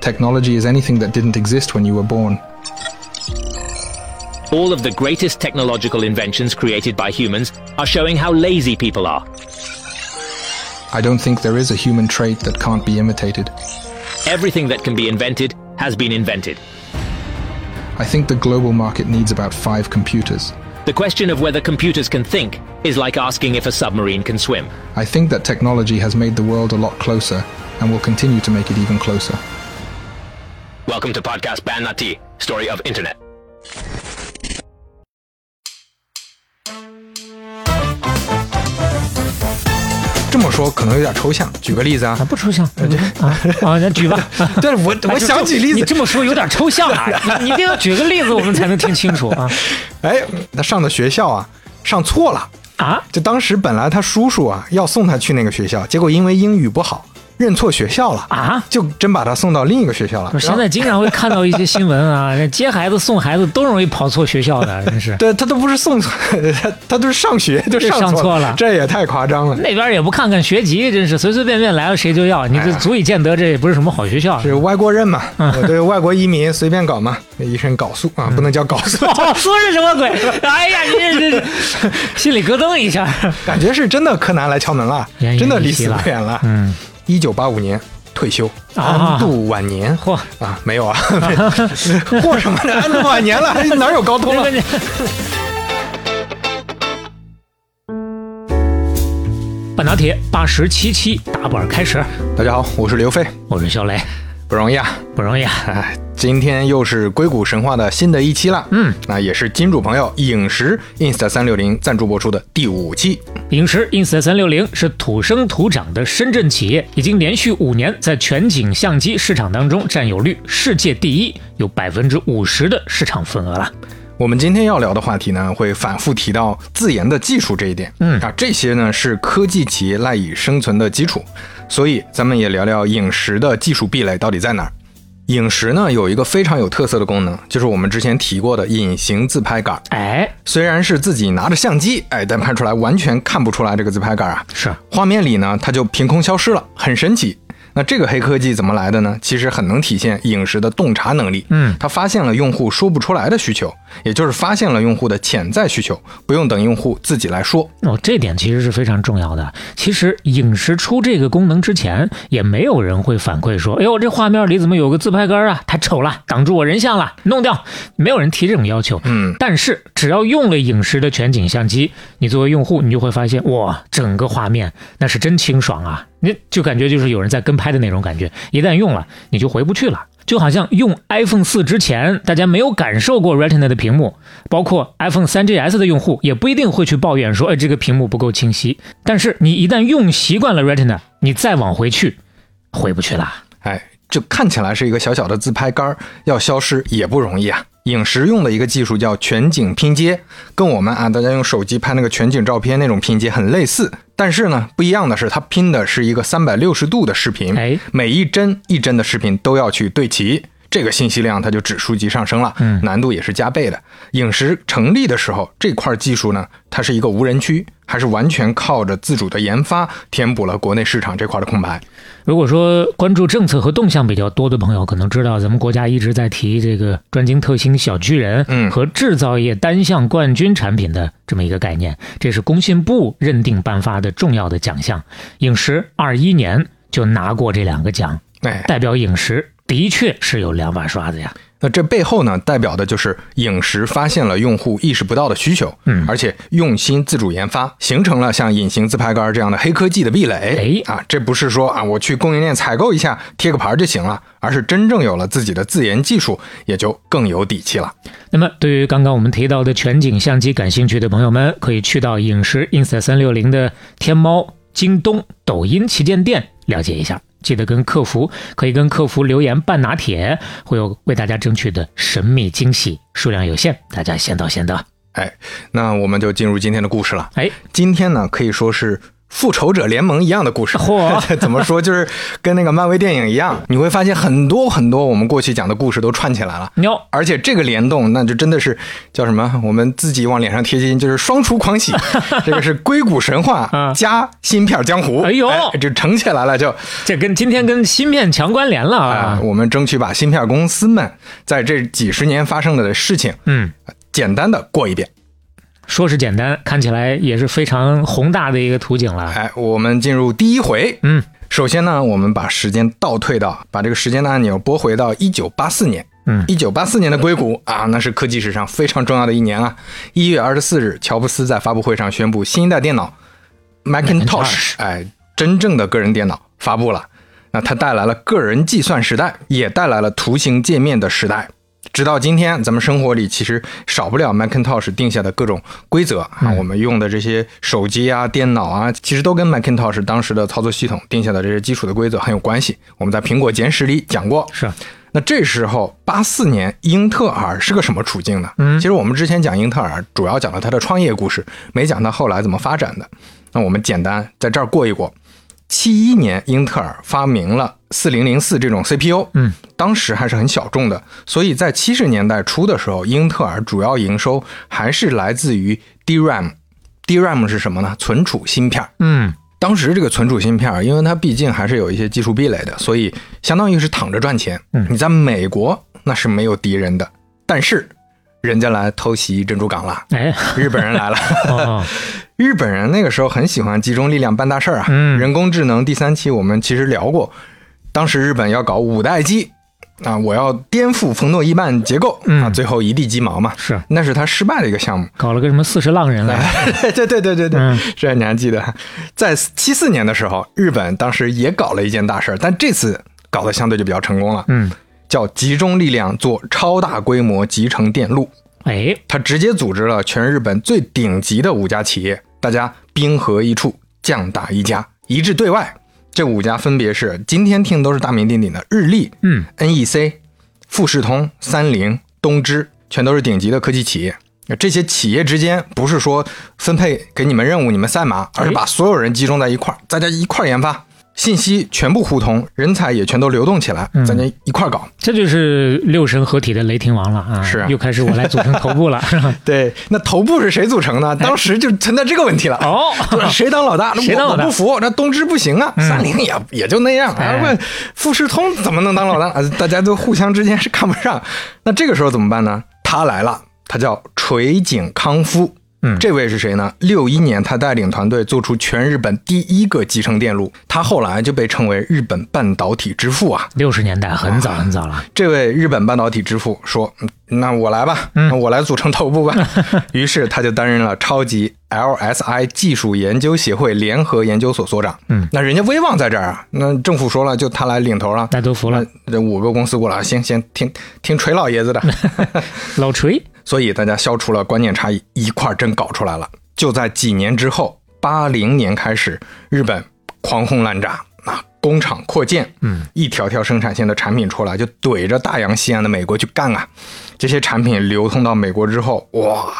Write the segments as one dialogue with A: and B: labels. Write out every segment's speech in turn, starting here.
A: Technology is anything that didn't exist when you were born.
B: All of the greatest technological inventions created by humans are showing how lazy people are.
A: I don't think there is a human trait that can't be imitated.
B: Everything that can be invented has been invented.
A: I think the global market needs about five computers.
B: The question of whether computers can think is like asking if a submarine can swim.
A: I think that technology has made the world a lot closer and will continue to make it even closer.
B: Welcome to podcast Ban Nati, story of internet.
C: Nati 这么说可能有点抽象，举个例子啊
D: 啊，，不抽象，啊啊，那举吧。啊
C: 但是我 我想举例
D: 你
C: 子，
D: 这么说有点抽象啊， 你你一定要举个例子，我们才能听清楚啊
C: 哎，他上的学校啊，上错了。
D: 啊！
C: 就当时本来他叔叔啊要送他去那个学校，结果因为英语不好，认错学校了
D: 啊
C: 就真把他送到另一个学校了。
D: 我现在经常会看到一些新闻啊，这接孩子送孩子都容易跑错学校的，真是
C: 对他都不是送错，他他都是上学就上
D: 上
C: 错
D: 错了
C: 这也太夸张了。
D: 那边也不看看学籍，真是随随便便来了谁就要，你这足以见得这也不是什么好学校。
C: 哎是外国人嘛？
D: 嗯
C: 我对外国移民随便搞嘛，那一身搞素啊，不能叫搞素，
D: 哦，说是什么鬼？哎呀，你这这这心里咯噔一下。
C: 感觉是真的柯南来敲门了，
D: 奄奄
C: 真的
D: 一
C: 离
D: 息
C: 死
D: 了
C: 不远了。
D: 嗯，
C: 一九八五年退休，
D: 啊
C: 安度晚年。
D: 嚯，
C: 啊，没有啊，过什么呢？安度晚年了，哪有高通啊
D: 那
C: 了
D: 个？你 半导体八十七期打板开始，
C: 大家好，我是刘飞，
D: 我是肖雷，
C: 不容易啊。
D: 不容易啊。
C: 哎，今天又是硅谷神话的新的一期了。
D: 嗯，
C: 那也是金主朋友影石 Insta 三六零赞助播出的第五期。
D: 影石 Ins 三六零是土生土长的深圳企业，已经连续五年在全景相机市场当中占有率世界第一，有百分之五十的市场份额了。
C: 我们今天要聊的话题呢，会反复提到自研的技术这一点。
D: 嗯
C: 啊，这些呢是科技企业赖以生存的基础，所以咱们也聊聊影石的技术壁垒到底在哪儿。影石呢有一个非常有特色的功能，就是我们之前提过的隐形自拍杆。
D: 哎，
C: 虽然是自己拿着相机，哎，但拍出来完全看不出来这个自拍杆啊。
D: 是
C: 画面里呢，它就凭空消失了，很神奇。那这个黑科技怎么来的呢？其实很能体现影视的洞察能力。
D: 嗯
C: 它发现了用户说不出来的需求，也就是发现了用户的潜在需求，不用等用户自己来说。
D: 哦，这点其实是非常重要的。其实影石出这个功能之前，也没有人会反馈说：“哎呦，这画面里怎么有个自拍杆啊？太丑了，挡住我人像了，弄掉。”没有人提这种要求。
C: 嗯，
D: 但是只要用了影石的全景相机，你作为用户，你就会发现，哇，整个画面那是真清爽啊！你就感觉就是有人在跟拍的那种感觉。一旦用了，你就回不去了。就好像用 iPhone 四之前，大家没有感受过 Retina 的屏幕，包括 iPhone 3GS 的用户也不一定会去抱怨说，哎，这个屏幕不够清晰。但是你一旦用习惯了 Retina，你再往回去，回不去了。
C: 哎，这看起来是一个小小的自拍杆儿，要消失也不容易啊。影石用的一个技术叫全景拼接，跟我们啊大家用手机拍那个全景照片那种拼接很类似，但是呢，不一样的是它拼的是一个三百六十度的视频，
D: 哎
C: 每一帧一帧的视频都要去对齐。这个信息量它就指数级上升了，
D: 嗯
C: 难度也是加倍的。影石成立的时候，这块技术呢，它是一个无人区，还是完全靠着自主的研发填补了国内市场这块的空白。
D: 如果说关注政策和动向比较多的朋友，可能知道咱们国家一直在提这个专精特新小巨人，
C: 嗯
D: 和制造业单项冠军产品的这么一个概念，这是工信部认定颁发的重要的奖项。影石二一年就拿过这两个奖，
C: 哎，
D: 代表影石的确是有两把刷子呀。
C: 那这背后呢，代表的就是影石发现了用户意识不到的需求，
D: 嗯
C: 而且用心自主研发，形成了像隐形自拍杆这样的黑科技的壁垒。
D: 哎
C: 啊，这不是说啊，我去供应链采购一下，贴个牌儿就行了，而是真正有了自己的自研技术，也就更有底气了。
D: 那么，对于刚刚我们提到的全景相机感兴趣的朋友们，可以去到影石 Insta 三六零的天猫、京东、抖音旗舰店了解一下。记得跟客服，可以跟客服留言半拿铁，会有为大家争取的神秘惊喜，数量有限，大家先到先得。
C: 哎，那我们就进入今天的故事了。
D: 哎，
C: 今天呢，可以说是复仇者联盟一样的故事。
D: 嚯
C: 怎么说？就是跟那个漫威电影一样，你会发现很多很多我们过去讲的故事都串起来了。
D: 喵，
C: 而且这个联动，那就真的是叫什么？我们自己往脸上贴金，就是双厨狂 喜。这个是硅谷神话
D: 嗯
C: 加芯片江湖，
D: 哎呦
C: 就成起来了，就
D: 这跟今天跟芯片强关联了
C: 啊、
D: 啊。
C: 我们争取把芯片公司们在这几十年发生的事情
D: 嗯，
C: 简单的过一遍。
D: 说是简单，看起来也是非常宏大的一个图景了。
C: 哎，我们进入第一回。
D: 嗯，
C: 首先呢，我们把时间倒退到，把这个时间的按钮拨回到一九八四年。
D: 嗯
C: 一九八四年的硅谷啊，那是科技史上非常重要的一年啊。一月二十四日，乔布斯在发布会上宣布，新一代电脑 Macintosh，
D: Macintosh
C: 哎，真正的个人电脑发布了。那它带来了个人计算时代，也带来了图形界面的时代。直到今天，咱们生活里其实少不了 Macintosh 定下的各种规则啊，我们用的这些手机啊、电脑啊，其实都跟 Macintosh 当时的操作系统定下的这些基础的规则很有关系。我们在苹果简史里讲过，
D: 是，
C: 那这时候，八四年英特尔是个什么处境呢？嗯，其实我们之前讲英特尔，主要讲了它的创业故事，没讲它后来怎么发展的。那我们简单在这儿过一过。七一年，英特尔发明了四零零四这种 CPU，嗯，当时还是很小众的，所以在七十年代初的时候，英特尔主要营收还是来自于 DRAM。DRAM 是什么呢？存储芯片儿。
D: 嗯，
C: 当时这个存储芯片儿，因为它毕竟还是有一些技术壁垒的，所以相当于是躺着赚钱。
D: 嗯
C: 你在美国那是没有敌人的，但是人家来偷袭珍珠港了，
D: 哎，
C: 日本人来了。
D: 哦，
C: 日本人那个时候很喜欢集中力量办大事儿啊。
D: 嗯
C: 人工智能第三期我们其实聊过，当时日本要搞五代机啊，我要颠覆冯诺依曼结构啊，
D: 嗯
C: 最后一地鸡毛嘛。
D: 是
C: 那是他失败的一个项目。
D: 搞了个什么四十浪 人来，
C: 对对对对对对，
D: 嗯
C: 这你还记得？在七四年的时候，日本当时也搞了一件大事儿，但这次搞得相对就比较成功了，
D: 嗯，
C: 叫集中力量做超大规模集成电路。
D: 哎，
C: 它直接组织了全日本最顶级的五家企业，大家兵合一处，将打一家，一致对外。这五家分别是今天听都是大名鼎鼎的日立、
D: 嗯
C: NEC、富士通、三菱、东芝，全都是顶级的科技企业。这些企业之间不是说分配给你们任务，你们赛
D: 哎
C: 马，而是把所有人集中在一块儿，大家一块儿研发，信息全部互通，人才也全都流动起来，
D: 嗯
C: 咱家一块儿搞。
D: 这就是六神合体的雷霆王了啊！
C: 是啊
D: 又开始我来组成头部了。
C: 对，那头部是谁组成呢？当时就存在这个问题了。
D: 哦，
C: 谁当老大？那
D: 谁
C: 我
D: 当
C: 我
D: 老大嗯
C: 不服，那东芝不行啊，三菱也也就那样。
D: 哎
C: 啊，问富士通怎么能当老大？啊大家都互相之间是看不上。那这个时候怎么办呢？他来了，他叫垂井康夫。
D: 嗯
C: 这位是谁呢？六一年，他带领团队做出全日本第一个集成电路，他后来就被称为日本半导体之父啊。
D: 六十年代很早很早了，
C: 这位日本半导体之父说：“嗯那我来吧，那我来组成头部吧。于是他就担任了超级 LSI 技术研究协会联合研究所所长。
D: 嗯，
C: 那人家威望在这儿啊，那政府说了，就他来领头了。
D: 大家都服了，
C: 这五个公司过来，先先听听锤老爷子的。
D: 老锤
C: 所以大家消除了观念差异，一块儿真搞出来了。就在几年之后，八零年开始，日本狂轰滥炸啊，工厂扩建，
D: 嗯，
C: 一条条生产线的产品出来，就怼着大洋西岸的美国去干啊。这些产品流通到美国之后，哇！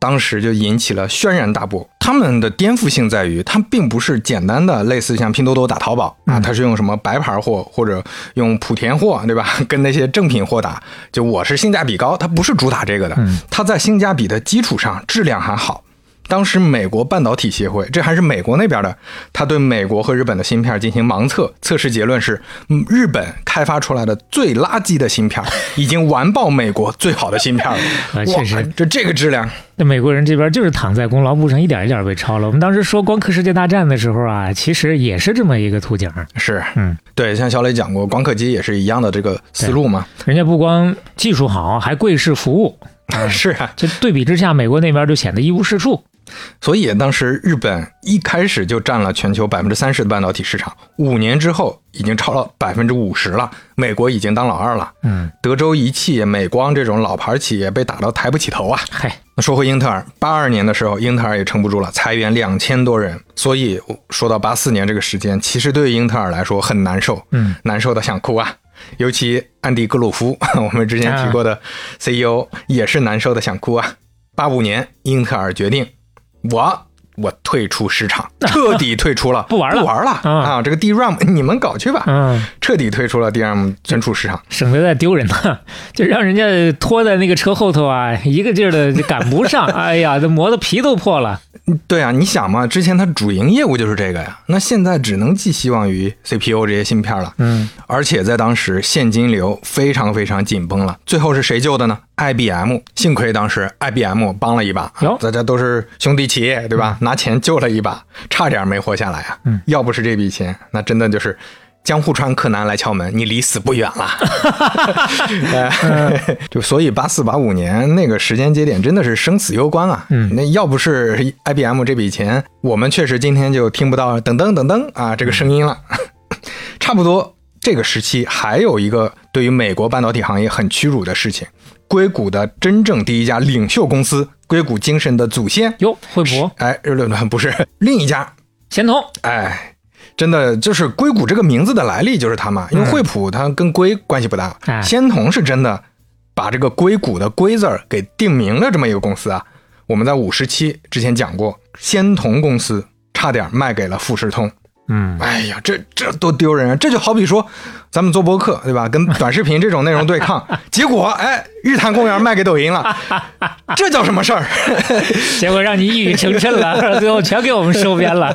C: 当时就引起了轩然大波。他们的颠覆性在于，它并不是简单的类似像拼多多打淘宝
D: 嗯
C: 啊，它是用什么白牌货或者用莆田货，对吧？跟那些正品货打，就我是性价比高，它不是主打这个的，
D: 嗯
C: 它在性价比的基础上质量还好。当时美国半导体协会，这还是美国那边的，他对美国和日本的芯片进行盲测，测试结论是，嗯日本开发出来的最垃圾的芯 片，已经完爆美国最好的芯片了。
D: 啊确实
C: 哇，这这个质量，
D: 那美国人这边就是躺在功劳簿上，一点一点被抄了。我们当时说光刻世界大战的时候啊，其实也是这么一个图景儿。
C: 是，
D: 嗯，
C: 对，像小磊讲过，光刻机也是一样的这个思路嘛。
D: 人家不光技术好，还贵是服务。
C: 是啊，
D: 这对嗯比之下，美国那边就显得一无是处。
C: 所以当时日本一开始就占了全球百分之三十的半导体市场，五年之后已经超了百分之五十了，美国已经当老二了。
D: 嗯，
C: 德州仪器、美光这种老牌企业被打到抬不起头啊。
D: 嗨，
C: 那说回英特尔，八二年的时候，英特尔也撑不住了，裁员两千多人。所以我说到八四年这个时间，其实对于英特尔来说很难受，
D: 嗯，
C: 难受的想哭啊。尤其安迪格鲁夫， 我们之前提过的 E 啊 CEO、也是难受的想哭啊。八五年，英特尔决定，我我退出市 场，彻底退出了，
D: 不玩了
C: 不玩了
D: 嗯
C: 啊！这个 DRAM 你们搞去吧，
D: 嗯，
C: 彻底退出了 DRAM 存储市场。
D: 省得再丢人了， 就让人家拖在那个车后头啊，一个劲儿的赶不上，哎呀，这磨的皮都破了。
C: 对啊，你想嘛，之前它主营业务就是这个呀，那现在只能寄希望于 CPU 这些芯片了。
D: 嗯，
C: 而且在当时现金流非常非常紧绷了。最后是谁救的呢？IBM，幸亏当时 IBM 帮了一把
D: 哟，
C: 大家都是兄弟企业，对吧？拿钱救了一把，差点没活下来啊！
D: 嗯
C: 要不是这笔钱，那真的就是。江户川柯南来敲门，你离死不远了。呃 就所以八四八五年那个时间节点真的是生死攸关啊。
D: 嗯
C: 那要不是 IBM 这笔钱，我们确实今天就听不到噔噔噔噔啊这个声音了。 差不多这个时期，还有一个对于美国半导体行业很屈辱的事情：硅谷的真正第一家领袖公司，硅谷精神的祖先，
D: 哟，惠普、
C: 哎，呃不是另一家，
D: 仙童，
C: 哎。真的就是硅谷这个名字的来历就是他嘛，因为
D: 嗯
C: 惠普它跟硅关系不大，
D: 哎
C: 仙童是真的把这个硅谷的“硅”字儿给定名了这么一个公司啊。我们在五十期之前讲过，仙童公司差点卖给了富士通，
D: 嗯，
C: 哎呀，这这多丢人啊！这就好比说，咱们做播客对 吧？跟短视频这种内容对抗，结果哎，日坛公园卖给抖音了，这叫什么事儿？
D: 结果让你一语成谶了， 最后全给我们收编了。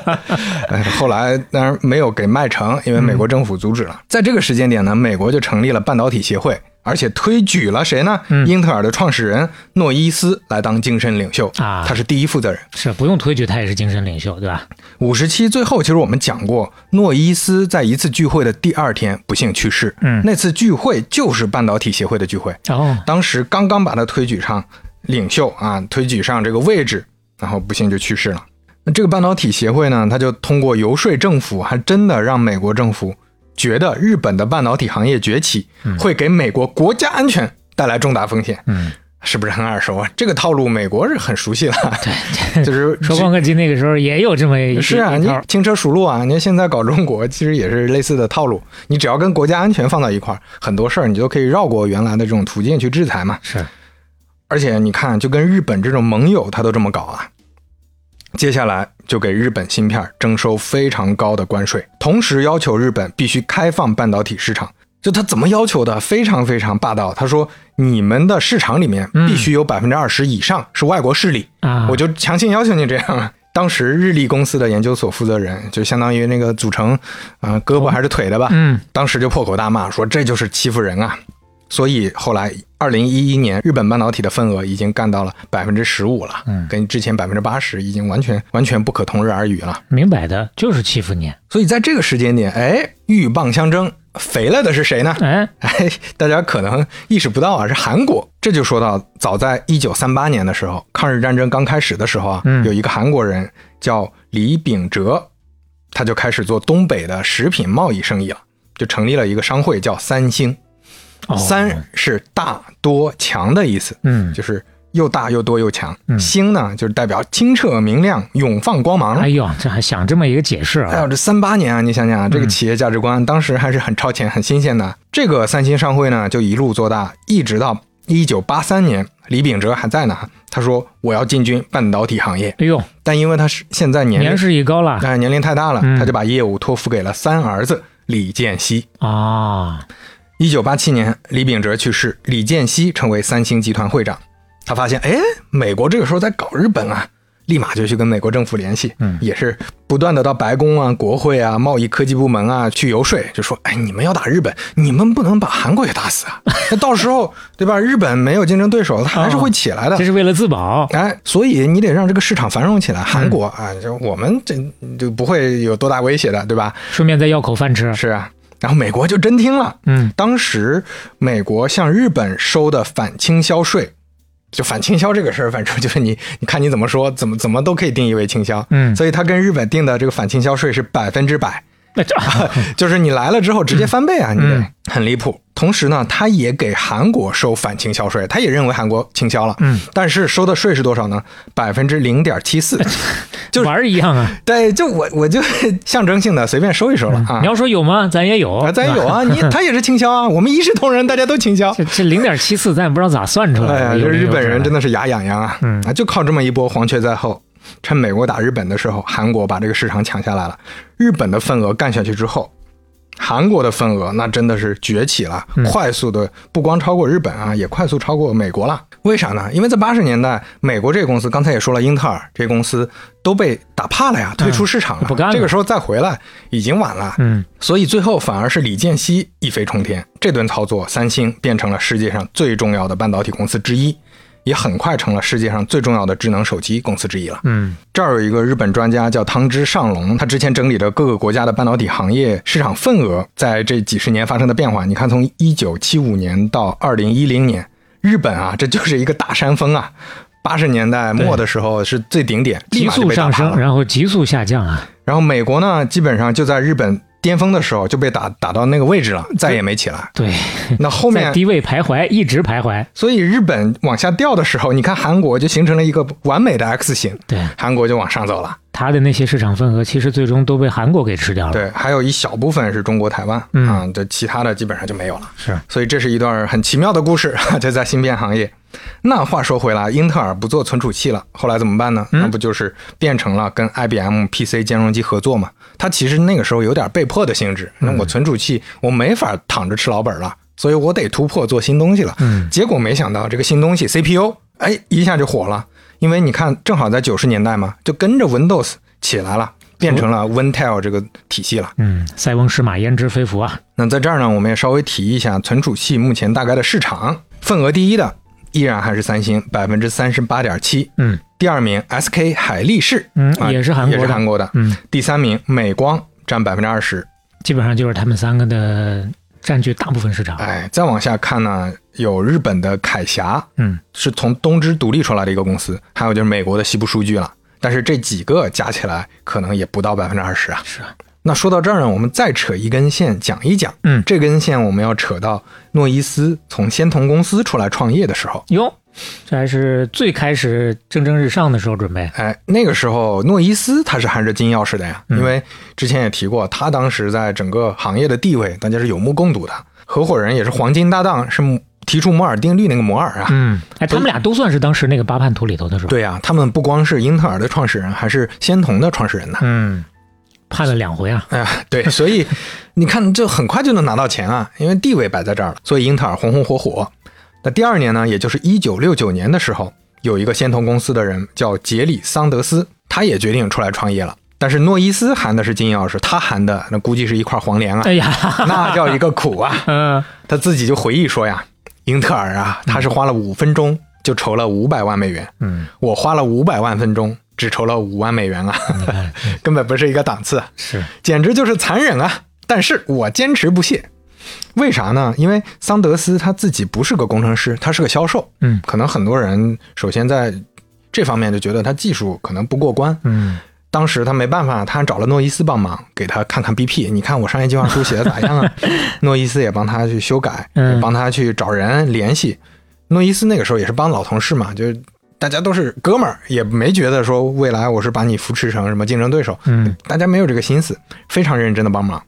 C: 哎后来当然没有给卖成，因为美
D: 嗯
C: 国政府阻止了。在这个时间点呢，美国就成立了半导体协会，而且推举了谁呢？
D: 嗯
C: 英特尔的创始人诺伊斯来当精神领袖
D: 啊
C: 他是第一负责人。
D: 是不用推举，他也是精神领袖，对吧？
C: 五十期最后，其实我们讲过，诺伊斯在一次聚会的第二天不幸去世。
D: 嗯
C: 那次聚会就是半导体协会的聚会。
D: 哦，
C: 当时刚刚把他推举上领袖啊，推举上这个位置，然后不幸就去世了。那这个半导体协会呢，他就通过游说政府，还真的让美国政府觉得日本的半导体行业崛起会给美国国家安全带来重大风险，
D: 嗯，
C: 是不是很耳熟啊？这个套路美国是很熟悉了，对， 就是
D: 说光刻机那个时候也有这么一
C: 是啊，
D: 一
C: 你
D: 套
C: 轻车熟路啊，你现在搞中国其实也是类似的套路，你只要跟国家安全放到一块儿，很多事儿你就可以绕过原来的这种途径去制裁嘛。
D: 是
C: 而且你看，就跟日本这种盟友，他都这么搞啊。接下来就给日本芯片征收非常高的关税，同时要求日本必须开放半导体市场。就他怎么要求的？非常非常霸道。他说：“你们的市场里面必须有百分之二十以上是外国势力，
D: 嗯啊，
C: 我就强行要求你这样。”当时日立公司的研究所负责人，就相当于那个组成，啊、胳膊还是腿的吧，
D: 嗯
C: 当时就破口大骂说这就是欺负人啊！所以后来，二零一一年日本半导体的份额已经干到了百分之十五了，
D: 嗯
C: 跟之前百分之八十已经完全完全不可同日而语了。
D: 明摆的就是欺负你。
C: 所以在这个时间点，哎，鹬蚌相争，肥了的是谁呢？
D: 哎，
C: 哎，大家可能意识不到啊，是韩国。这就说到早在一九三八年的时候，抗日战争刚开始的时候啊，
D: 嗯
C: 有一个韩国人叫李秉哲，他就开始做东北的食品贸易生意了，就成立了一个商会叫三星。
D: 哦，
C: 三是大多强的意思，
D: 嗯，
C: 就是又大又多又强。
D: 嗯
C: 星呢，就是代表清澈明亮、永放光芒。
D: 哎呦，这还想这么一个解释
C: 哎
D: 啊
C: 呦，？这三八年啊，你想想啊，这个企业价值观当时还是很超前、很新鲜的。这个三星商会呢，就一路做大，一直到一九八三年，李秉哲还在呢。他说：“我要进军半导体行业。
D: 哎呦，”
C: 但因为他是现在年龄
D: 年事已高了
C: 哎年龄太大了，
D: 嗯
C: 他就把业务托付给了三儿子李健熙。
D: 啊，
C: 一九八七年，李秉哲去世，李健熙成为三星集团会长。他发现，哎，美国这个时候在搞日本啊，立马就去跟美国政府联系，
D: 嗯
C: 也是不断的到白宫啊、国会啊、贸易科技部门啊去游说，就说，哎，你们要打日本，你们不能把韩国也打死啊， 那到时候对吧？日本没有竞争对手，它还是会起来的。
D: 这是为了自保。
C: 哎，所以你得让这个市场繁荣起来。韩国啊，就我们这就不会有多大威胁的，对吧？
D: 顺便再要口饭吃。
C: 是啊，然后美国就真听了，
D: 嗯，
C: 当时美国向日本收的反倾销税，就反倾销这个事儿，反正就是你你看你怎么说，怎么怎么都可以定义为倾销。
D: 嗯
C: 所以他跟日本定的这个反倾销税是百分之百，
D: 那哎这
C: 啊 就是你来了之后直接翻倍啊，你
D: 嗯
C: 得很离谱。同时呢，他也给韩国收反倾销税，他也认为韩国倾销了，
D: 嗯，
C: 但是收的税是多少呢？百分之零点七 四，就是
D: 玩儿一样啊。
C: 对，就我我就象征性的随便收一收了啊
D: 你。要说有吗？咱也有
C: 啊，，咱有啊，你他也是倾销啊，我们一视同仁，大家都倾销。
D: 这这零点七四，咱也不知道咋算出来
C: 哎
D: 的。
C: 呀，这日本人真
D: 的
C: 的是牙痒痒啊！
D: 嗯
C: 啊，就靠这么一波黄雀在后，趁美国打日本的时候，韩国把这个市场抢下来了。日本的份额干下去之后，韩国的份额那真的是崛起了，
D: 嗯
C: 快速的不光超过日本啊，也快速超过美国了。为啥呢？因为在八十年代，美国这个公司刚才也说了，英特尔这公司都被打怕了呀，退出市场了。
D: 嗯不干了
C: 这个时候再回来已经晚了。
D: 嗯，
C: 所以最后反而是李健熙一飞冲天。这顿操作，三星变成了世界上最重要的半导体公司之一，也很快成了世界上最重要的智能手机公司之一了。
D: 嗯，
C: 这儿有一个日本专家叫汤之上龙，他之前整理了各个国家的半导体行业市场份额在这几十年发生的变化。你看，从一九七五年到二零一零年，日本啊，这就是一个大山峰啊。八十年代末的时候是最顶点，立
D: 急
C: 马就
D: 速
C: 被打
D: 上
C: 趴了
D: 升，。然后急速下降啊，
C: 然后美国呢，基本上就在日本巅峰的时候就被打打到那个位置了，再也没起来。
D: 对，
C: 那后
D: 在
C: 面，
D: 低位徘徊，一直徘徊，
C: 所以日本往下掉的时候，你看韩国就形成了一个完美的 X 型，
D: 对，
C: 韩国就往上走了。
D: 他的那些市场份额其实最终都被韩国给吃掉了。
C: 对，还有一小部分是中国台湾
D: 嗯
C: 啊，这、其他的基本上就没有了。
D: 是，
C: 所以这是一段很奇妙的故事， 就在芯片行业。那话说回来，英特尔不做存储器了，后来怎么办呢？那不就是变成了跟 IBM PC 兼容机合作嘛？它其实那个时候有点被迫的性质，那我存储器我没法躺着吃老本了，所以我得突破做新东西了。
D: 嗯
C: 结果没想到这个新东西 CPU，哎，一下就火了，因为你看，正好在九十年代嘛，就跟着 Windows 起来了，变成了 WinTel 这个体系了。
D: 嗯，塞翁失马焉知非福啊。
C: 那在这儿呢，我们也稍微提一下存储器目前大概的市场份额，第一的依然还是三星，百分之三十八点七。
D: 嗯
C: 第二名 SK 海力士，
D: 嗯
C: 啊
D: 也是韩国的
C: 也是韩国的。
D: 嗯，
C: 第三名美光占百分之二十。
D: 基本上就是他们三个的占据大部分市场。
C: 哎，再往下看呢，有日本的凯霞，
D: 嗯，
C: 是从东芝独立出来的一个公司，还有就是美国的西部数据了。但是这几个加起来可能也不到百分之二十啊。
D: 是啊。
C: 那说到这儿呢，我们再扯一根线讲一讲。
D: 嗯
C: 这根线我们要扯到诺伊斯从仙童公司出来创业的时候。
D: 哟，这还是最开始蒸蒸日上的时候准备。
C: 哎，那个时候诺伊斯他是含着金钥匙的呀，
D: 嗯
C: 因为之前也提过，他当时在整个行业的地位，大家是有目共睹的。合伙人也是黄金搭档，是提出摩尔定律那个摩尔啊。
D: 嗯，哎，他们俩都算是当时那个八叛徒里头的是吧？，
C: 对呀、啊他们不光是英特尔的创始人，还是仙童的创始人呢。
D: 嗯，判了两回啊。
C: 哎呀， 对，所以你看，这很快就能拿到钱啊，因为地位摆在这儿了，所以英特尔红红火火。那第二年呢，也就是一九六九年的时候，有一个仙童公司的人叫杰里桑德斯，他也决定出来创业了。但是诺伊斯含的是金钥匙，他含的那估计是一块黄连啊，
D: 哎呀，
C: 那叫一个苦啊！
D: 嗯，
C: 他自己就回忆说呀，英特尔啊，他是花了五分钟就筹了五百万美元，
D: 嗯，
C: 我花了五百万分钟只筹了五万美元啊，
D: 嗯哎
C: 根本不是一个档次啊。
D: 是，
C: 简直 就是残忍啊！但是我坚持不懈，为啥呢？因为桑德斯他自己不是个工程师，他是个销售。
D: 嗯
C: 可能很多人首先在这方面就觉得他技术可能不过关。
D: 嗯，
C: 当时他没办法，他找了诺伊斯帮忙，给他看看 BP，你看我商业计划书写的咋样啊？ 诺伊斯也帮他去修改，
D: 嗯
C: 也帮他去找人联系。诺伊斯那个时候也是帮老同事嘛，就是大家都是哥们儿，也没觉得说未来我是把你扶持成什么竞争对手，
D: 嗯，
C: 大家没有这个心思，非常认真的帮忙。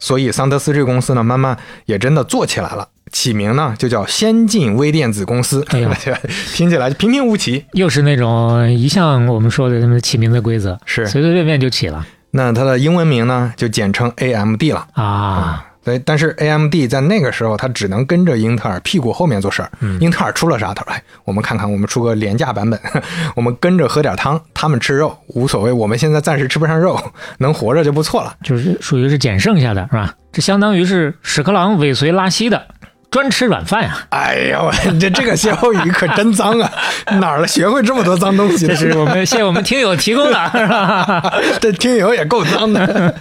C: 所以桑德斯这个公司呢，慢慢也真的做起来了，起名呢就叫先进微电子公司，
D: 哎呦
C: 听起来平平无奇。
D: 又是那种一向我们说的什么起名的规则，
C: 是
D: 随随便便就起了
C: 那它的英文名呢，就简称 AMD 了。
D: 啊。
C: 对，但是 AMD 在那个时候，它只能跟着英特尔屁股后面做事儿。英特尔出了啥，他说：“哎，我们看看，我们出个廉价版本， 我们跟着喝点汤，他们吃肉无所谓，我们现在暂时吃不上肉， 能活着就不错了。”
D: 就是属于是捡剩下的，是吧？这相当于是屎壳郎尾随拉稀的，专吃软饭啊呀、
C: 哎呦，这这个歇后语可真脏啊！ 哪儿学会这么多脏东西
D: 这
C: 的？
D: 是我们谢谢我们听友提供的， 是吧？
C: 这听友也够脏 的。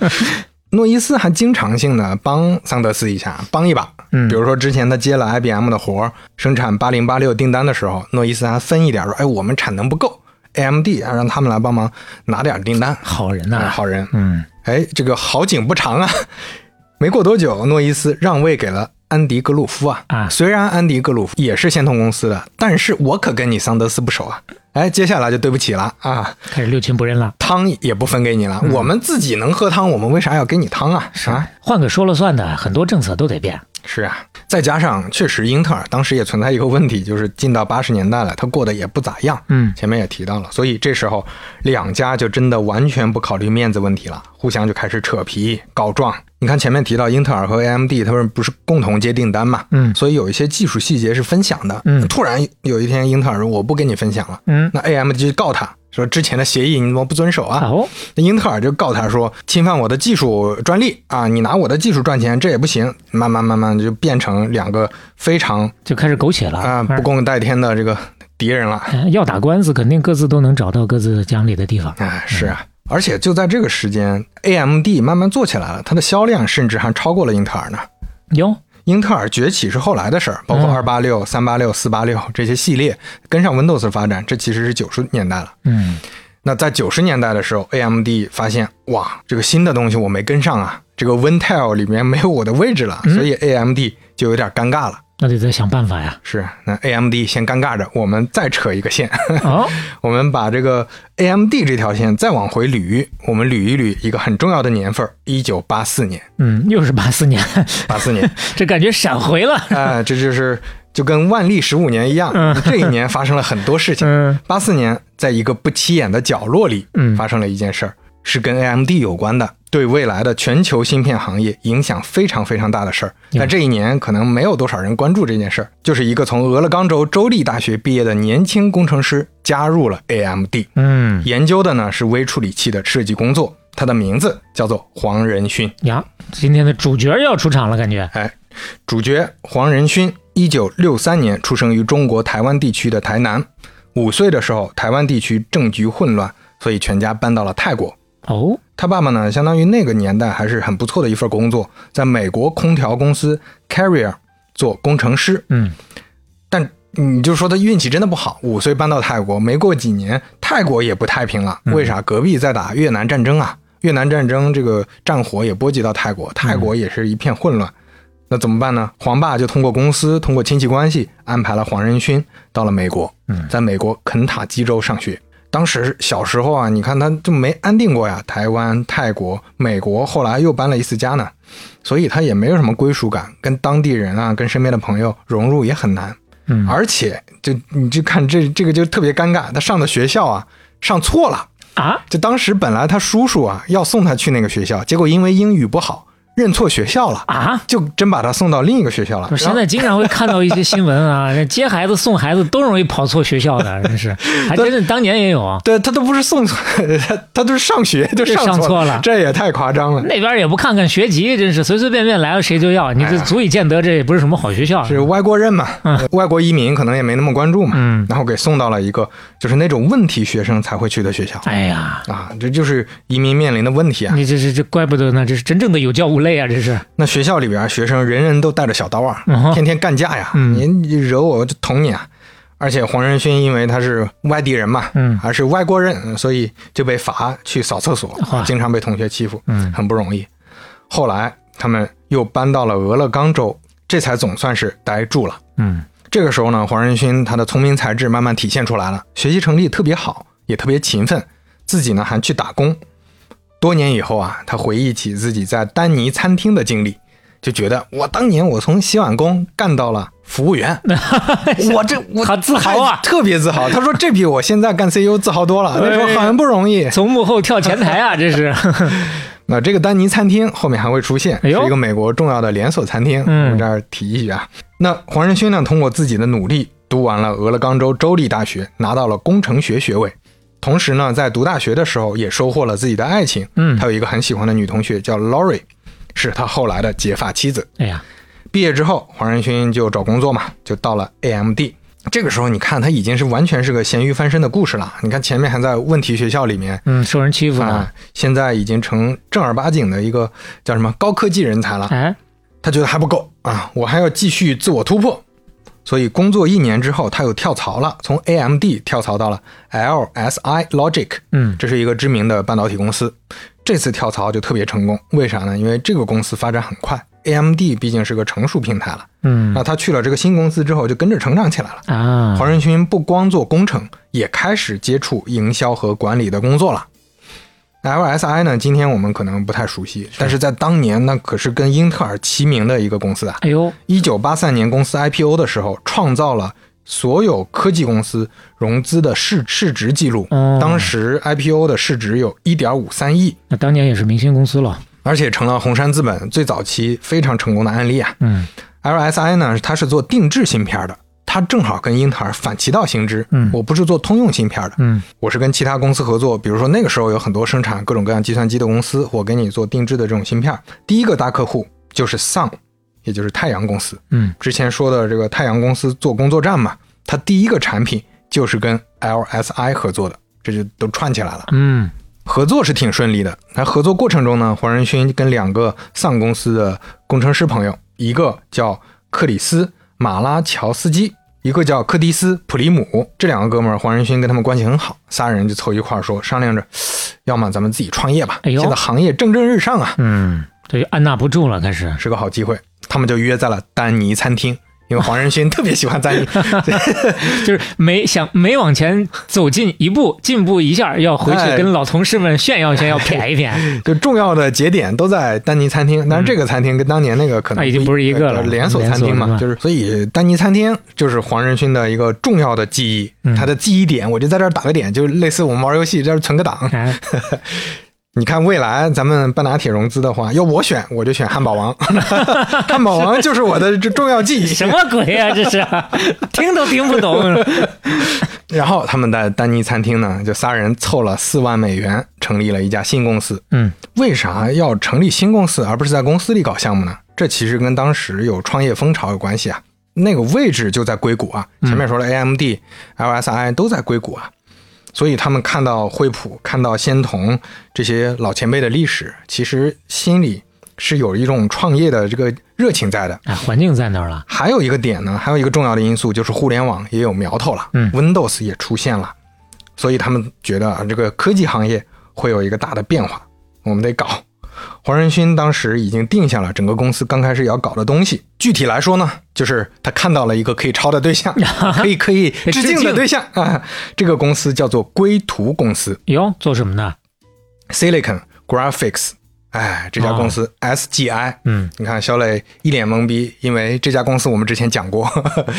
C: 诺伊斯还经常性的帮桑德斯一下，帮一把。
D: 嗯
C: 比如说之前他接了 IBM 的活儿，生产八零八六订单的时候，诺伊斯还分一点儿说：“哎，我们产能不够，AMD 啊让他们来帮忙拿点儿订单。
D: 好人呐、
C: 哎好人，
D: 嗯，
C: 哎，这个好景不长啊！ 没过多久，诺伊斯让位给了安迪·格鲁夫啊。
D: 啊
C: 虽然安迪·格鲁夫也是仙童公司的，但是我可跟你桑德斯不熟啊。哎，接下来就对不起了啊，
D: 开始六亲不认了。
C: 汤也不分给你了。
D: 嗯
C: 我们自己能喝汤，我们为啥要给你汤啊？啊，
D: 换个说了算的，很多政策都得变。
C: 是啊，再加上确实英特尔当时也存在一个问题，就是进到八十年代了，它过得也不咋样。
D: 嗯
C: 前面也提到了，所以这时候两家就真的完全不考虑面子问题了，互相就开始扯皮告状。你看前面提到英特尔和 AMD，他们不是共同接订单嘛？
D: 嗯
C: 所以有一些技术细节是分享的。
D: 嗯
C: 突然有一天英特尔说我不跟你分享了，
D: 嗯，
C: 那 AMD 就告他说之前的协议你怎么不遵守啊？
D: 哦，
C: 那英特尔就告他说侵犯我的技术专利啊，你拿我的技术赚钱这也不行。慢慢慢慢就变成两个非常
D: 就开始苟且了
C: 啊、
D: 反
C: 不
D: 正
C: 共戴天的这个敌人了。
D: 哎要打官司，肯定各自都能找到各自讲理的地方。
C: 啊，是啊。而且就在这个时间，AMD 慢慢做起来了，它的销量甚至还超过了英特尔呢。
D: 哟，
C: 英特尔崛起是后来的事儿，包括
D: 嗯
C: 二八六、三八六、四八六这些系列跟上 Windows 的发展，这其实是九十年代了。
D: 嗯
C: 那在九十年代的时候，AMD 发现哇，这个新的东西我没跟上啊，这个 WinTel 里面没有我的位置了，所以 AMD 就有点尴尬了。
D: 那得再想办法 呀。
C: 是，那 AMD 先尴尬着，我们再扯一个线。
D: 哦，
C: 我们把这个 AMD 这条线再往回捋，我们捋一捋一个很重要的年份儿，一九八四年，
D: 嗯，又是八四年，
C: 八四年，
D: 这感觉闪回 了。
C: 啊、这就是就跟万历十五年一样，这一年发生了很多事情。
D: 嗯
C: 八四年，在一个不起眼的角落里，
D: 嗯
C: 发生了一件事儿，是跟 AMD 有关的，对未来的全球芯片行业影响非常非常大的事儿。
D: 嗯
C: 但这一年可能没有多少人关注这件事儿，就是一个从俄勒冈州州立大学毕业的年轻工程师加入了 AMD。
D: 嗯
C: 研究的呢是微处理器的设计工作，他的名字叫做黄仁勋。
D: 呀，今天的主角要出场了，感觉。
C: 哎，主角黄仁勋，一九六三年出生于中国台湾地区的台南。五岁的时候，台湾地区政局混乱，所以全家搬到了泰国。
D: 哦，
C: 他爸爸呢，相当于那个年代还是很不错的一份工作，在美国空调公司 Carrier 做工程师。
D: 嗯，
C: 但你就说他运气真的不好，五岁搬到泰国，没过几年，泰国也不太平了。
D: 嗯
C: 为啥？隔壁在打越南战争啊，越南战争这个战火也波及到泰国，泰
D: 嗯
C: 国也是一片混乱。那怎么办呢？黄爸就通过公司，通过亲戚关系，安排了黄仁勋到了美国
D: 嗯，
C: 在美国肯塔基州上学。当时小时候啊，你看他就没安定过呀，台湾、泰国、美国，后来又搬了一次家呢，所以他也没有什么归属感，跟当地人啊，跟身边的朋友融入也很难。
D: 嗯
C: 而且就你就看这这个就特别尴尬，他上的学校啊上错了，
D: 啊，
C: 就当时本来他叔叔啊要送他去那个学校，结果因为英语不好认错学校了，
D: 啊！
C: 就真把他送到另一个学校了。
D: 我现在经常会看到一些新闻啊，那接孩子送孩子都容易跑错学校的，真是，还真是当年也有啊，
C: 对他都不是送 错，他他都是上学 就上
D: 上错了
C: 了，这也太夸张了。
D: 那边也不看看学籍，真是随随便便来了谁就要，你这足以见得这也不是什么好学校。啊
C: 是外国人嘛，外国移民可能也没那么关注嘛，
D: 嗯
C: 然后给送到了一个就是那种问题学生才会去的学校
D: 哎呀，
C: 啊，这就是移民面临的问题啊。
D: 你这这这，怪不得呢，这是真正的有教无类啊，这是。
C: 那学校里边啊学生人人都带着小刀啊，
D: 嗯哼
C: 天天干架呀，
D: 嗯
C: 你惹我我就捅你啊！而且黄仁勋因为他是外地人嘛，
D: 嗯
C: 还是外国人，所以就被罚去扫厕所
D: 哇，
C: 经常被同学欺负，
D: 嗯
C: 很不容易。后来他们又搬到了俄勒冈州，这才总算是待住了。
D: 嗯
C: 这个时候呢，黄仁勋他的聪明才智慢慢体现出来了，学习成绩特别好，也特别勤奋，自己呢还去打工。多年以后啊，他回忆起自己在丹尼餐厅的经历，就觉得我当年我从洗碗工干到了服务 员，我这我
D: 好自豪啊
C: 太特别自豪。他说这比我现在干 CEO 自豪多了，那时
D: 哎
C: 候很不容易。
D: 从幕后跳前台啊，这是。
C: 那这个丹尼餐厅后面还会出现，是
D: 哎呦
C: 一个美国重要的连锁餐厅。
D: 嗯
C: 我们这儿提一句啊。那黄仁勋呢，通过自己的努力，读完了俄勒冈州州立大学，拿到了工程学学位。同时呢，在读大学的时候，也收获了自己的爱情。
D: 嗯
C: 他有一个很喜欢的女同学叫 Lori，是他后来的结发妻子。
D: 哎呀，
C: 毕业之后，黄仁勋就找工作嘛，就到了 AMD。这个时候，你看他已经是完全是个咸鱼翻身的故事了。你看前面还在问题学校里面，
D: 嗯，受人欺负呢
C: 啊。，现在已经成正儿八经的一个叫什么高科技人才了。
D: 哎，
C: 他觉得还不够啊，我还要继续自我突破。所以工作一年之后，他又跳槽了，从 AMD 跳槽到了 LSI Logic，
D: 嗯
C: 这是一个知名的半导体公司。这次跳槽就特别成功，为啥呢？因为这个公司发展很快，AMD 毕竟是个成熟平台了。
D: 嗯
C: 那他去了这个新公司之后，就跟着成长起来了。
D: 啊，
C: 黄仁勋不光做工程，也开始接触营销和管理的工作了。 LSI 呢，今天我们可能不太熟悉，但是在当年那可是跟英特尔齐名的一个公司啊。
D: 哎呦，
C: 一九八三年公司 IPO 的时候，创造了所有科技公司融资的市市值记录。
D: 哦
C: 当时 IPO 的市值有一点五三亿，
D: 那当年也是明星公司了。
C: 而且成了红杉资本最早期非常成功的案例啊。
D: 嗯
C: LSI 呢，它是做定制芯片的，它正好跟英特尔反其道行之。
D: 嗯
C: 我不是做通用芯片的，
D: 嗯，
C: 我是跟其他公司合作，比如说那个时候有很多生产各种各样计算机的公司，我给你做定制的这种芯片儿。第一个大客户就是 Sun，也就是太阳公司。
D: 嗯，
C: 之前说的这个太阳公司做工作站嘛，它第一个产品就是跟 LSI 合作的，这就都串起来了。
D: 嗯
C: 合作是挺顺利的。那合作过程中呢，黄仁勋跟两个 Sun 公司的工程师朋友，一个叫克里斯马拉乔斯基，一个叫柯迪斯普里姆，这两个哥们儿，黄仁勋跟他们关系很好，仨人就凑一块儿说，商量着，要么咱们自己创业吧，
D: 哎呦
C: 现在行业蒸蒸日上啊，
D: 嗯，这就按捺不住了，开始。
C: 是个好机会。他们就约在了丹尼餐厅。因为黄仁勋特别喜欢丹 尼，
D: 就是每想每往前走近一步，进步一下，要回去
C: 哎
D: 跟老同事们炫耀 炫耀，谝一谝。
C: 就重要的节点都在丹尼餐厅。但是这个餐厅跟当年那个可能
D: 嗯那已经不是一个
C: 对
D: 了
C: 呃连锁餐厅嘛，
D: 连锁的嘛
C: 就是所以丹尼餐厅就是黄仁勋的一个重要的记忆，
D: 嗯
C: 他的记忆点，我就在这儿打个点，就类似我们玩游戏在这儿存个档。
D: 哎，
C: 你看未来咱们半拿铁融资的话，要我选我就选汉堡王， 汉堡王就是我的这重要记忆。
D: 什么鬼呀、这是啊 听都听不懂。
C: 然后他们在丹尼餐厅呢，就仨人凑了四万美元，成立了一家新公司。
D: 嗯，
C: 为啥要成立新公司，而不是在公司里搞项目呢？这其实跟当时有创业风潮有关系啊。那个位置就在硅谷啊，前面说了 AMD、LSI 都在硅谷啊，所以他们看到惠普、看到仙童这些老前辈的历史，其实心里是有一种创业的这个热情在的。
D: 哎，环境在那儿了。
C: 还有一个点呢，还有一个重要的因素就是互联网也有苗头了，
D: 嗯
C: ，Windows 也出现了，所以他们觉得啊，这个科技行业会有一个大的变化，我们得搞。黄仁勋当时已经定下了整个公司刚开始要搞的东西，具体来说呢，就是他看到了一个可以抄的对象，可以可以致敬的对象啊，这个公司叫做归图公司
D: 哟，做什么呢？
C: （Silicon Graphics），哎，这家公司 SGI，、
D: 嗯
C: 你看小磊一脸懵逼，因为这家公司我们之前讲过，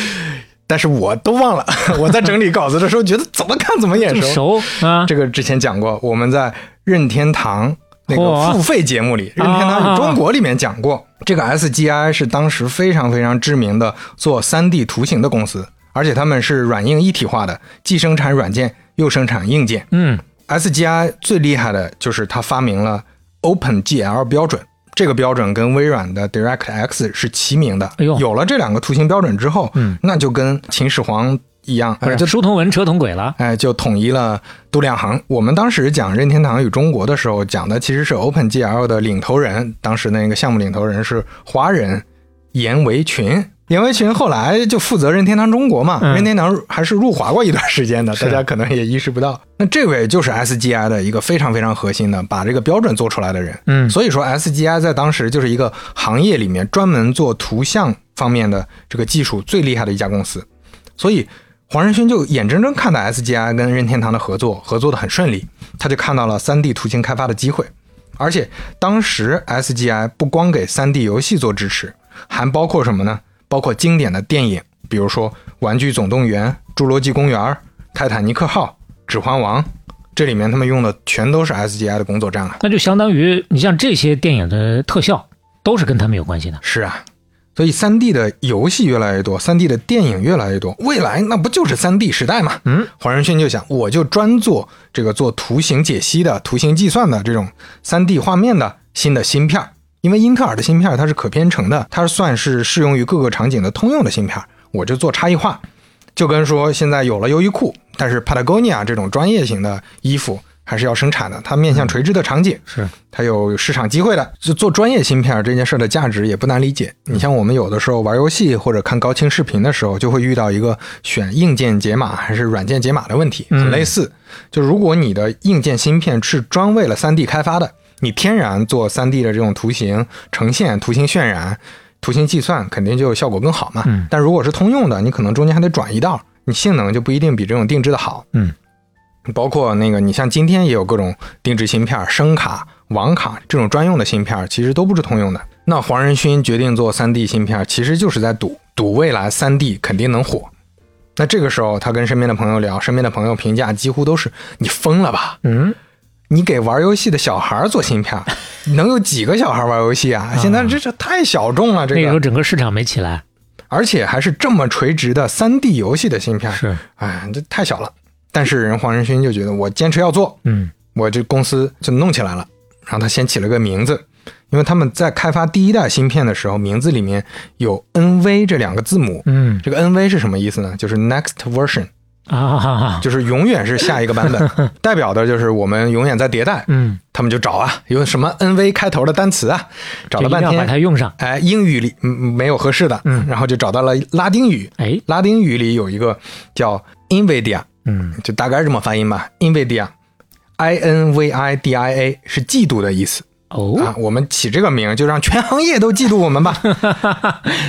C: 但是我都忘了。 我在整理稿子的时候，觉得怎么看怎么眼
D: 这么
C: 哎熟。
D: 熟啊？
C: 这个之前讲过，我们在任天堂那
D: 嚯啊
C: 个付费节目里，任天堂与中国里面讲过，这个 SGI 是当时非常非常知名的做 3D 图形的公司，而且他们是软硬一体化的，既生产软件又生产硬件。
D: 嗯
C: SGI 最厉害的就是它发明了 OpenGL 标准，这个标准跟微软的 DirectX 是齐名的。
D: 哎呦
C: 有了这两个图形标准之后，
D: 嗯
C: 那就跟秦始皇一样，
D: 不
C: 哎
D: 是
C: 就
D: 书同文，车同轨了。
C: 哎就统一了度量衡。我们当时讲任天堂与中国的时候，讲的其实是 OpenGL 的领头人，当时那个项目领头人是华人严维群。严维群后来就负责任天堂中国嘛，
D: 嗯
C: 任天堂还是入华过一段时间的，
D: 是
C: 大家可能也意识不到。那这位就是 SGI 的一个非常非常核心的，把这个标准做出来的人。
D: 嗯
C: 所以说 SGI 在当时就是一个行业里面专门做图像方面的这个技术最厉害的一家公司。所以黄仁勋就眼睁睁看到 SGI 跟任天堂的合作，合作的很顺利，他就看到了 3D 图形开发的机会。而且当时 SGI 不光给 3D 游戏做支持，还包括什么呢？包括经典的电影，比如说《玩具总动员》《侏罗纪公园》《泰坦尼克号》《指环王》，这里面他们用的全都是 SGI 的工作站啊。
D: 那就相当于你像这些电影的特效都是跟他们有关系的。
C: 是啊，所以3 D 的游戏越来越多，3 D 的电影越来越多，未来那不就是3 D 时代嘛？
D: 嗯，
C: 黄仁勋就想，我就专做这个做图形解析的、图形计算的这种3 D 画面的新的芯片儿。因为英特尔的芯片儿它是可编程的，它算是适用于各个场景的通用的芯片儿，我就做差异化。就跟说现在有了优衣库，但是 Patagonia 这种专业型的衣服还是要生产的，它面向垂直的场景，
D: 是
C: 它有市场机会的。就做专业芯片这件事儿的价值也不难理解。你像我们有的时候玩游戏或者看高清视频的时候，就会遇到一个选硬件解码还是软件解码的问题，
D: 嗯
C: 很类似。就如果你的硬件芯片是专为了 3D 开发的，你天然做 3D 的这种图形呈现、图形渲染、图形计算，肯定就效果更好嘛。
D: 嗯
C: 但如果是通用的，你可能中间还得转一道，你性能就不一定比这种定制的好。
D: 嗯，
C: 包括那个你像今天也有各种定制芯片、声卡、网卡这种专用的芯片，其实都不是通用的。那黄仁勋决定做 3D 芯片，其实就是在赌赌未来 3D 肯定能火。那这个时候，他跟身边的朋友聊，身边的朋友评价几乎都是：“你疯了吧？
D: 嗯，
C: 你给玩游戏的小孩儿做芯片，能有几个小孩玩游戏啊？现在这这太小众了，这
D: 那个时候
C: 个，
D: 整个市场没起来，
C: 而且还是这么垂直的 3D 游戏的芯片，
D: 是，
C: 哎，这太小了。但是人黄仁勋就觉得我坚持要做，
D: 嗯
C: 我这公司就弄起来了。然后他先起了个名字，因为他们在开发第一代芯片的时候，名字里面有 NV 这两个字母。
D: 嗯
C: 这个 NV 是什么意思呢？就是 next version，
D: 啊哈哈，
C: 就是永远是下一个版 本，代表的就是我们永远在迭代。
D: 嗯，
C: 他们就找啊，有什么 NV 开头的单词啊，找了
D: 就一
C: 半
D: 定要把
C: 天，
D: 它用上。
C: 哎，英语里嗯没有合适的，
D: 嗯
C: 然后就找到了拉丁语，
D: 哎，
C: 拉丁语里有一个叫 NVIDIA，
D: 嗯
C: 就大概是这么发音吧，NVIDIA，I N V I D I A 是嫉妒的意思、啊
D: 哦，。
C: 我们起这个名儿就让全行业都嫉妒我们 吧。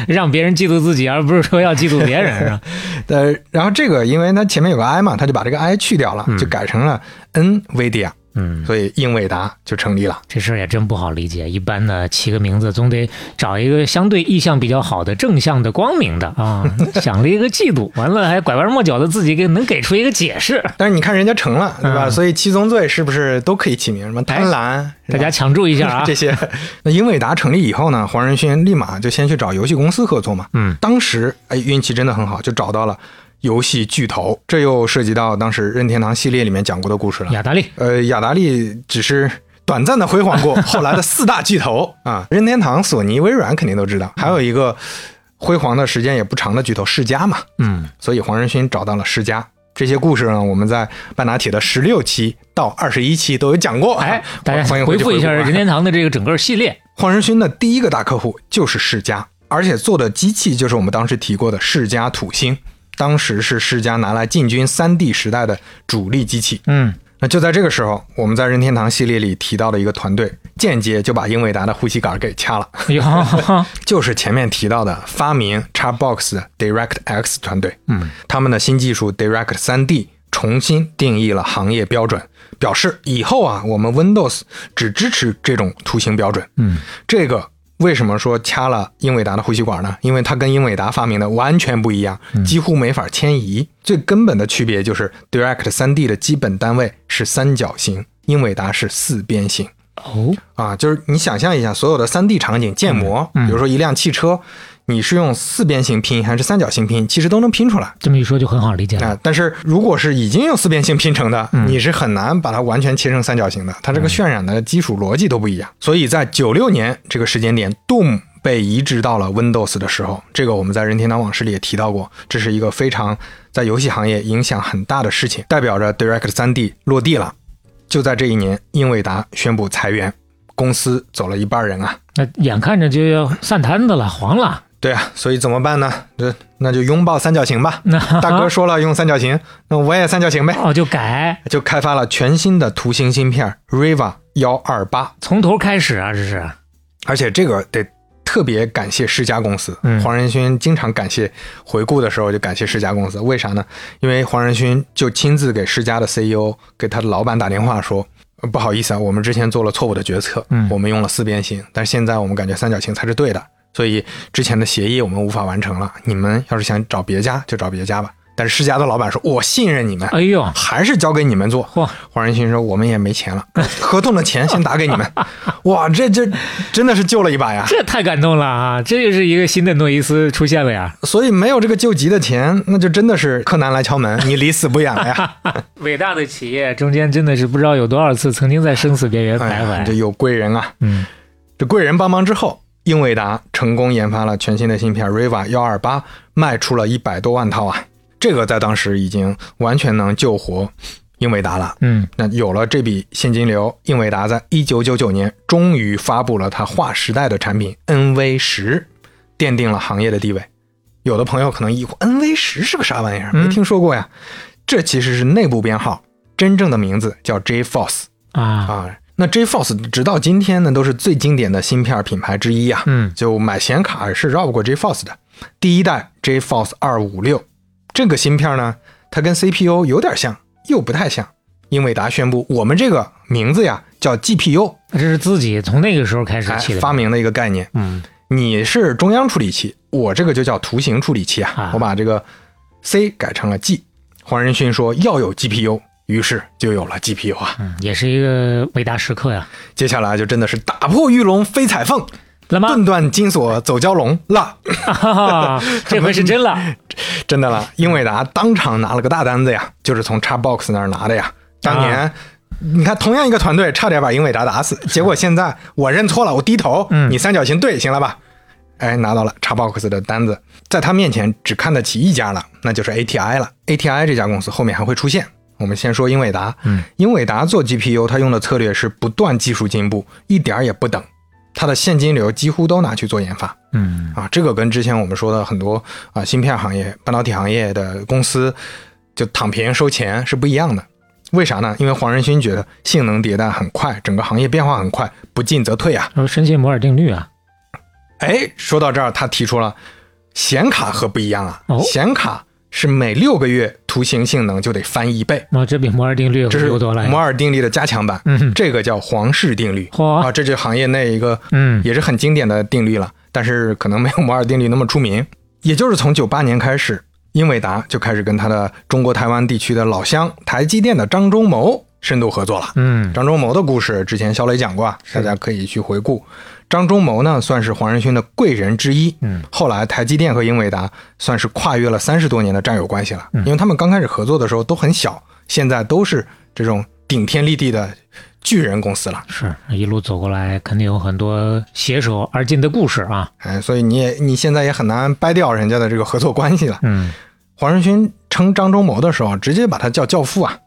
D: 让别人嫉妒自己，而不是说要嫉妒别人，是吧？
C: 呃，然后这个因为它前面有个 I 嘛，他就把这个 I 去掉了，就改成了 NVIDIA，
D: 嗯，
C: 所以英伟达就成立了。
D: 这事儿也真不好理解。一般的起个名字，总得找一个相对意向比较好的、正向的、光明的啊。想了一个嫉妒，完了还拐弯抹角的自己给能给出一个解 释，
C: 但是你看人家成了，对吧？
D: 嗯哎
C: 所以七宗罪是不是都可以起名？什么贪婪，是吧
D: 大家抢注一下啊
C: 这。些。那英伟达成立以后呢，黄仁勋立马就先去找游戏公司合作嘛。
D: 嗯，
C: 当时哎运气真的很好，就找到了游戏巨头。这又涉及到当时任天堂系列里面讲过的故事了。
D: 雅达 利，
C: 呃，雅达利只是。短暂的辉煌 过，后来的四大巨头啊，任天堂、索尼、微软肯定都知道，还有一个辉煌的时间也不长的巨头世嘉嘛，
D: 嗯，
C: 所以黄仁勋找到了世嘉。这些故事呢，我们在半拿铁的十六期到二十一期都有讲过。啊
D: 哎，大家
C: 欢迎
D: 回
C: 去
D: 复一下
C: 啊
D: 任天堂的这个整个 系列，
C: 黄仁勋的第一个大客户就是世嘉，而且做的机器就是我们当时提过的世嘉土星，当时是世嘉拿来进军 3D 时代的主力机器。
D: 嗯，
C: 那就在这个时候，我们在任天堂系列里提到的一个团队，间接就把英伟达的呼吸杆给掐了，
D: 有，
C: 就是前面提到的发明 Xbox 的 DirectX 团队。
D: 嗯，
C: 他们的新技术 Direct 3D 重新定义了行业标准，表示以后啊，我们 Windows 只支持这种图形标准。
D: 嗯，
C: 这个为什么说掐了英伟达的呼吸管呢？因为它跟英伟达发明的完全不一样，
D: 嗯
C: 几乎没法迁移。最根本的区别就是 Direct 3D 的基本单位是三角形，英伟达是四边形。
D: 哦，
C: 啊，就是你想象一下，所有的 3D 场景建模，比如说一辆汽车，你是用四边形拼还是三角形拼，其实都能拼出来。
D: 这么一说就很好理解了。
C: 啊，但是如果是已经用四边形拼成的，你是很难把它完全切成三角形的，它这个渲染的基础逻辑都不一样。所以在九六年这个时间点，Doom 被移植到了 Windows 的时候，这个我们在任天堂往事里也提到过，这是一个非常在游戏行业影响很大的事情，代表着 Direct 3D 落地了。就在这一年，英伟达宣布裁员，公司走了一半人啊。
D: 那眼看着就要散摊子了，黄了，
C: 对啊，所以怎么办呢？这那就拥抱三角形吧。
D: 那
C: 大哥说了用三角形，那我也三角形呗。
D: 哦就改，
C: 就开发了全新的图形芯片 Riva 幺二八，
D: 从头开始啊，这是，
C: 而且这个得特别感谢世嘉公司。
D: 嗯
C: 黄仁勋经常感谢回顾的时候就感谢世嘉公司，为啥呢？因为黄仁勋就亲自给世嘉的 CEO 给他的老板打电话说。呃不好意思啊，我们之前做了错误的决策，
D: 嗯
C: 我们用了四边形，但是现在我们感觉三角形才是对的，所以之前的协议我们无法完成了。你们要是想找别家就找别家吧。但是世嘉的老板说，我信任你们，
D: 哎呦，
C: 还是交给你们做。
D: 嚯，
C: 黄仁勋说：“我们也没钱了， 合同的钱先打给你们。”哇，这这真的是救了一把呀！
D: 这太感动了啊！这就是一个新的诺伊斯出现了呀，
C: 所以没有这个救急的钱，那就真的是柯南来敲门，你离死不远了呀！
D: 伟大的企业中间真的是不知道有多少次曾经在生死边缘
C: 哎
D: 徘
C: 呀，这
D: 徊。
C: 有贵人啊！
D: 嗯，
C: 这贵人帮忙之后，英伟达成功研发了全新的芯片 Riva 幺二八，卖出了一百多万套啊！这个在当时已经完全能救活英伟达了。
D: 嗯，
C: 那有了这笔现金流，英伟达在一九九九年终于发布了它划时代的产品 NV 十，奠定了行业的地位。有的朋友可能疑惑，NV 十是个啥玩意儿？没听说过呀。这其实是内部编号，真正的名字叫 JForce
D: 啊，
C: 啊。那 JForce 直到今天呢，都是最经典的芯片品牌之一啊。
D: 嗯
C: 就买显卡是绕不过 JForce 的。第一代 JForce 二五六这个芯片呢，它跟 CPU 有点像，又不太像，英伟达宣布，我们这个名字呀叫 GPU，
D: 这是自己从那个时候开始
C: 哎
D: 起的，
C: 发明的一个概念。
D: 嗯，
C: 你是中央处理器，我这个就叫图形处理器啊
D: 啊。
C: 我把这个 C 改成了 G。黄仁勋说要有 GPU，于是就有了 GPU 啊。
D: 嗯也是一个伟大时 刻呀、
C: 接下来就真的是打破玉龙飞彩凤，
D: 那么
C: 顿断金锁走蛟龙啦，
D: 哈哈， 这回是 真了。
C: 真的了。英伟达当场拿了个大单子呀，就是从 Xbox 那儿拿的呀。当年、
D: 啊
C: 你看同样一个团队差点把英伟达打 死，结果现在我认错了，我低头，
D: 嗯
C: 你三角形对行了吧？哎，拿到了 Xbox 的单子，在他面前只看得起一家了，那就是 ATI 了。ATI 这家公司后面还会出现。我们先说英伟达，
D: 嗯，
C: 英伟达做 GPU，它用的策略是不断技术进步，一点儿也不等，它的现金流几乎都拿去做研发。
D: 嗯，
C: 啊，这个跟之前我们说的很多啊芯片行业、半导体行业的公司就躺平收钱是不一样的。为啥呢？因为黄仁勋觉得性能迭代很快，整个行业变化很快，不进则退啊。
D: 然后深信摩尔定律啊，
C: 哎，说到这儿，他提出了显卡和不一样啊，
D: 哦
C: 显卡是每六个月图形性能就得翻一倍，
D: 那这比摩尔定律
C: 这是
D: 牛多了。
C: 摩尔定律的加强版，
D: 嗯
C: 这个叫皇室定律、
D: 嚯
C: 啊，这就是行业内一个
D: 嗯
C: 也是很经典的定律了，但是可能没有摩尔定律那么出名。 也就是从九八年开始，英伟达就开始跟他的中国台湾地区的老乡台积电的张忠谋深度合作了。
D: 嗯，
C: 张忠谋的故事之前肖磊讲过啊，大家可以去回顾。张忠谋呢，算是黄仁勋的贵人之一。
D: 嗯，
C: 后来台积电和英伟达算是跨越了三十多年的战友关系了，
D: 嗯
C: 因为他们刚开始合作的时候都很小，现在都是这种顶天立地的巨人公司了。
D: 是一路走过来，肯定有很多携手而进的故事啊。
C: 哎，所以你也你现在也很难掰掉人家的这个合作关系了。
D: 嗯，
C: 黄仁勋称张忠谋的时候，直接把他叫教父啊。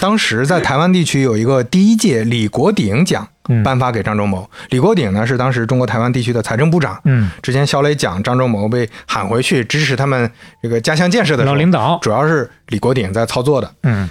C: 当时在台湾地区有一个第一届李国鼎奖
D: 嗯
C: 颁发给张忠谋，李国鼎呢是当时中国台湾地区的财政部长。
D: 嗯，
C: 之前小磊讲张忠谋被喊回去支持他们这个家乡建设的时
D: 老
C: 候，
D: 领导，
C: 主要是李国鼎在操作的，
D: 嗯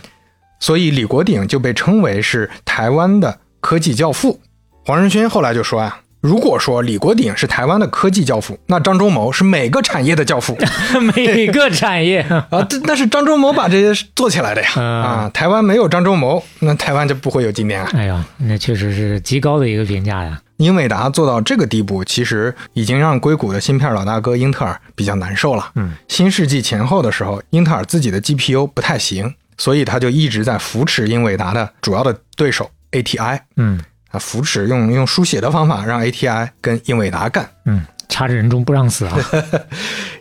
C: 所以李国鼎就被称为是台湾的科技教父。黄仁勋后来就说啊，如果说李国鼎是台湾的科技教父，那张忠谋是每个产业的教父
D: 每个产业，
C: 啊，这那是张忠谋把这些做起来的呀
D: 嗯
C: 啊，台湾没有张忠谋，那台湾就不会有今天啊。
D: 哎呀，那确实是极高的一个评价呀。
C: 英伟达做到这个地步，其实已经让硅谷的芯片老大哥英特尔比较难受了。
D: 嗯，
C: 新世纪前后的时候，英特尔自己的 GPU 不太行，所以他就一直在扶持英伟达的主要的对手 ATI。
D: 嗯
C: 啊，扶持用用书写的方法让 ATI 跟英伟达干。
D: 嗯，掐着人中不让死 啊。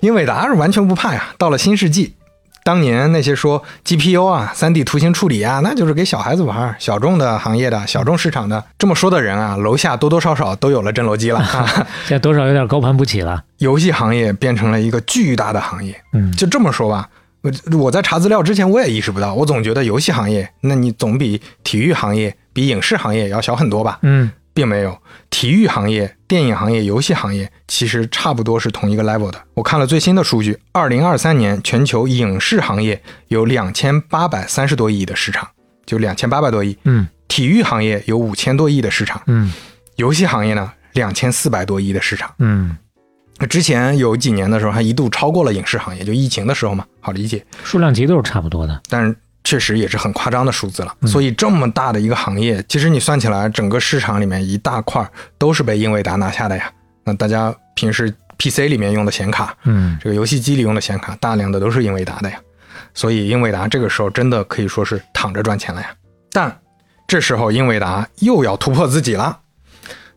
C: 英伟达是完全不怕呀。到了新世纪，当年那些说 GPU 啊、3D 图形处理啊，那就是给小孩子玩儿、小众的行业的、小众市场的这么说的人啊，楼下多多少少都有了震楼机了。 哈，
D: 现在多少有点高攀不起了。
C: 游戏行业变成了一个巨大的行业。
D: 嗯
C: 就这么说吧，我我在查资料之前我也意识不到，我总觉得游戏行业，那你总比体育行业、比影视行业要小很多吧？
D: 嗯
C: 并没有。体育行业、电影行业、游戏行业其实差不多是同一个 level 的。我看了最新的数据，二零二三年全球影视行业有两千八百三十多亿的市场，就两千八百多亿；
D: 嗯
C: 体育行业有五千多亿的市场，
D: 嗯
C: 游戏行业呢两千四百多亿的市场。
D: 嗯，
C: 之前有几年的时候还一度超过了影视行业，就疫情的时候嘛，好理解。
D: 数量级都是差不多的。
C: 但是确实也是很夸张的数字了。所以这么大的一个行业，其实你算起来，整个市场里面一大块儿都是被英伟达拿下的呀。那大家平时 PC 里面用的显卡，
D: 嗯
C: 这个游戏机里用的显卡，大量的都是英伟达的呀。所以英伟达这个时候真的可以说是躺着赚钱了呀。但这时候英伟达又要突破自己了，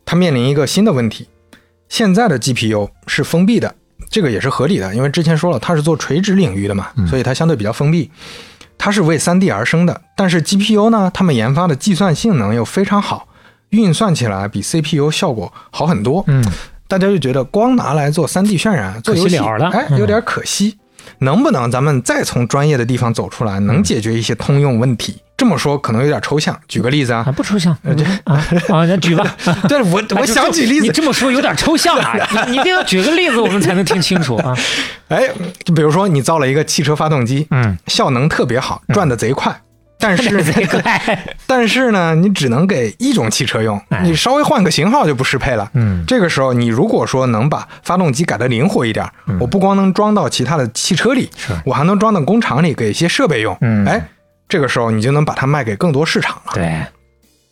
C: 它面临一个新的问题。现在的 GPU 是封闭的，这个也是合理的，因为之前说了它是做垂直领域的
D: 嗯
C: 嘛，所以它相对比较封闭。它是为 3D 而生的，但是 GPU 呢，他们研发的计算性能又非常好，运算起来比 CPU 效果好很多。
D: 嗯，
C: 大家就觉得光拿来做 3D 渲染、啊做游戏
D: 可惜了了
C: 哎，有点可惜。能不能咱们再从专业的地方走出来，
D: 嗯
C: 能解决一些通用问题？这么说可能有点抽象，举个例子
D: 啊
C: 啊，
D: 不抽象。嗯啊啊，那举 吧。哎
C: 但是我我想举例
D: 你
C: 子，
D: 这么说有点抽象 啊，你你一定要举个例子，我们才能听清楚啊。
C: 哎，就比如说你造了一个汽车发动机，
D: 嗯，
C: 效能特别好，转的贼快，但是
D: 贼快。
C: 但是呢，你只能给一种汽车用，
D: 哎
C: 你稍微换个型号就不适配了。
D: 嗯
C: 这个时候你如果说能把发动机改得灵活一点，我不光能装到其他的汽车里，
D: 嗯是
C: 我还能装到工厂里给一些设备用。
D: 嗯
C: 哎，这个时候你就能把它卖给更多市场了。
D: 对，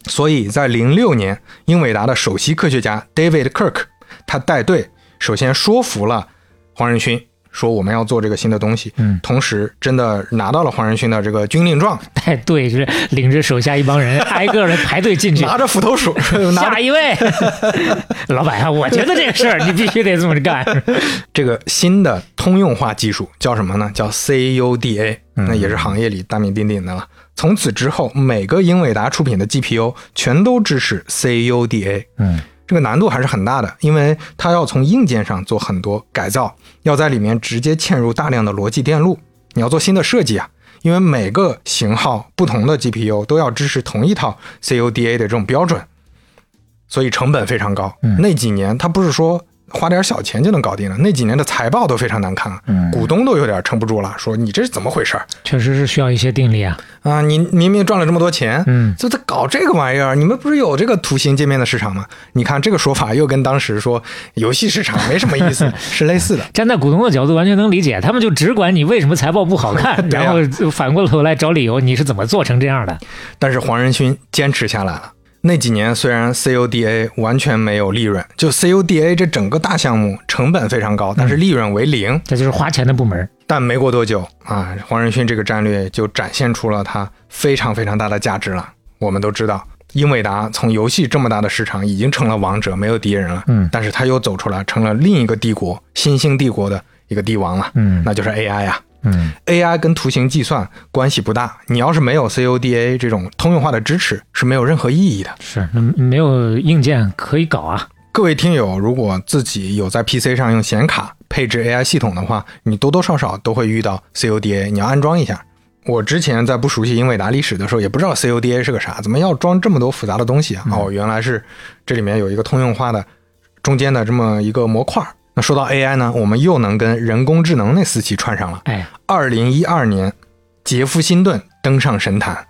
C: 所以在零六年，英伟达的首席科学家 David Kirk，他带队首先说服了黄仁勋，说我们要做这个新的东西。
D: 嗯，
C: 同时真的拿到了黄仁勋的这个军令状，
D: 带队哎是领着手下一帮人挨个的排队进去。
C: 拿着斧头 鼠，拿
D: 下一位，老板啊，我觉得这个事儿你必须得这么干。
C: 这个新的通用化技术叫什么呢？叫 CUDA，那也是行业里大名鼎鼎的了。从此之后，每个英伟达出品的 GPU 全都支持 CUDA。
D: 嗯，
C: 这个难度还是很大的，因为它要从硬件上做很多改造，要在里面直接嵌入大量的逻辑电路，你要做新的设计啊。因为每个型号不同的 GPU 都要支持同一套 CUDA 的这种标准，所以成本非常高。那几年他不是说花点小钱就能搞定了，那几年的财报都非常难看啊，股东都有点撑不住了，说你这是怎么回事儿
D: 确实是需要一些定力啊。
C: 啊？你明明赚了这么多钱，
D: 嗯
C: 就在搞这个玩意儿，你们不是有这个图形界面的市场吗？你看这个说法又跟当时说游戏市场没什么意思是类似的。
D: 站在股东的角度，完全能理解，他们就只管你为什么财报不好看，
C: 对啊
D: 然后就反过头来找理由，你是怎么做成这样的？
C: 但是黄仁勋坚持下来了。那几年虽然 CUDA 完全没有利润，就 CUDA 这整个大项目成本非常高，但是利润为零。
D: 这就是花钱的部门。
C: 但没过多久啊，黄仁勋这个战略就展现出了它非常非常大的价值了。我们都知道，英伟达从游戏这么大的市场已经成了王者，没有敌人了。
D: 嗯
C: 但是他又走出来，成了另一个帝国——新兴帝国的一个帝王了。
D: 嗯
C: 那就是 AI 呀、
D: 嗯
C: AI 跟图形计算关系不大，你要是没有 CUDA 这种通用化的支持，是没有任何意义的。
D: 是，那没有硬件可以搞啊。
C: 各位听友，如果自己有在 PC 上用显卡配置 AI 系统的话，你多多少少都会遇到 CODA，你要安装一下。我之前在不熟悉英伟达历史的时候，也不知道 CODA 是个啥，怎么要装这么多复杂的东西啊？哦，原来是这里面有一个通用化的中间的这么一个模块儿。那说到 AI 呢，我们又能跟人工智能那四期串上了。
D: 哎，
C: 二零一二年，杰夫·辛顿登上神坛。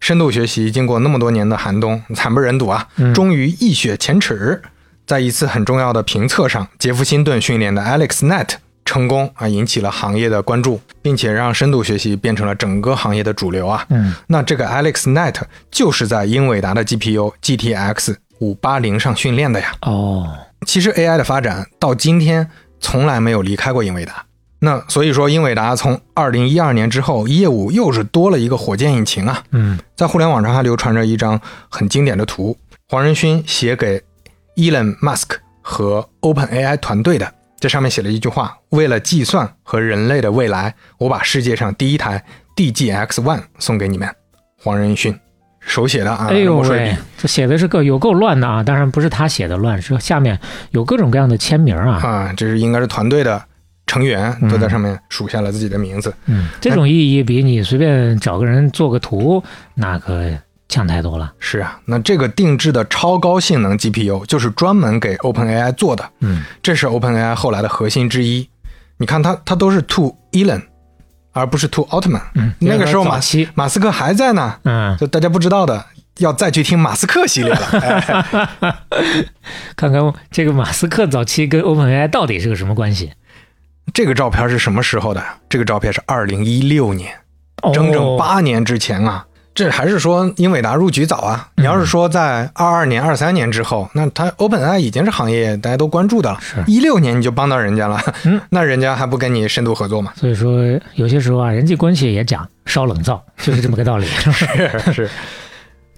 C: 深度学习经过那么多年的寒冬，惨不忍睹啊，终于一雪前耻。在一次很重要的评测上，杰夫·辛顿训练的 AlexNet 成功啊，引起了行业的关注，并且让深度学习变成了整个行业的主流啊。
D: 嗯，
C: 那这个 AlexNet 就是在英伟达的 GPU GTX 五八零上训练的呀。
D: 哦，
C: 其实 AI 的发展到今天从来没有离开过英伟达。那所以说，英伟达从二零一二年之后，业务又是多了一个火箭引擎啊。
D: 嗯，
C: 在互联网上还流传着一张很经典的图，黄仁勋写给 Elon Musk 和 OpenAI 团队的，这上面写了一句话：“为了计算和人类的未来，我把世界上第一台 DGX One 送给你们。”黄仁勋手写的啊，
D: 哎呦
C: 墨水笔
D: 喂，这写的是个有够乱的啊！当然不是他写的乱，是下面有各种各样的签名啊。
C: 啊，这是应该是团队的成员都在上面署下了自己的名字。
D: 嗯，这种意义比你随便找个人做个图那可强太多了。
C: 是啊，那这个定制的超高性能 GPU 就是专门给 OpenAI 做的，
D: 嗯，
C: 这是 OpenAI 后来的核心之一。你看它，它都是 to Elon，而不是 to Altman。
D: 嗯
C: 那个时候
D: 因为
C: 马
D: 它早期
C: 马斯克还在呢，
D: 嗯，
C: 就大家不知道的，要再去听马斯克系列了。哎
D: 看看这个马斯克早期跟 OpenAI 到底是个什么关系？
C: 这个照片是什么时候的？这个照片是二零一六年。整整
D: 哦
C: 八年之前啊。这还是说英伟达入局早啊？
D: 嗯
C: 你要是说在二二年、二三年之后，那它 OpenAI 已经是行业大家都关注的了。一六年你就帮到人家了，
D: 嗯
C: 那人家还不跟你深度合作吗？
D: 所以说，有些时候啊，人际关系也讲烧冷 灶，就是这么个道理。
C: 是是。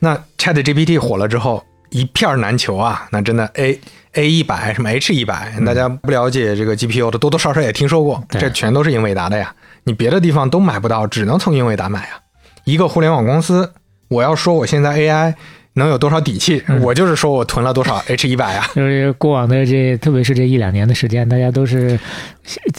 C: 那 ChatGPT 火了之后，一片难求啊！那真的 A A 一百什么 H 一百，大家不了解这个 GPU 的，多多少少也听说过，
D: 对
C: 这全都是英伟达的呀。你别的地方都买不到，只能从英伟达买啊。一个互联网公司，我要说我现在 AI 能有多少底气，我就是说我囤了多少 H 一百啊。
D: 就是过往的这，特别是这一两年的时间，大家都是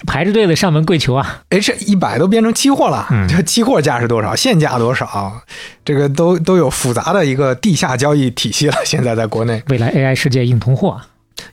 D: 排着队的上门跪求啊。
C: H 一百都变成期货了，这期货价是多少，现价多少，这个都都有复杂的一个地下交易体系了。现在在国内，
D: 未来 AI 世界硬通货啊，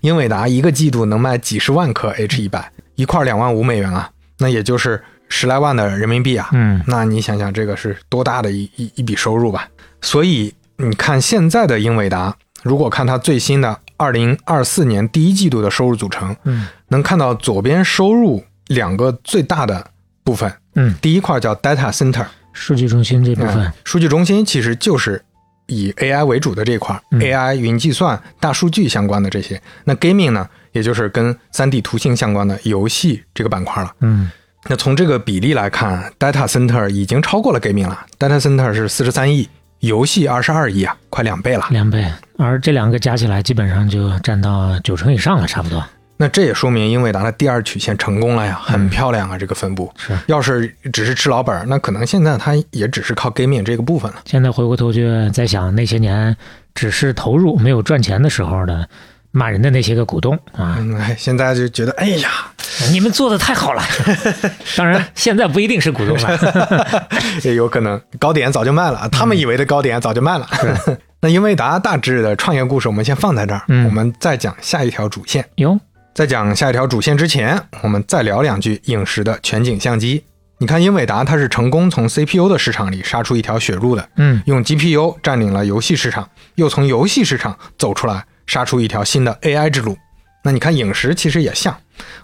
C: 英伟达一个季度能卖几十万颗 H 一百，一块两万五美元啊，那也就是十来万的人民币啊。
D: 嗯，
C: 那你想想这个是多大的一一一笔收入吧？所以你看现在的英伟达，如果看它最新的二零二四年第一季度的收入组成，
D: 嗯，
C: 能看到左边收入两个最大的部分，
D: 嗯，
C: 第一块叫 data center，
D: 数据中心这部分
C: 嗯，数据中心其实就是以 AI 为主的这块、
D: 嗯
C: a i 云计算、大数据相关的这些。那 gaming 呢，也就是跟 3D 图形相关的游戏这个板块了。
D: 嗯
C: 那从这个比例来看，data center 已经超过了 gaming 了，data center 是四十三亿，游戏二十二亿啊，快两倍了。
D: 两倍，而这两个加起来基本上就占到九成以上了，差不多。
C: 那这也说明英伟达的第二曲线成功了呀，很漂亮啊，这个分布。
D: 嗯是
C: 要是只是吃老本儿，那可能现在它也只是靠 gaming 这个部分了。
D: 现在回过头去再想那些年只是投入没有赚钱的时候的骂人的那些个股东啊，
C: 嗯，哎，现在就觉得，哎呀，
D: 你们做的太好了。当然，现在不一定是股东了。
C: 也有可能高点早就卖了，他们以为的高点早就卖了。 那英伟达大致的创业故事我们先放在这儿，
D: 嗯
C: 我们再讲下一条主线。
D: 哟，
C: 在讲下一条主线之前，我们再聊两句影石的全景相机。你看，英伟达它是成功从 CPU 的市场里杀出一条血路的，
D: 嗯
C: 用 GPU 占领了游戏市场，又从游戏市场走出来，杀出一条新的 AI 之路。那你看影石其实也像，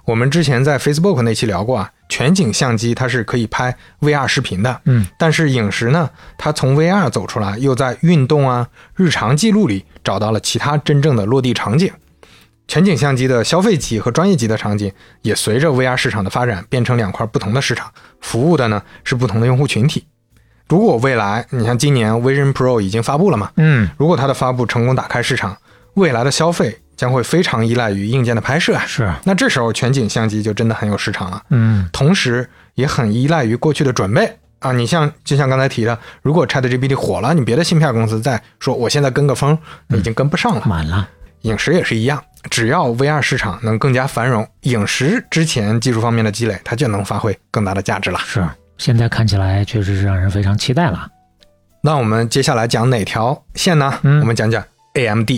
C: 我们之前在 Facebook 那期聊过啊，全景相机它是可以拍 VR 视频的，
D: 嗯，
C: 但是影石呢，它从 VR 走出来，又在运动啊、日常记录里找到了其他真正的落地场景。全景相机的消费级和专业级的场景，也随着 VR 市场的发展变成两块不同的市场，服务的呢是不同的用户群体。如果未来，你像今年 Vision Pro 已经发布了嘛，
D: 嗯，
C: 如果它的发布成功打开市场，未来的消费将会非常依赖于硬件的拍摄啊。
D: 是，
C: 那这时候全景相机就真的很有市场了，
D: 嗯
C: 同时也很依赖于过去的准备啊。你像就像刚才提的，如果 ChatGPT 火了，你别的芯片公司再说我现在跟个风，已经跟不上了。
D: 满了。
C: 影视也是一样，只要 VR 市场能更加繁荣，影视之前技术方面的积累，它就能发挥更大的价值了。
D: 是，现在看起来确实是让人非常期待了。
C: 那我们接下来讲哪条线呢？
D: 嗯
C: 我们讲讲 AMD。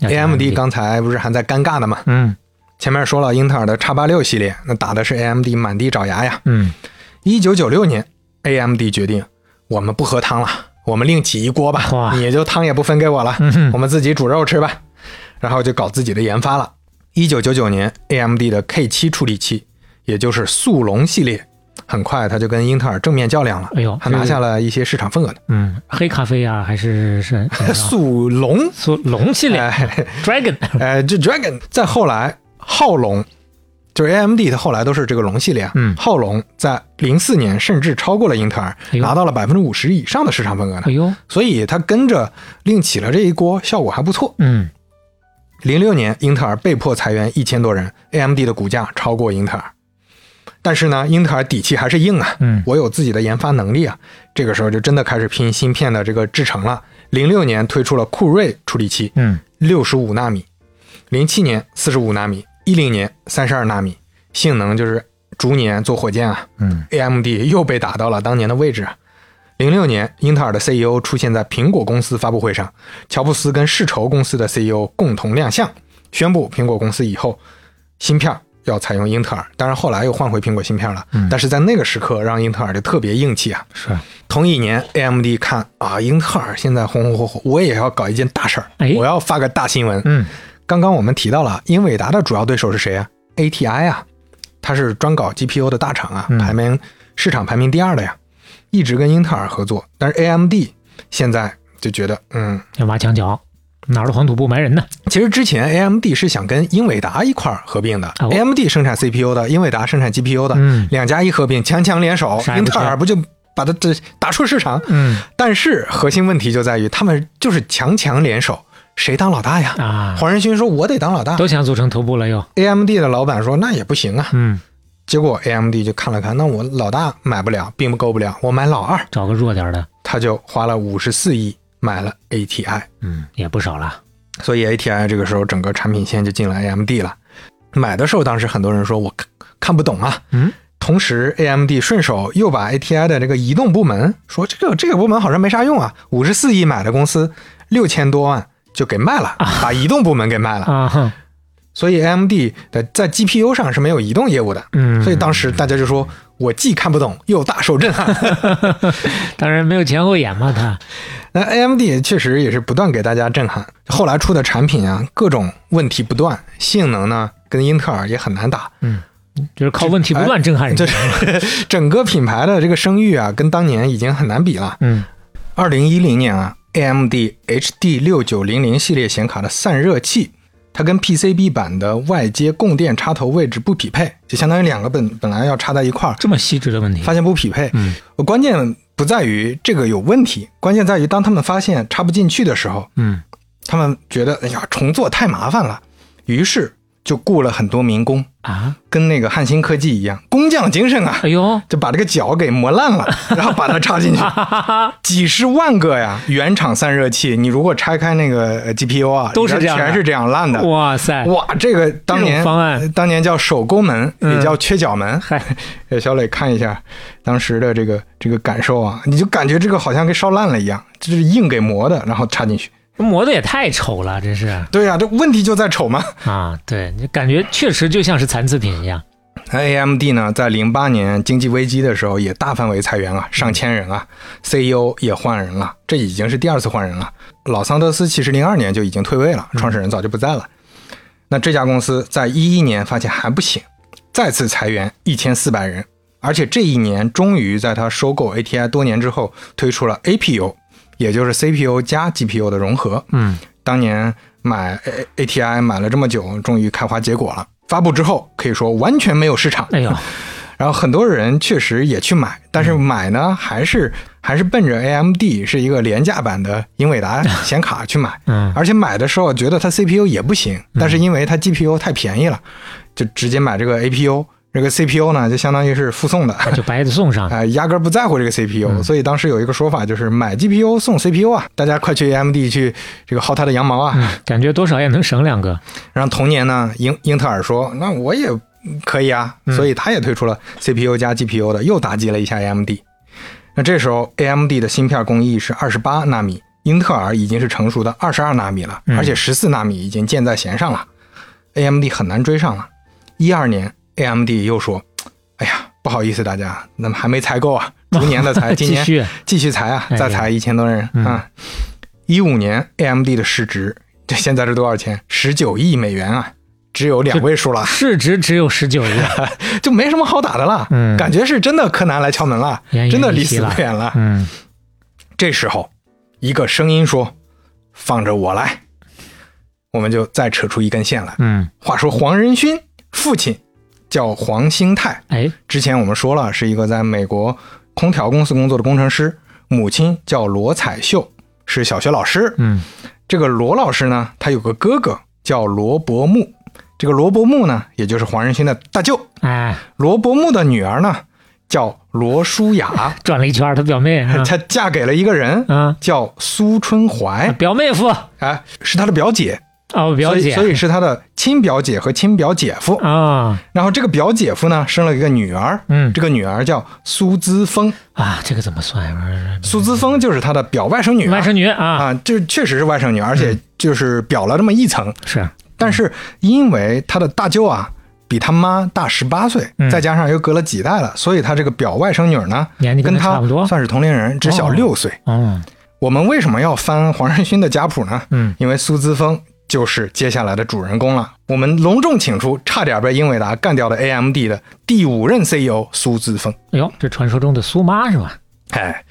D: 要讲
C: AMD 刚才不是还在尴尬的吗？
D: 嗯
C: 前面说了，英特尔的 X 八六系列，那打的是 AMD 满地找牙呀。
D: 嗯
C: 一九九六年，AMD 决定我们不喝汤了，我们另起一锅吧
D: 哇，
C: 你就汤也不分给我了，
D: 嗯
C: 我
D: 哼
C: 们自己煮肉吃吧。然后就搞自己的研发了。一九九九年，AMD 的 K 七处理器，也就是速龙系列，很快它就跟英特尔正面较量了，
D: 哎呦
C: 还拿
D: 这
C: 下了一些市场份额呢。
D: 嗯， 黑咖啡啊，还是 是
C: 速龙，
D: 苏龙系列
C: 哎
D: Dragon
C: 哎，这 Dragon 再后来，浩龙就是 AMD，它后来都是这个龙系列啊。
D: 嗯
C: 浩龙在零四年甚至超过了英特尔，
D: 哎呦
C: 拿到了百分之五十以上的市场份额呢
D: 哎。呦，
C: 所以它跟着另起了这一锅，效果还不错。
D: 嗯，
C: 零六年，英特尔被迫裁员一千多人，AMD 的股价超过英特尔。但是呢，英特尔底气还是硬啊，
D: 嗯
C: 我有自己的研发能力啊。这个时候就真的开始拼芯片的这个制程了。零六年推出了酷睿处理器，
D: 嗯
C: 六十五纳米，零七年四十五纳米，一零年三十二纳米，性能就是逐年做火箭啊。
D: 嗯
C: AMD 又被打到了当年的位置啊。零六年，英特尔的 CEO 出现在苹果公司发布会上，乔布斯跟世仇公司的 CEO 共同亮相，宣布苹果公司以后芯片要采用英特尔。当然，后来又换回苹果芯片了，但是在那个时刻，让英特尔就特别硬气啊。
D: 嗯是，
C: 同一年，AMD 看啊，英特尔现在红红火火，我也要搞一件大事儿，
D: 哎
C: 我要发个大新闻。
D: 嗯
C: 刚刚我们提到了，英伟达的主要对手是谁啊？ATI 啊，它是专搞 GPU 的大厂啊，
D: 嗯
C: 排名市场排名第二的呀，一直跟英特尔合作。但是 AMD 现在就觉得，嗯，
D: 要挖墙脚，哪儿的黄土不埋人呢？
C: 其实之前 AMD 是想跟英伟达一块儿合并的、
D: 哦
C: a m d 生产 CPU 的，英伟达生产 GPU 的，
D: 嗯
C: 两家一合并，强强联手，
D: 啥也
C: 英
D: 不缺
C: 特尔不就把它这打出市场？
D: 嗯
C: 但是核心问题就在于他们就是强强联手，谁当老大呀？
D: 啊，
C: 黄仁勋说：“我得当老大。
D: 都想组成头部了又，
C: ”AMD 的老板说：“那也不行啊。”
D: 嗯，
C: 结果 AMD 就看了看，那我老大买不了，并不够不了，我买老二，
D: 找个弱点的，
C: 他就花了五十四亿买了 ATI，
D: 嗯，也不少了。
C: 所以 ATI 这个时候整个产品线就进了 AMD 了。买的时候，当时很多人说我看看不懂啊，
D: 嗯，
C: 同时 AMD 顺手又把 ATI 的这个移动部门说这个这个部门好像没啥用啊，五十四亿买的公司六千多万就给卖了，把移动部门给卖了，
D: 啊哈，
C: 所以 AMD 的在 GPU 上是没有移动业务的，
D: 嗯，
C: 所以当时大家就说我既看不懂又大受震撼。
D: 当然没有前后眼嘛，他，
C: 那 AMD 确实也是不断给大家震撼，后来出的产品啊，各种问题不断，性能呢跟英特尔也很难打。
D: 嗯，就是靠问题不断震撼人
C: 这
D: 心。
C: 整个品牌的这个声誉啊，跟当年已经很难比了。
D: 嗯
C: 二零一零年啊，AMD HD 六九零零系列显卡的散热器，它跟 PCB 版的外接供电插头位置不匹配，就相当于两个本本来要插在一块儿，
D: 这么细致的问题，
C: 发现不匹配。
D: 嗯
C: 关键不在于这个有问题，关键在于当他们发现插不进去的时候，
D: 嗯
C: 他们觉得哎呀重做太麻烦了，于是就雇了很多民工，
D: 啊，
C: 跟那个汉芯科技一样，工匠精神啊
D: 哎，呦，
C: 就把这个脚给磨烂 了，然后把它插进去。
D: 哈哈哈，
C: 几十万个呀！原厂散热器，你如果拆开那个呃 GPU 啊，
D: 都是
C: 里边
D: 这样的
C: 全是这样烂的。
D: 哇塞，
C: 哇，这个当
D: 这
C: 年
D: 种方案
C: 当年叫手工门，
D: 嗯
C: 也叫缺角门。
D: 嗨，
C: 呃小磊看一下当时的这个这个感受啊，你就感觉这个好像跟烧烂了一样，这是硬给磨的，然后插进去。
D: 磨的也太丑了，真是
C: 对呀、这问题就在丑 嘛。
D: 啊，对，你感觉确实就像是残次品一样。
C: AMD 呢，在零八年经济危机的时候也大范围裁员啊，上千人啊，CEO 也换人了，这已经是第二次换人了。老桑德斯其实零二年就已经退位了，创始人早就不在了。那这家公司在一一年发现还不行，再次裁员一千四百人，而且这一年终于在他收购 ATI 多年之后推出了 APU，也就是 CPU 加 GPU 的融合。
D: 嗯
C: 当年买 A ATI 买了这么久，终于开花结果了。发布之后，可以说完全没有市场。
D: 哎呦，
C: 然后很多人确实也去买，但是
D: 嗯
C: 买呢还是还是奔着 AMD 是一个廉价版的英伟达显卡去买，
D: 嗯
C: 而且买的时候觉得它 CPU 也不行，但是因为它 GPU 太便宜了，就直接买这个 APU。这个 CPU 呢，就相当于是附送的，
D: 就白的送 上。
C: 啊、压根儿不在乎这个 CPU，、所以
D: 嗯
C: 当时有一个说法就是买 GPU 送 CPU 啊，大家快去 AMD 去这个薅它的羊毛啊。
D: 嗯，感觉多少也能省两个。
C: 然后同年呢，英英特尔说，那我也可以啊，
D: 嗯
C: 所以他也推出了 CPU 加 GPU 的，又打击了一下 AMD。那这时候 AMD 的芯片工艺是二十八纳米，英特尔已经是成熟的二十二纳米了，
D: 嗯
C: 而且十四纳米已经箭在弦上了，AMD 很难追上了。一二年，AMD 又说，哎呀，不好意思大家，咱们还没裁够啊，逐年的 裁，今
D: 继
C: 年
D: 续，
C: 继续裁啊
D: 哎，呀
C: 再裁一千多人、
D: 嗯
C: 啊！一五年 AMD 的市值，这现在是多少钱？十九亿美元啊，只有两位数了，
D: 市值只有十九亿。啊
C: 就没什么好打的了。
D: 嗯
C: 感觉是真的柯南来敲门了，
D: 奄奄
C: 真的
D: 一
C: 离
D: 息
C: 死
D: 了
C: 不远了。
D: 嗯，
C: 这时候，一个声音说：“放着我来。”我们就再扯出一根线来。
D: 嗯，
C: 话说黄仁勋父亲叫黄兴泰，
D: 哎，
C: 之前我们说了，是一个在美国空调公司工作的工程师，母亲叫罗彩秀，是小学老师。
D: 嗯
C: 这个罗老师呢，他有个哥哥叫罗伯木，这个罗伯木呢，也就是黄仁勋的大舅。
D: 哎，
C: 罗伯木的女儿呢，叫罗舒雅，
D: 转了一圈儿，他表妹 啊
C: 她嫁给了一个人，
D: 啊，
C: 叫苏春怀，
D: 表妹夫
C: 哎，是她的表姐，
D: 哦，嗯表姐，
C: 所以所以是她的亲表姐和亲表姐夫。
D: 啊，
C: 然后这个表姐夫呢，生了一个女儿，
D: 嗯
C: 这个女儿叫苏姿丰。
D: 啊，这个怎么算呀？
C: 苏姿丰就是他的表外甥女、啊，
D: 外甥女嗯啊，
C: 啊，这确实是外甥女，而且就是表了这么一层。
D: 是，
C: 但是因为他的大舅啊比他妈大十八岁，
D: 嗯
C: 再加上又隔了几代了，所以他这个表外甥女呢，
D: 年纪跟
C: 跟
D: 她差不多
C: 算是同龄人，只小
D: 哦
C: 六岁。
D: 嗯
C: 我们为什么要翻黄仁勋的家谱呢？
D: 嗯，
C: 因为苏姿丰就是接下来的主人公了。我们隆重请出差点被英伟达干掉的 AMD 的第五任 CEO 苏姿丰。
D: 哎呦，这传说中的苏妈是吧？
C: 哎，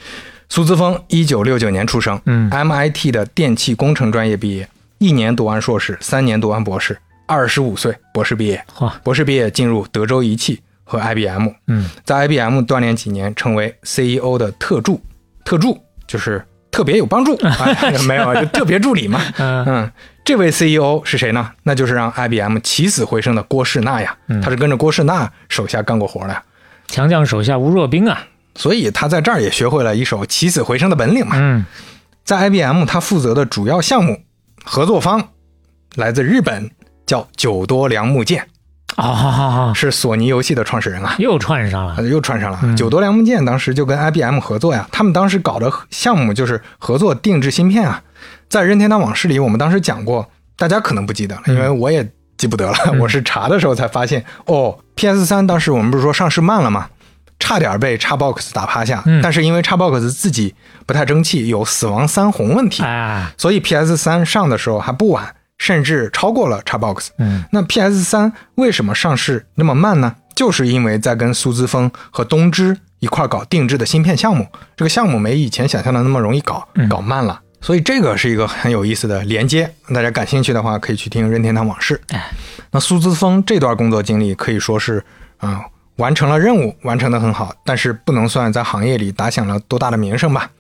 C: 苏姿丰一九六九年出生，
D: 嗯
C: ，MIT 的电气工程专业毕业，一年读完硕士，三年读完博士，二十五岁博士毕业，
D: 嚯，
C: 博士毕业进入德州仪器和 IBM，
D: 嗯
C: 在 IBM 锻炼几年，成为 CEO 的特助，特助就是特别有帮 助，哎、没有啊就特别助理嘛，
D: 嗯
C: 嗯，这位 CEO 是谁呢？那就是让 IBM 起死回生的郭士纳呀，
D: 嗯
C: 他是跟着郭士纳手下干过活的呀。
D: 强将手下无弱兵啊，
C: 所以他在这儿也学会了一手起死回生的本领嘛。
D: 嗯
C: 在 IBM 他负责的主要项目合作方来自日本，叫久多良木健，
D: 啊，好好好，
C: 是索尼游戏的创始人啊。
D: 又串上了嗯
C: 啊，又串上了啊。久多良木健当时就跟 IBM 合作呀，他们当时搞的项目就是合作定制芯片啊。在任天堂往事里，我们当时讲过，大家可能不记得了，
D: 嗯
C: 因为我也记不得了， 我是查的时候才发现，哦，PS 3当时我们不是说上市慢了吗？差点被 Xbox 打趴下，
D: 嗯
C: 但是因为 Xbox 自己不太争气，有死亡三红问题，
D: 哎，
C: 所以 PS 3上的时候还不晚，甚至超过了 Xbox。
D: 嗯
C: 那 PS 3为什么上市那么慢呢？就是因为在跟苏姿丰和东芝一块儿搞定制的芯片项目，这个项目没以前想象的那么容易搞
D: 嗯，
C: 搞慢了。所以这个是一个很有意思的连接，大家感兴趣的话可以去听《任天堂往事》。那苏姿丰这段工作经历可以说是，啊、完成了任务，完成的很好，但是不能算在行业里打响了多大的名声吧。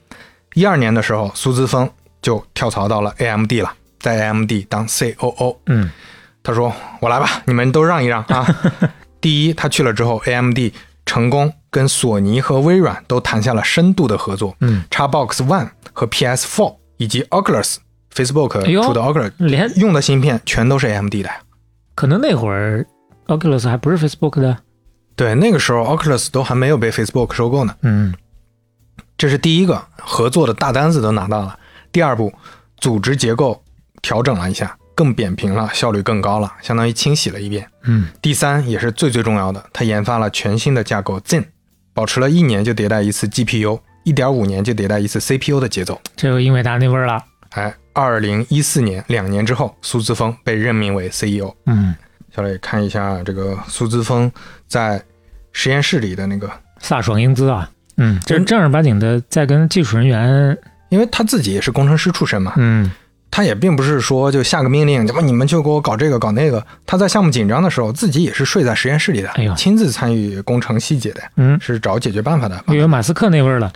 C: 一二年的时候，苏姿丰就跳槽到了 AMD 了，在 AMD 当 COO。
D: 嗯
C: 他说：“我来吧，你们都让一让 啊。”第一，他去了之后，AMD 成功跟索尼和微软都谈下了深度的合作，
D: 嗯，
C: Xbox One 和 PS4 以及 Oculus、Facebook
D: 哎呦
C: 出的 Oculus
D: 连
C: 用的芯片全都是 AMD 的。
D: 可能那会儿 Oculus 还不是 Facebook 的，
C: 对，那个时候 Oculus 都还没有被 Facebook 收购呢。
D: 嗯
C: 这是第一个合作的大单子都拿到了。第二步，组织结构调整了一下，更扁平了，效率更高了，相当于清洗了一遍。
D: 嗯
C: 第三，也是最最重要的，它研发了全新的架构 Zen，保持了一年就迭代一次 GPU，一点五年就迭代一次 CPU 的节奏。
D: 这又英伟达那味儿了，
C: 哎，二零一四年，两年之后，苏姿丰被任命为 CEO。
D: 嗯，
C: 小磊看一下这个苏姿丰在实验室里的那个，
D: 飒爽英姿啊，嗯，这是正儿八经的在跟技术人员，
C: 因为他自己也是工程师出身嘛，
D: 嗯
C: 他也并不是说就下个命令，怎么你们就给我搞这个搞那个。他在项目紧张的时候，自己也是睡在实验室里的，
D: 哎呦
C: 亲自参与工程细节的，
D: 嗯，
C: 是找解决办法的。
D: 我有马斯克那味儿了，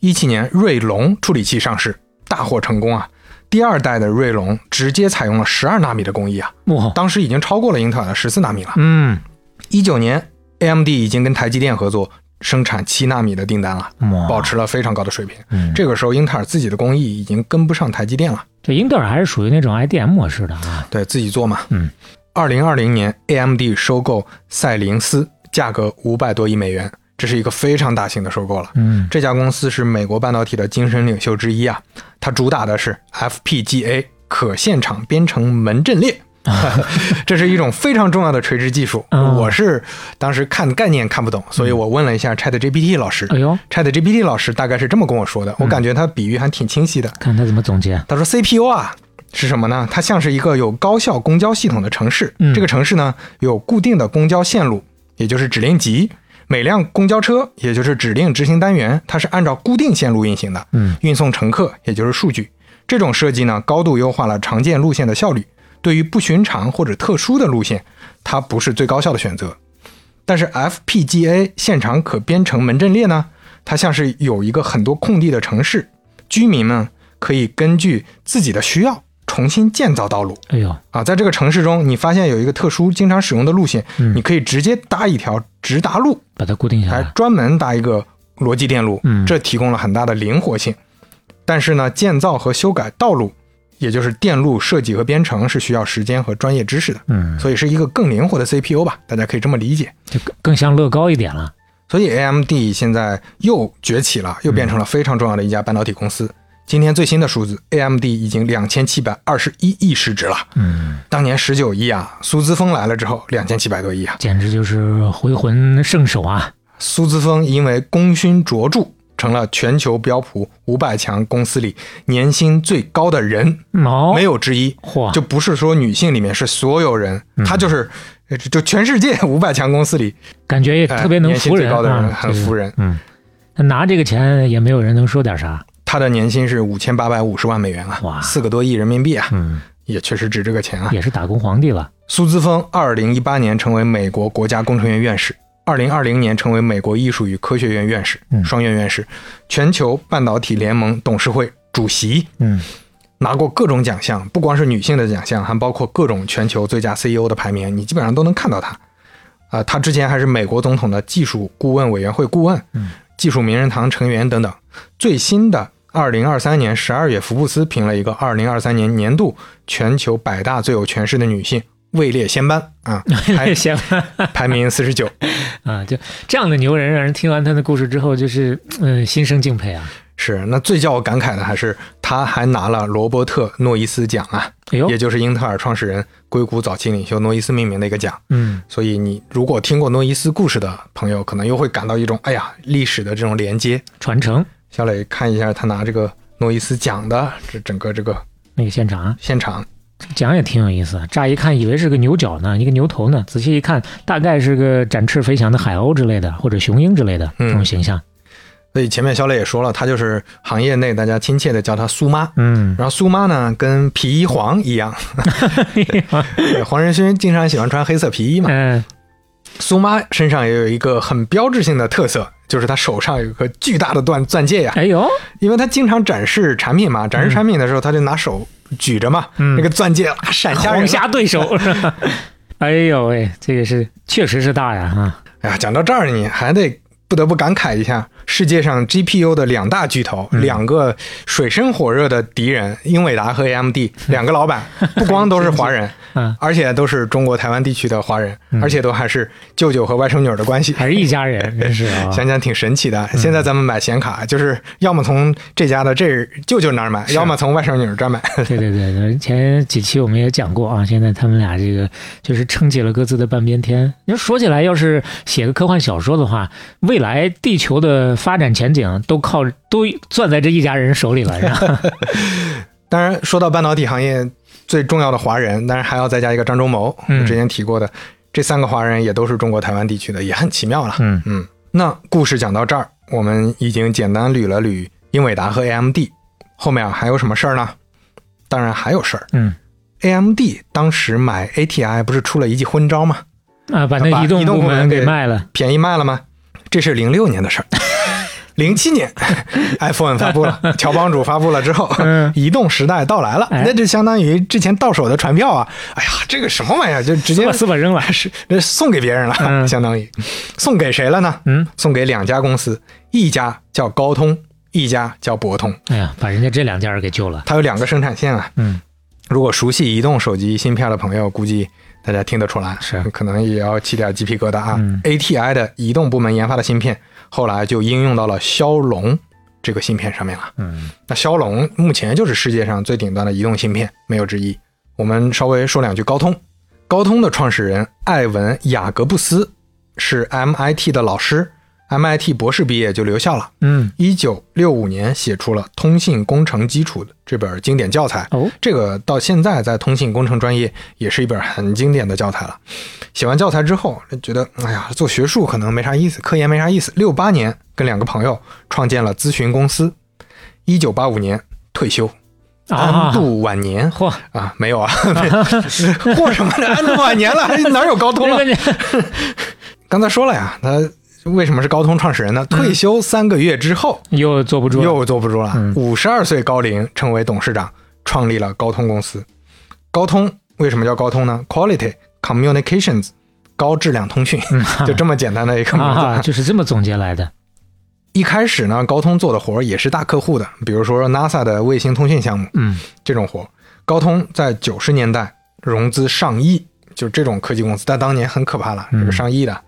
C: 一七年，锐龙处理器上市，大获成功啊！第二代的锐龙直接采用了十二纳米的工艺啊，
D: 幕后，
C: 当时已经超过了英特尔的十四纳米了。
D: 嗯，
C: 一九年，AMD 已经跟台积电合作生产七纳米的订单了，
D: 哇
C: 保持了非常高的水平。
D: 嗯
C: 这个时候，英特尔自己的工艺已经跟不上台积电了，
D: 这英特尔还是属于那种 IDM 模式的啊，
C: 对自己做嘛。
D: 嗯。
C: 二零二零年，AMD 收购赛灵思，价格五百多亿美元，这是一个非常大型的收购了。
D: 嗯
C: 这家公司是美国半导体的精神领袖之一啊，它主打的是 FPGA 可现场编程门阵 列。这是一种非常重要的垂直技术，
D: 哦
C: 我是当时看概念看不懂，所以我问了一下 ChatGPT 老师
D: 嗯哎呦，嗯
C: ，ChatGPT 老师大概是这么跟我说的，我感觉他比喻还挺清晰的。
D: 看他怎么总结，
C: 他说 CPU 啊是什么呢？它像是一个有高效公交系统的城市，
D: 嗯
C: 这个城市呢有固定的公交线路，也就是指令集。每辆公交车，也就是指令执行单元，它是按照固定线路运行的，
D: 嗯，
C: 运送乘客，也就是数据。这种设计呢，高度优化了常见路线的效率。对于不寻常或者特殊的路线，它不是最高效的选择。但是 FPGA 现场可编程门阵列呢，它像是有一个很多空地的城市，居民们可以根据自己的需要重新建造道路
D: 哎呦，
C: 啊。在这个城市中，你发现有一个特殊、经常使用的路线，
D: 嗯
C: 你可以直接搭一条直达路，
D: 把它固定下
C: 还
D: 来，
C: 专门搭一个逻辑电路，
D: 嗯
C: 这提供了很大的灵活性。但是呢，建造和修改道路，也就是电路设计和编程，是需要时间和专业知识的，
D: 嗯，
C: 所以是一个更灵活的 CPU 吧，大家可以这么理解。
D: 就更更像乐高一点了，
C: 所以 AMD 现在又崛起了，又变成了非常重要的一家半导体公司。今天最新的数字，AMD 已经两千七百二十一亿市值了，
D: 嗯，
C: 当年十九亿啊，苏姿丰来了之后，两千七百多亿啊。
D: 简直就是回魂圣手啊，
C: 苏姿丰因为功勋卓著，成了全球标普五百强公司里年薪最高的人，
D: 毛
C: 嗯没有之一。
D: 嚯，
C: 就不是说女性里面是所有人，
D: 嗯
C: 她就是呃就全世界五百强公司里
D: 感觉也
C: 哎
D: 特别能
C: 年薪
D: 服
C: 最
D: 人
C: 高的人，
D: 啊，
C: 很
D: 这个
C: 服人。
D: 嗯，那拿这个钱也没有人能说点啥。
C: 她的年薪是五千八百五十万美元
D: 哇
C: 啊，四个多亿人民币啊，
D: 嗯，
C: 也确实值这个钱啊。
D: 也是打工皇帝了。
C: 苏姿丰二零一八年成为美国国家工程院院士，二零二零年成为美国艺术与科学院院士
D: 嗯，
C: 双院院士，全球半导体联盟董事会主席，
D: 嗯，
C: 拿过各种奖项，不光是女性的奖项，还包括各种全球最佳 CEO 的排名，你基本上都能看到他。啊、他之前还是美国总统的技术顾问委员会顾问，
D: 嗯
C: 技术名人堂成员等等。最新的二零二三年十二月，福布斯评了一个二零二三年年度全球百大最有权势的女性，位列仙班啊，排
D: 行
C: 排名四十九。
D: 啊，就这样的牛人，让人听完他的故事之后，就是嗯，心生敬佩啊。
C: 是，那最叫我感慨的还是他还拿了罗伯特诺伊斯奖啊，
D: 哎呦
C: 也，就是英特尔创始人硅谷早期领袖诺伊斯命名的一个奖。
D: 嗯，
C: 所以你如果听过诺伊斯故事的朋友，可能又会感到一种哎呀历史的这种连接。
D: 传承
C: 小磊看一下他拿这个诺伊斯奖的这整个这个
D: 那个现场啊，
C: 现场，
D: 讲也挺有意思，啊乍一看以为是个牛角呢，一个牛头呢，仔细一看，大概是个展翅飞翔的海鸥之类的，或者雄鹰之类的
C: 嗯
D: 这种形象。
C: 所以前面小磊也说了，它就是行业内大家亲切的叫它苏妈。
D: 嗯，
C: 然后苏妈呢，跟皮衣黄一样，对黄仁勋经常喜欢穿黑色皮衣 嘛。
D: 嗯，
C: 苏妈身上也有一个很标志性的特色，就是她手上有一个巨大的钻钻戒呀、
D: 哎呦，
C: 因为她经常展示产品嘛，展示产品的时候，她就拿手举着嘛，
D: 嗯
C: 那个钻戒啊闪 瞎人
D: 红
C: 了。
D: 霞对手。 哎呦喂，这个是确实是大呀啊！
C: 哎呀，讲到这儿，你还得不得不感慨一下，世界上 GPU 的两大巨头，
D: 嗯
C: 两个水深火热的敌人，英伟达和 AMD，两个老板不光都是华 人
D: 嗯，
C: 而且都是中国台湾地区的华人，而且都还是舅舅和外甥女儿的关系。
D: 还是一家人，真是啊！
C: 想想挺神奇的。现在咱们买显卡，就是要么从这家的这舅舅那儿买，要么从外甥女儿这儿买。
D: 对对对对，前几期我们也讲过啊，现在他们俩这个就是撑起了各自的半边天。你说说起来，要是写个科幻小说的话，未来地球的发展前景都靠都攥在这一家人手里了，是吧？
C: 当然，说到半导体行业最重要的华人，当然还要再加一个张忠谋，
D: 嗯
C: 我之前提过的，这三个华人也都是中国台湾地区的，也很奇妙了。
D: 嗯
C: 嗯，那故事讲到这儿，我们已经简单捋了捋英伟达和 AMD，后面啊还有什么事儿呢？当然还有事儿
D: 嗯
C: ，AMD 当时买 ATI 不是出了一记昏招吗？
D: 啊，把那
C: 把
D: 移动
C: 移动
D: 部
C: 部门
D: 门给
C: 给
D: 卖了，
C: 便宜卖了吗？这是零六年 的事儿。零七年，iPhone 发布了，乔帮主发布了之后，
D: 嗯
C: 移动时代到来了，
D: 哎
C: 那就相当于之前到手的船票啊！哎呀，这个什么玩意儿，就直接
D: 把四把扔了。
C: 是这送给别人了，
D: 嗯
C: 相当于送给谁了呢？
D: 嗯，
C: 送给两家公司，一家叫高通，一家叫博通，
D: 哎呀，把人家这两家给救了。
C: 它有两个生产线啊。
D: 嗯，
C: 如果熟悉移动手机芯片的朋友，估计大家听得出来，
D: 是
C: 可能也要起点鸡皮疙瘩啊。
D: 嗯
C: ATI 的移动部门研发的芯片，后来就应用到了骁龙这个芯片上面了。
D: 嗯
C: 那骁龙目前就是世界上最顶端的移动芯片，没有之一。我们稍微说两句高通。高通的创始人艾文·雅各布斯是 MIT 的老师，MIT 博士毕业就留校了。
D: 嗯，
C: 一九六五年写出了《通信工程基础》这本经典教材。
D: 哦，
C: 这个到现在在通信工程专业也是一本很经典的教材了。写完教材之后，觉得哎呀，做学术可能没啥意思，科研没啥意思。六八年跟两个朋友创建了咨询公司，一九八五年退休，
D: 啊
C: 安，度晚年
D: 嚯，
C: 啊，没有啊， 过什么呢？安度晚年了，哪有高通
D: 那
C: 了？
D: 关键
C: 刚才说了呀，他为什么是高通创始人呢？
D: 嗯
C: 退休三个月之后。
D: 又坐不住了。
C: 又坐不住了
D: 嗯。
C: 五十二岁高龄成为董事长，创立了高通公司。高通为什么叫高通呢？Quality Communications，高质量通讯， 就这么简单的一个名字。
D: 嗯啊，就是这么总结来的。
C: 一开始呢，高通做的活儿也是大客户的，比如说 NASA 的卫星通讯项目
D: 嗯
C: 这种活儿。高通在九十年代融资上亿，就这种科技公司，但当年很可怕了，
D: 嗯
C: 这个上亿的。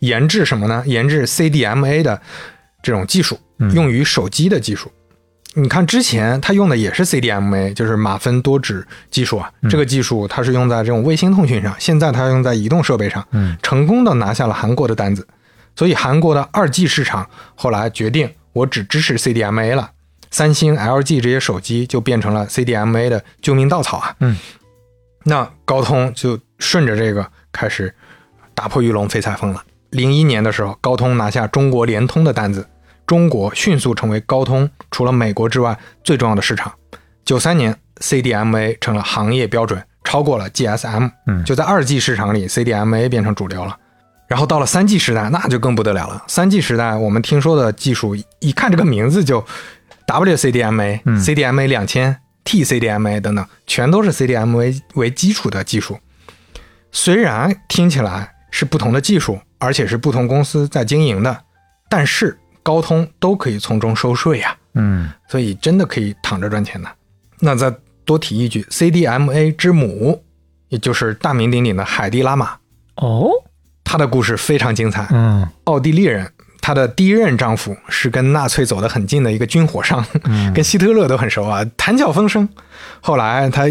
C: 研制什么呢？研制 CDMA 的这种技术，
D: 嗯
C: 用于手机的技术。你看之前它用的也是 CDMA，就是马分多指技术啊。
D: 嗯
C: 这个技术它是用在这种卫星通讯上，现在它用在移动设备上，
D: 嗯
C: 成功的拿下了韩国的单子。所以韩国的二 G 市场后来决定，我只支持 CDMA 了。三星、LG 这些手机就变成了 CDMA 的救命稻草啊。
D: 嗯，
C: 那高通就顺着这个开始打破玉龙飞彩风了。零一年的时候，高通拿下中国联通的单子，中国迅速成为高通除了美国之外最重要的市场。九三年，CDMA 成了行业标准，超过了 GSM。
D: 嗯
C: 就在二 G 市场里，CDMA 变成主流了。然后到了三 G 时代，那就更不得了了。三 G 时代，我们听说的技术，一看这个名字就 WCDMA、
D: 嗯
C: CDMA 两千、TCDMA 等等，全都是 CDMA 为基础的技术。虽然听起来是不同的技术，而且是不同公司在经营的，但是高通都可以从中收税呀、
D: 嗯
C: 所以真的可以躺着赚钱的。那再多提一句，CDMA 之母，也就是大名鼎鼎的海蒂拉玛，
D: 哦
C: 她的故事非常精彩。
D: 嗯
C: 奥地利人，她的第一任丈夫是跟纳粹走得很近的一个军火商，跟希特勒都很熟啊，谈笑风生。后来她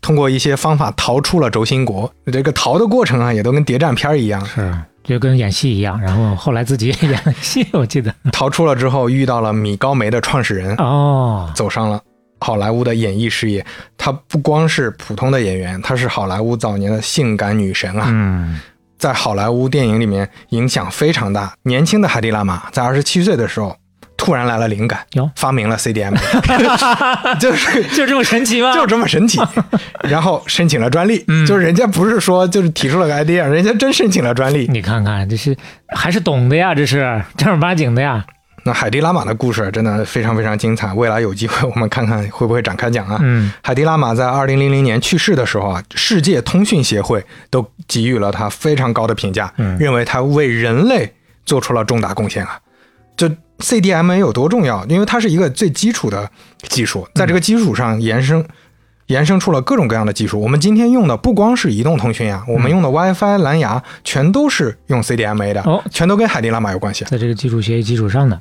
C: 通过一些方法逃出了轴心国，这个逃的过程啊，也都跟谍战片儿一样。
D: 是。就跟演戏一样，然后后来自己也演了戏，我记得啊
C: 逃出了之后，遇到了米高梅的创始人，
D: 哦，
C: 走上了好莱坞的演艺事业，她不光是普通的演员，她是好莱坞早年的性感女神啊。
D: 嗯，
C: 在好莱坞电影里面影响非常大。年轻的海蒂拉玛在二十七岁的时候突然来了灵感
D: 哟，
C: 发明了 CDM，就是
D: 就这么神奇吗？
C: 就这么神奇。然后申请了专利，就是人家不是说就是提出了个 idea，人家真申请了专利。
D: 你看看，这是还是懂的呀，这是正儿八经的呀。
C: 那海蒂拉玛的故事真的非常非常精彩，未来有机会我们看看会不会展开讲啊。
D: 嗯，
C: 海蒂拉玛在二零零零年去世的时候啊，世界通讯协会都给予了他非常高的评价，认为他为人类做出了重大贡献啊。这 CDMA 有多重要？因为它是一个最基础的技术，在这个基础上延伸。延伸出了各种各样的技术。我们今天用的不光是移动通讯呀，我们用的 WiFi、蓝牙全都是用 CDMA 的，
D: 哦
C: 全都跟海蒂拉玛有关系。啊
D: 在这个基础协议基础上的，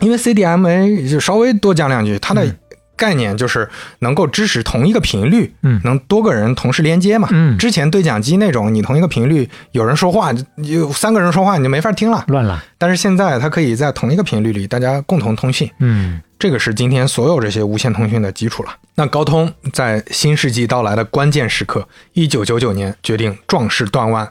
C: 因为 CDMA 就稍微多讲两句，它的
D: 嗯
C: 概念就是能够支持同一个频率，
D: 嗯
C: 能多个人同时连接嘛。
D: 嗯
C: 之前对讲机那种，你同一个频率有人说话，有三个人说话你就没法听了。
D: 乱了。
C: 但是现在它可以在同一个频率里大家共同通信，
D: 嗯
C: 这个是今天所有这些无线通讯的基础了。那高通在新世纪到来的关键时刻，一九九九年决定壮士断腕，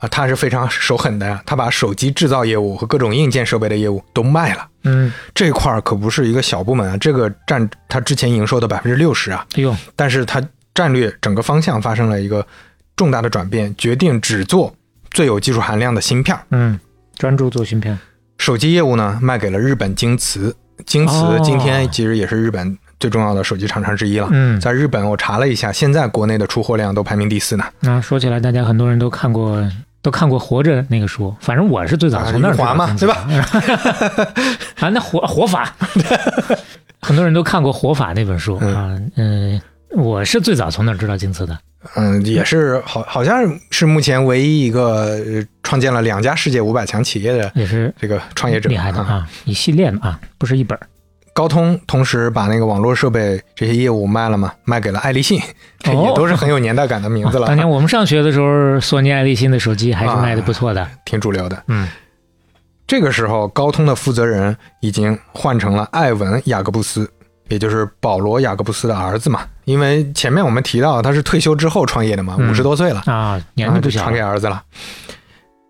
C: 啊，他是非常手狠的呀，他把手机制造业务和各种硬件设备的业务都卖了。
D: 嗯，
C: 这块儿可不是一个小部门啊，这个占它之前营收的百分之六十啊，
D: 哎呦，
C: 但是它战略整个方向发生了一个重大的转变，决定只做最有技术含量的芯片儿。
D: 嗯，专注做芯片。
C: 手机业务呢，卖给了日本京瓷，京瓷
D: 哦
C: 今天其实也是日本最重要的手机厂商之一了。
D: 嗯
C: 在日本我查了一下，现在国内的出货量都排名第四呢。
D: 那、说起来，大家很多人都看过，都看过《活着》那个书，反正我是最早
C: 啊
D: 从那儿
C: 余华嘛
D: 知道的 啊，那活活 法，很多人都看过《活法》那本书
C: 嗯
D: 啊，嗯、我是最早从那儿知道京瓷的。
C: 嗯，也是好，好像是目前唯一一个呃创建了两家世界五百强企业的
D: 也是
C: 这个创业者
D: 厉害的啊，一系列的啊，不是一本儿。
C: 高通同时把那个网络设备这些业务卖了嘛，卖给了爱立信，这
D: 哦
C: 也都是很有年代感的名字了，
D: 啊当年我们上学的时候，索尼爱立信的手机还是卖的不错的。
C: 挺主流的。
D: 嗯，
C: 这个时候，高通的负责人已经换成了艾文·雅各布斯，也就是保罗·雅各布斯的儿子嘛。因为前面我们提到他是退休之后创业的嘛，
D: 嗯
C: 五十多岁了，
D: 啊，年
C: 然后就
D: 纪不小
C: 传给
D: 了。
C: 儿子了。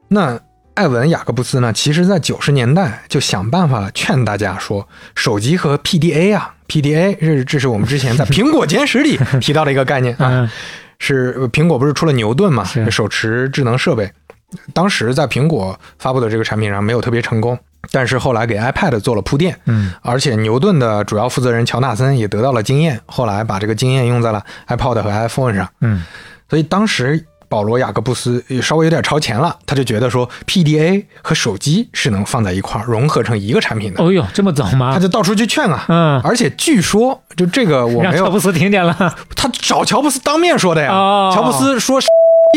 C: 那艾文·雅各布斯呢，其实在九十年代就想办法劝大家说，手机和 PDA 啊，PDA 这这是我们之前在苹果简史里提到的一个概念啊，
D: 嗯
C: 是呃苹果不是出了牛顿嘛，
D: 是
C: 手持智能设备，当时在苹果发布的这个产品上没有特别成功，但是后来给 iPad 做了铺垫，
D: 嗯
C: 而且牛顿的主要负责人乔纳森也得到了经验，后来把这个经验用在了 iPod 和 iPhone 上。
D: 嗯
C: 所以当时保罗·雅各布斯也稍微有点超前了，他就觉得说 PDA 和手机是能放在一块儿融合成一个产品的，
D: 哦呦，这么早
C: 他
D: 吗？
C: 就到处去劝啊。
D: 嗯，
C: 而且据说，就这个我
D: 让
C: 没
D: 乔
C: 有，
D: 布斯听 见了。
C: 他找乔布斯当面说的呀。
D: 哦
C: 乔布斯说。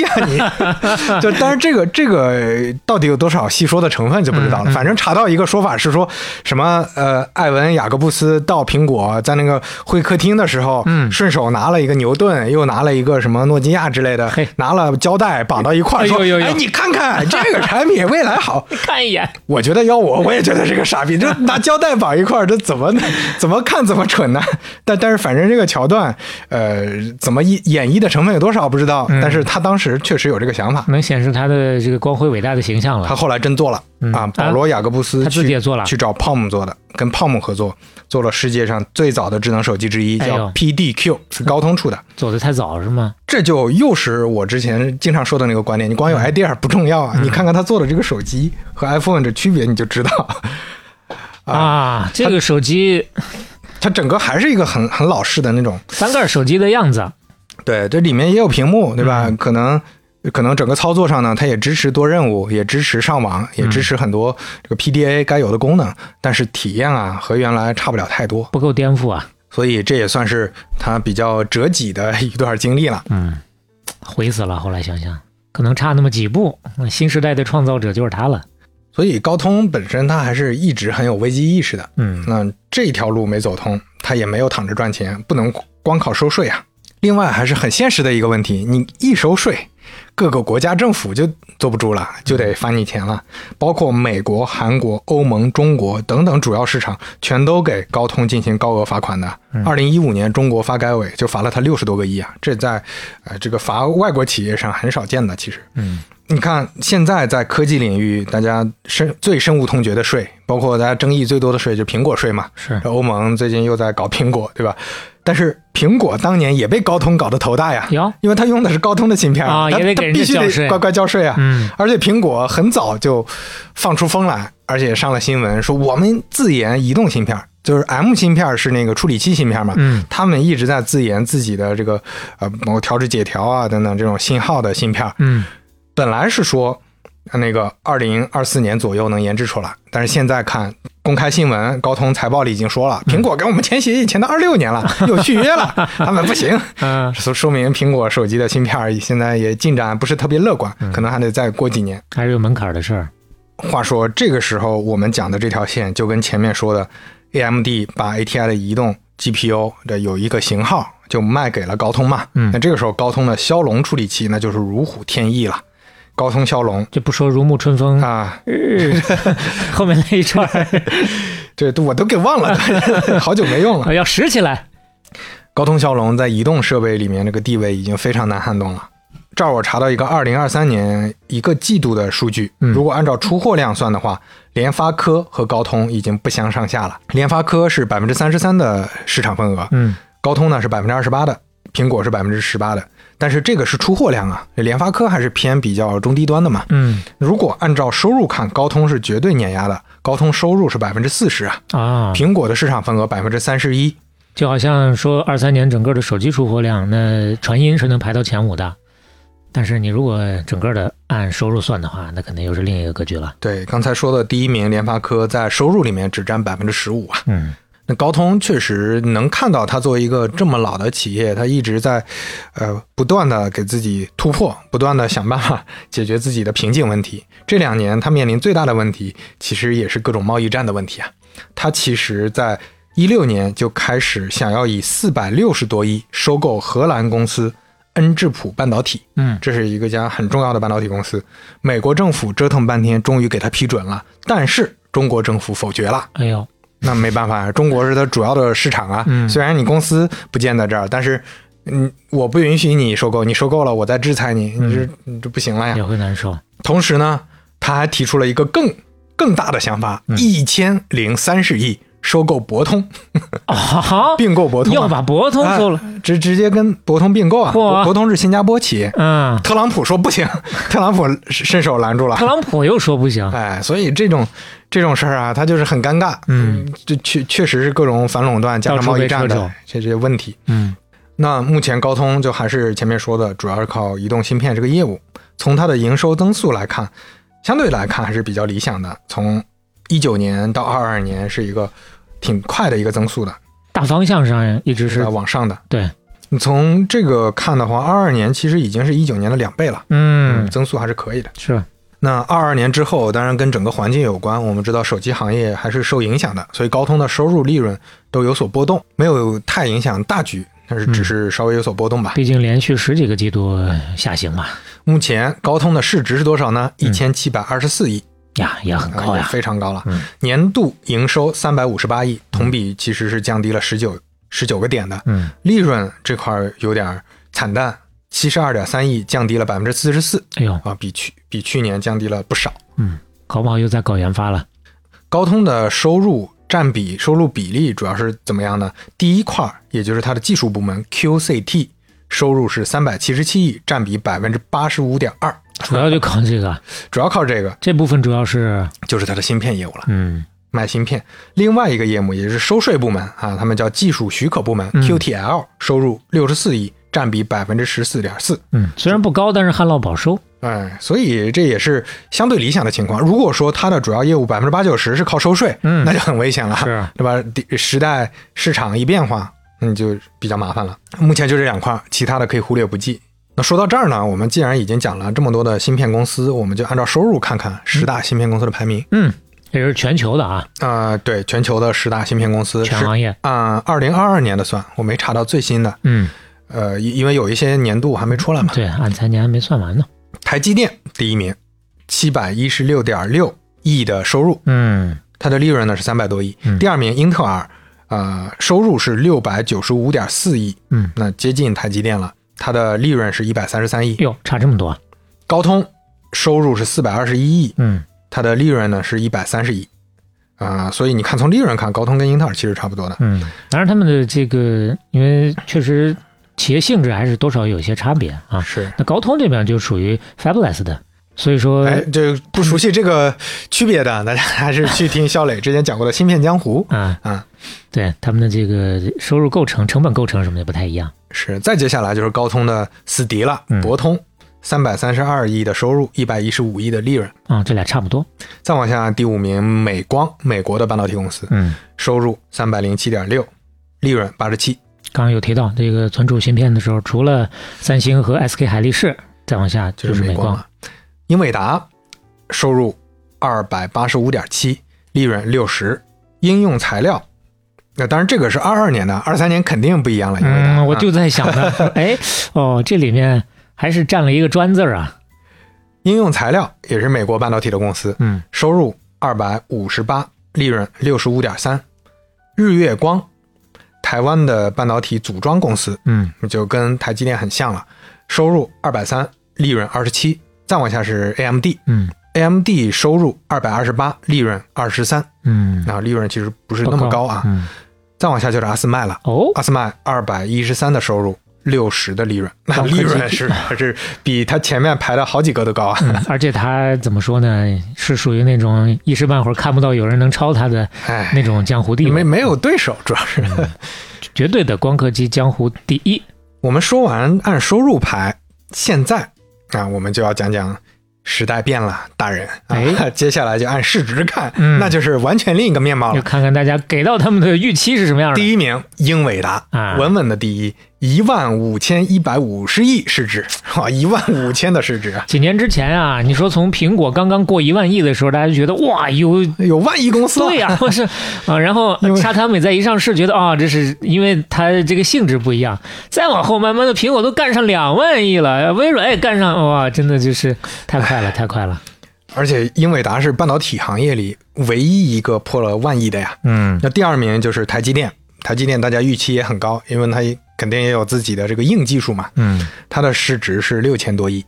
C: 呀 你，就但是这个这个到底有多少细说的成分就不知道
D: 嗯
C: 了。反正查到一个说法是说什么呃，艾文雅各布斯到苹果在那个会客厅的时候，
D: 嗯
C: 顺手拿了一个牛顿，又拿了一个什么诺基亚之类的
D: 嘿，
C: 拿了胶带绑到一块儿
D: 哎呦
C: 说，
D: 呦呦
C: 哎你看看这个产品未来 好。
D: 看一眼，
C: 我觉得要 我，我也觉得是个傻逼，这拿胶带绑一块儿，这怎么怎么看怎么蠢呢？但但是反正这个桥段，呃，怎么演演绎的成分有多少不知道，
D: 嗯
C: 但是他当时确实有这个想法，
D: 能显示他的这个光辉伟大的形象
C: 他
D: 了。
C: 后来真做了、
D: 嗯
C: 啊，保罗雅各布斯去、
D: 他自己也做了
C: 去找 Palm 做的，跟 Palm 合作做了世界上最早的智能手机之一，
D: 哎呦
C: 叫 PDQ，、是高通出的。
D: 走的太早是吗？
C: 这就又是我之前经常说的那个观点，你
D: 嗯
C: 光有 idea 不重要啊，你看看他做的这个手机和 iPhone 这区别你就知道。
D: 啊，这个手机
C: 它整个还是一个很很老式的那种，
D: 翻盖手机的样子，
C: 对，这里面也有屏幕，对吧？可能可能整个操作上呢，它也支持多任务，也支持上网，也支持很多这个 PDA 该有的功能，但是体验啊和原来差不了太多，
D: 不够颠覆啊。
C: 所以这也算是它比较折戟的一段经历了。
D: 嗯，悔死了。后来想想，可能差那么几步，那新时代的创造者就是他了。
C: 所以高通本身它还是一直很有危机意识的，
D: 嗯
C: 那这条路没走通，它也没有躺着赚钱，不能光靠收税啊。另外还是很现实的一个问题，你一收税，各个国家政府就坐不住了，就得罚你钱了。包括美国、韩国、欧盟、中国等等主要市场，全都给高通进行高额罚款的。二零一五年，中国发改委就罚了他六十多个亿啊，这在呃这个罚外国企业上很少见的，其实。
D: 嗯，
C: 你看现在在科技领域，大家深最深恶痛绝的税，包括大家争议最多的税，就是苹果税嘛。
D: 是
C: 欧盟最近又在搞苹果，对吧？但是苹果当年也被高通搞得头大呀，
D: 有
C: 因为它用的是高通的芯片
D: 啊
C: 它
D: 也得
C: 它
D: 给人家
C: 必须
D: 交税
C: 得乖乖交税啊。
D: 嗯
C: 而且苹果很早就放出风来，而且上了新闻，说我们自研移动芯片，就是 M 芯片是那个处理器芯片嘛，
D: 嗯
C: 他们一直在自研自己的这个呃某调制解调啊等等这种信号的芯片，
D: 嗯
C: 本来是说呃那个二零二四年左右能研制出来，但是现在看公开新闻，高通财报里已经说了，
D: 嗯
C: 苹果跟我们签协议签到二六年了， 又续约了，他们不行，
D: 嗯，
C: 说说明苹果手机的芯片儿现在也进展不是特别乐观，
D: 嗯
C: 可能还得再过几年。
D: 还是有门槛的事儿。
C: 话说这个时候我们讲的这条线就跟前面说的，AMD 把 ATI 的移动 GPU 的有一个型号就卖给了高通嘛，
D: 嗯
C: 那这个时候高通的骁龙处理器那就是如虎添翼了，高通骁龙
D: 就不说如沐春风，
C: 啊。
D: 后面那一串儿
C: 对，都我都给忘了， 好久没用了。
D: 要拾起来。
C: 高通骁龙在移动设备里面这个地位已经非常难撼动了。这儿我查到一个二零二三年一个季度的数据，如果按照出货量算的话，联发科和高通已经不相上下了。联发科是百分之三十三的市场份额，
D: 嗯，
C: 高通呢是百分之二十八的，苹果是百分之十八的。但是这个是出货量啊，联发科还是偏比较中低端的嘛。
D: 嗯
C: 如果按照收入看，高通是绝对碾压的，高通收入是百分之四十啊，
D: 啊，
C: 苹果的市场份额百分之三十一，
D: 就好像说二三年整个的手机出货量，那传音是能排到前五的，但是你如果整个的按收入算的话，那肯定又是另一个格局了。
C: 对，刚才说的第一名联发科在收入里面只占百分之十五啊。
D: 嗯
C: 那高通确实能看到，它作为一个这么老的企业，它一直在，呃，不断的给自己突破，不断的想办法 解决自己的瓶颈问题。这两年它面临最大的问题，其实也是各种贸易战的问题啊。它其实在一六年就开始想要以四百六十多亿收购荷兰公司恩智浦半导体，
D: 嗯
C: 这是一个家很重要的半导体公司。美国政府折腾半天，终于给它批准了，但是中国政府否决了。
D: 哎呦，
C: 那没办法，中国是它主要的市场啊。
D: 嗯
C: 虽然你公司不建在这儿，但是。嗯，我不允许你收购，你收购了，我再制裁你，
D: 嗯
C: 你这你这不行了呀
D: 也。会难受。
C: 同时呢，他还提出了一个更更大的想法，
D: 嗯
C: 一千零三十亿收购博通，
D: 啊，
C: 并购博通、啊，
D: 要把博通收了。
C: 哎直直接跟博通并购啊。
D: 嚯
C: 博博通是新加坡企业，
D: 嗯，
C: 特朗普说不行， 特朗普伸手拦住了
D: 啊特。朗普又说不行。
C: 哎，所以这种这种事儿啊，它就是很尴尬。
D: 嗯，
C: 这确确实是各种反垄断加上贸易战
D: 到处被
C: 的这些问题。
D: 嗯
C: 那目前高通就还是前面说的，主要是靠移动芯片这个业务。从它的营收增速来看，相对来看还是比较理想的。从一九年到二二年是一个挺快的一个增速的，
D: 大方向上一直
C: 是
D: 是
C: 在往上的。
D: 对。
C: 你从这个看的话，二二年其实已经是一九年的两倍了，
D: 嗯
C: 增速还是可以的。
D: 是
C: 那二二年之后，当然跟整个环境有关。我们知道手机行业还是受影响的，所以高通的收入、利润都有所波动，没有太影响大局，但
D: 嗯
C: 是只是稍微有所波动吧。
D: 毕竟连续十几个季度下行嘛，
C: 目前高通的市值是多少呢？一千七百二十四亿，
D: 呀也很
C: 啊
D: 嗯高
C: 也
D: 呀。
C: 非常高了。
D: 嗯
C: 年度营收三百五十八亿，同比其实是降低了十九十九个点的。
D: 嗯，
C: 利润这块儿有点儿惨淡，七十二点三亿，降低了百分之四十四
D: 哎呦，
C: 啊，比去比去年降低了不少。
D: 搞不好又在搞研发了。
C: 高通的收入占比、收入比例主要是怎么样呢？第一块儿，也就是它的技术部门 QCT，收入是三百七十七亿，占比百分之八十五点二，
D: 主要就靠这 个，
C: 主要靠这个
D: 这部分主要是
C: 就是它的芯片业务了，
D: 嗯
C: 卖芯片。另外一个业务也就是收税部门啊，他们叫技术许可部门、QTL，收入六十四亿，占比百分之十四点四。
D: 嗯，虽然不高，但是旱涝保收。
C: 哎，所以这也是相对理想的情况。如果说它的主要业务百分之八九十是靠收税，
D: 嗯
C: 那就很危险了，
D: 是啊
C: 对吧？地时代市场一变化，那你就比较麻烦了。目前就这两块，其他的可以忽略不计。那说到这儿呢，我们既然已经讲了这么多的芯片公司，我们就按照收入看看十大芯片公司的排名。
D: 嗯，也是全球的啊，
C: 呃，对，全球的十大芯片公司
D: 全
C: 是
D: 行业。
C: 按二零二二年的算，我没查到最新的，
D: 嗯，
C: 呃，因因为有一些年度还没出来嘛。
D: 对，按财年还没算完呢。
C: 台积电第一名，七百一十六点六亿的收入，
D: 嗯
C: 它的利润呢是三百多亿。第二名英特尔，呃，收入是六百九十五点四亿，
D: 嗯，
C: 那接近台积电了。它的利润是一百三十三亿。
D: 哟，差这么多啊，
C: 高通收入是四百二十一亿，
D: 嗯
C: 它的利润呢是一百三十亿。啊、所以你看，从利润看，高通跟英特尔其实差不多的。
D: 嗯，当然他们的这个，因为确实企业性质还是多少有些差别啊。
C: 是，
D: 那高通这边就属于 fabless 的，所以说，
C: 哎，这不熟悉这个区别的，大家还是去听肖磊之前讲过的《芯片江湖》。
D: 啊
C: 啊，
D: 对他们的这个收入构成、成本构成什么的不太一样。
C: 是，再接下来就是高通的死敌了
D: 嗯，
C: 博通，三百三十二亿的收入，一百一十五亿的利润。
D: 啊、这俩差不多。
C: 再往下，第五名美光，美国的半导体公司，
D: 嗯，
C: 收入三百零七点六，利润八十七。
D: 刚刚有提到这个存储芯片的时候，除了三星和 SK 海力士，再往下
C: 就
D: 就是是
C: 美
D: 美
C: 光
D: 光。
C: 了。英伟达收入二百八十五点七，利润六十。应用材料，那当然这个是二二年的，二三年肯定不一样了。英伟达啊
D: 嗯，我就在想呢， 哎，哦，这里面还是占了一个“专”字儿啊。
C: 应用材料也是美国半导体的公司，
D: 嗯，
C: 收入二百五十八，利润六十五点三。日月光，台湾的半导体组装公司，
D: 嗯
C: 就跟台积电很像了，收入二百三，利润二十七。再往下是 AMD，AMD
D: 嗯
C: AMD 收入二百二十八，利润二十三。
D: 嗯，
C: 那利润其实不是那么
D: 不
C: 高啊。
D: 嗯，
C: 再往下就是阿斯麦了，
D: 哦，
C: 阿斯麦二百一十三的收入，六十的利润，那
D: 高科技
C: 利润是还是比它前面排的好几个都高啊。
D: 嗯而且他怎么说呢，是属于那种一时半会儿看不到有人能超他的
C: 哎，
D: 那种江湖地位，
C: 没没有对手，主要是、
D: 绝对的光刻机江湖第一。
C: 我们说完按收入排，现在啊，我们就要讲讲。时代变了，大人啊、
D: 哎
C: 接下来就按市值看，
D: 嗯
C: 那就是完全另一个面貌
D: 就
C: 了。
D: 看看大家给到他们的预期是什么样的。
C: 第一名，英伟达，
D: 啊
C: 稳稳的第一，一万五千一百五十亿市值， 哇，一万五千的市值啊，
D: 几年之前啊，你说从苹果刚刚过一万亿的时候，大家就觉得哇有。
C: 有万亿公司了
D: 对 呀、我是啊，然后
C: 因为
D: 沙滩美在一上市，觉得啊、这是因为它这个性质不一样。再往后，慢慢的，苹果都干上两万亿了，微软也干上，哇，真的就是太快了，太快了。
C: 而且英伟达是半导体行业里唯一一个破了万亿的呀。
D: 嗯
C: 那第二名就是台积电，台积电大家预期也很高，因为它肯定也有自己的这个硬技术嘛，
D: 嗯，
C: 它的市值是六千多亿。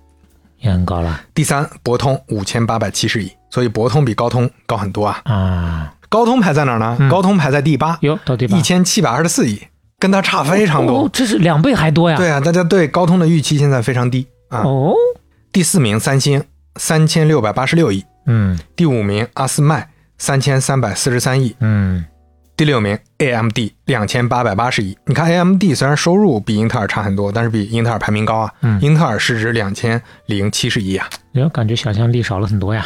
D: 也很高了
C: 第三，博通五千八百七十亿，所以博通比高通高很多啊。
D: 啊，
C: 高通排在哪儿呢？高通排在第八，
D: 哟，嗯到第八
C: 一千七百二十四亿，跟它差非常多。
D: 哦，这是两倍还多呀。
C: 对啊，大家对高通的预期现在非常低啊。
D: 哦，
C: 第四名，三星三千六百八十六亿，
D: 嗯
C: 第五名阿斯麦三千三百四十三亿，
D: 嗯
C: 第六名 AMD 两千八百八十亿。你看 AMD 虽然收入比英特尔差很多，但是比英特尔排名高啊。
D: 嗯
C: 英特尔市值两千零七十亿啊，
D: 哟，感觉想象力少了很多呀。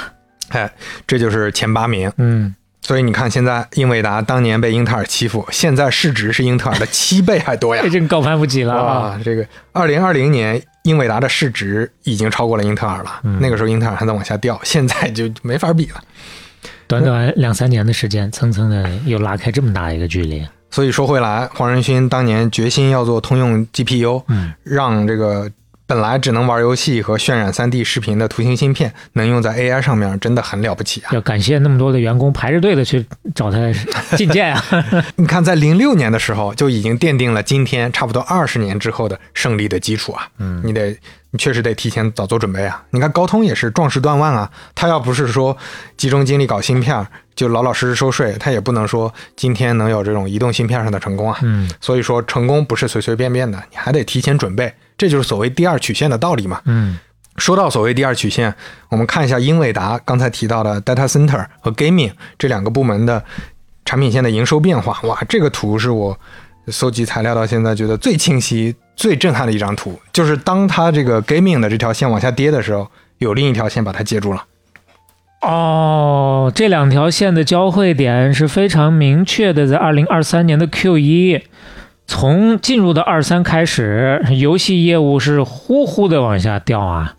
C: 哎，这就是前八名。
D: 嗯，
C: 所以你看，现在英伟达当年被英特尔欺负，现在市值是英特尔的七倍还多呀
D: 这！ 真高攀不起了啊。
C: 啊，这个二零二零年英伟达的市值已经超过了英特尔了，
D: 嗯
C: 那个时候英特尔还在往下掉，现在就没法比了。
D: 短短两三年的时间，蹭蹭的又拉开这么大一个距离。
C: 所以说回来，黄仁勋当年决心要做通用 GPU，
D: 嗯，
C: 让这个本来只能玩游戏和渲染 3D 视频的图形芯片能用在 AI 上面，真的很了不起啊！
D: 要感谢那么多的员工排着队的去找他觐见啊。
C: 你看，在零六年的时候就已经奠定了今天差不多二十年之后的胜利的基础啊！嗯，你得你确实得提前早做准备啊！你看高通也是壮士断腕啊，他要不是说集中精力搞芯片，就老老实实收税，他也不能说今天能有这种移动芯片上的成功啊！
D: 嗯
C: 所以说，成功不是随随便便的，你还得提前准备，这就是所谓第二曲线的道理嘛。
D: 嗯
C: 说到所谓第二曲线，我们看一下英伟达刚才提到的 data center 和 gaming 这两个部门的产品线的营收变化。哇，这个图是我搜集材料到现在觉得最清晰、最震撼的一张图，就是当它这个 gaming 的这条线往下跌的时候，有另一条线把它接住了。
D: 哦，这两条线的交汇点是非常明确的，在二零二三年的 Q 一，从进入的二三开始，游戏业务是呼呼的往下掉啊。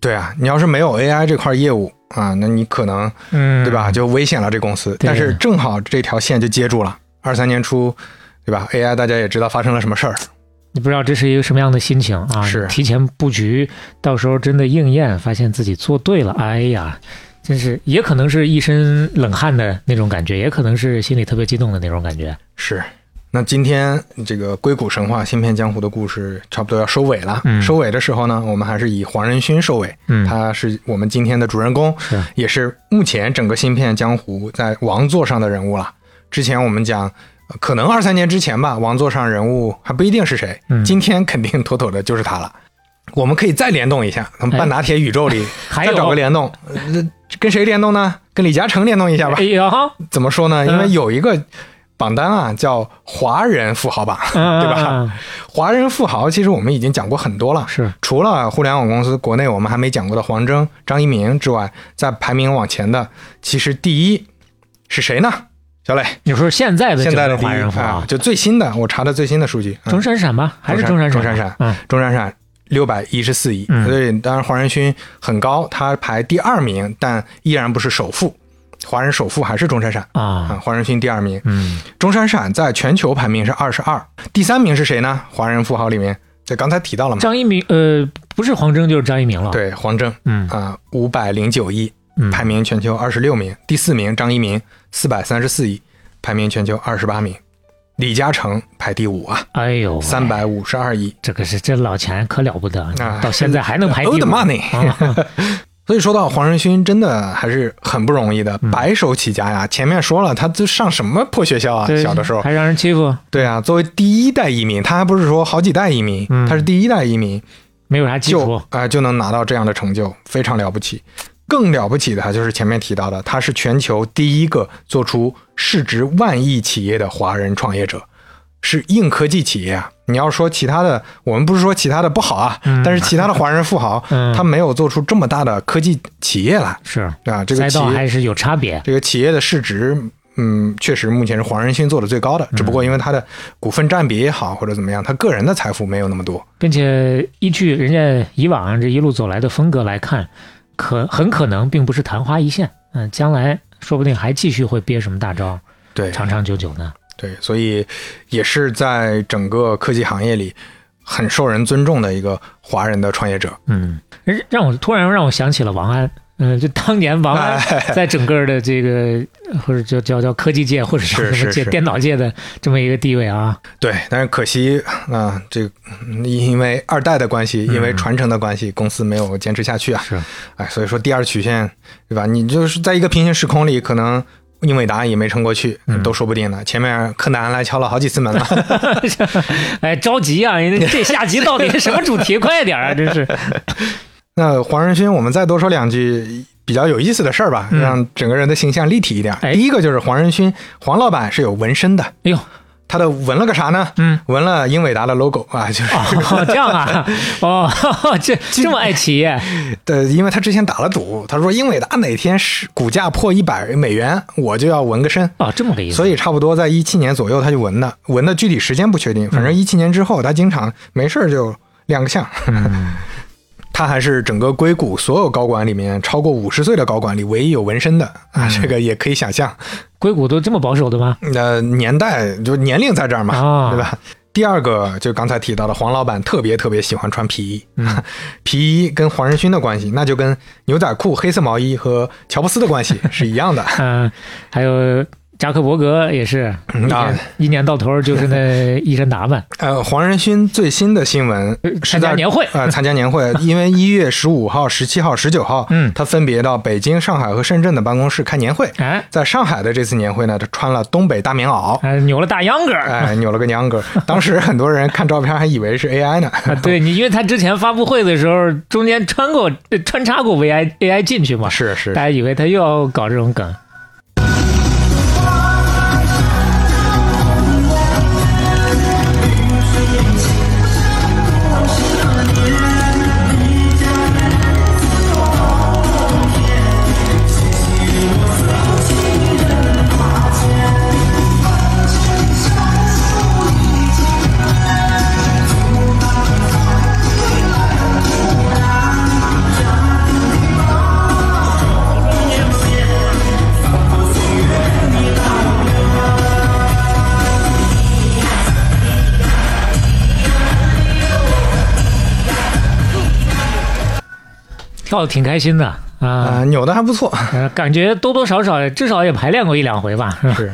C: 对啊，你要是没有 AI 这块业务啊，那你可能
D: 嗯，
C: 对吧？？就危险了这公司。
D: 对
C: 但是正好这条线就接住了。二三年初，对吧？AI 大家也知道发生了什么事儿，
D: 你不知道这是一个什么样的心情啊！
C: 是
D: 提前布局，到时候真的应验，发现自己做对了，哎呀，真是也可能是一身冷汗的那种感觉，也可能是心里特别激动的那种感觉。
C: 是。那今天这个硅谷神话、新片江湖的故事差不多要收尾了。
D: 嗯
C: 收尾的时候呢，我们还是以黄仁勋收尾。
D: 嗯
C: 他是我们今天的主人公，
D: 是
C: 也是目前整个芯片江湖在王座上的人物了。之前我们讲，呃可能二三年之前吧，王座上人物还不一定是谁，
D: 嗯
C: 今天肯定妥妥的就是他了。我们可以再联动一下，咱们半打铁宇宙里
D: 哎 还
C: 再找个
D: 有，
C: 联动，呃跟谁联动呢？跟李嘉诚联动一下吧
D: 哎。呀哈，
C: 怎么说呢？因为
D: 嗯
C: 有一个榜单啊，叫华人富豪榜， 对吧？
D: 吧？
C: 华人富豪其实我们已经讲过很多了，
D: 是，
C: 除了互联网公司国内我们还没讲过的黄峥、张一鸣之外，在排名往前的，其实第一是谁呢？小磊，
D: 你说现在的
C: 现在的
D: 整个华
C: 第一
D: 人华
C: 啊，就最新的，我查的最新的数据，嗯
D: 钟闪闪吧，还是
C: 钟闪
D: 闪
C: 钟闪
D: 闪？嗯，
C: 钟闪闪六百一十四亿，
D: 嗯
C: 所以当然黄仁勋很高，他排第二名，但依然不是首富，华人首富还是钟闪闪啊，
D: 啊，
C: 黄仁勋第二名，
D: 嗯，
C: 钟闪闪在全球排名是二十二，第三名是谁呢？华人富豪里面，对，刚才提到了嘛，
D: 张一鸣，呃，不是黄峥就是张一鸣了。，
C: 对，黄峥
D: 嗯
C: 啊，五百零九亿，
D: 嗯，
C: 排名全球二十六名，第四名张一鸣四百三十四亿，排名全球二十八名，李嘉诚排第五啊，
D: 哎呦，
C: 三，百五十二亿。
D: 这个是这老钱可了不得
C: 啊，
D: 到现在还能排第
C: Old
D: 五
C: money
D: 啊
C: 所以说到黄仁勋，真的还是很不容易
D: 嗯
C: 的，白手起家呀。前面说了，他就上什么破学校啊，
D: 对
C: 小的时候，
D: 还让人欺负，
C: 对啊，作为第一代移民，他还不是说好几代移民，
D: 嗯
C: 他是第一代移民，
D: 没有啥基
C: 就
D: 础
C: 啊、。就能拿到这样的成就，非常了不起。更了不起的就是前面提到的，他是全球第一个做出市值万亿企业的华人创业者，是硬科技企业啊。你要说其他的，我们不是说其他的不好啊，
D: 嗯
C: 但是其他的华人富豪，
D: 嗯
C: 他没有做出这么大的科技企业来
D: 是，
C: 啊。这个
D: 赛
C: 企
D: 道
C: 业，
D: 还是有差别。
C: 这个企业的市值，嗯，确实目前是黄仁勋做的最高的，只不过
D: 嗯
C: 因为他的股份占比也好，或者怎么样，他个人的财富没有那么多。
D: 并且依据人家以往这一路走来的风格来看，可很可能并不是昙花一现，嗯，将来说不定还继续会憋什么大招，
C: 对，
D: 长长久久呢。
C: 对，所以也是在整个科技行业里很受人尊重的一个华人的创业者。
D: 嗯，让让我突然让我想起了王安，嗯、就当年王安在整个的这个或者叫叫叫科技界或者叫
C: 是
D: 什么
C: 是
D: 界
C: 是
D: 电脑界的这么一个地位啊，
C: 对，但是可惜啊、这个嗯因为二代的关系，因为传承的关系，公司没有坚持下去啊。
D: 嗯是，
C: 哎，所以说第二曲线，对吧？你就是在一个平行时空里，可能。英伟达也没撑过去，
D: 嗯
C: 都说不定呢。前面柯南来敲了好几次门了，
D: 哎，着急啊，人家这下集到底是什么主题？快点啊，真是，
C: 那黄仁勋，我们再多说两句比较有意思的事儿吧，
D: 嗯
C: 让整个人的形象立体一点。
D: 哎
C: 第一个就是黄仁勋，黄老板是有纹身的，
D: 哎呦，
C: 他的纹了个啥呢？
D: 嗯，
C: 纹了英伟达的 logo 啊，就是、
D: 哦，这样啊，哦， 这这么爱企业，
C: 对，因为他之前打了赌，他说英伟达哪天是股价破一百美元，我就要纹个身。
D: 哦，这么个意思，
C: 所以差不多在一七年左右他就纹的，纹的具体时间不确
D: 嗯
C: 定，反正一七年之后他经常没事儿就亮个相。
D: 嗯
C: 他还是整个硅谷所有高管里面超过五十岁的高管里唯一有纹身的
D: 嗯
C: 啊，这个也可以想象。
D: 硅谷都这么保守的 吗？
C: 那呃年代就年龄在这儿嘛，
D: 啊
C: 对吧？第二个就刚才提到的黄老板特别特别喜欢穿皮衣，
D: 嗯
C: 皮衣跟黄仁勋的关系，那就跟牛仔裤、黑色毛衣和乔布斯的关系是一 样的。
D: 嗯、还有扎克伯格也是，一年、
C: 啊
D: 一年到头就是那一身打扮，
C: 呃，黄仁勋最新的新闻是
D: 参加
C: 在
D: 年会
C: 呃参加年 会，因为一月十五号、十七号、十九号，
D: 嗯
C: 他分别到北京、上海和深圳的办公室开年会。
D: 哎
C: 在上海的这次年会呢，他穿了东北大棉袄，
D: 哎，扭了大秧歌儿。
C: 哎，扭了个娘哥。当时很多人看照片还以为是 AI 呢。
D: 啊，对你，因为他之前发布会的时候中间穿过 呃穿插过 AI AI 进去嘛，
C: 是是
D: 大，家以为他又要搞这种梗。跳的挺开心的啊、
C: 啊，扭的还不错。
D: 呃感觉多多少少至少也排练过一两回吧，是 吧？
C: 是，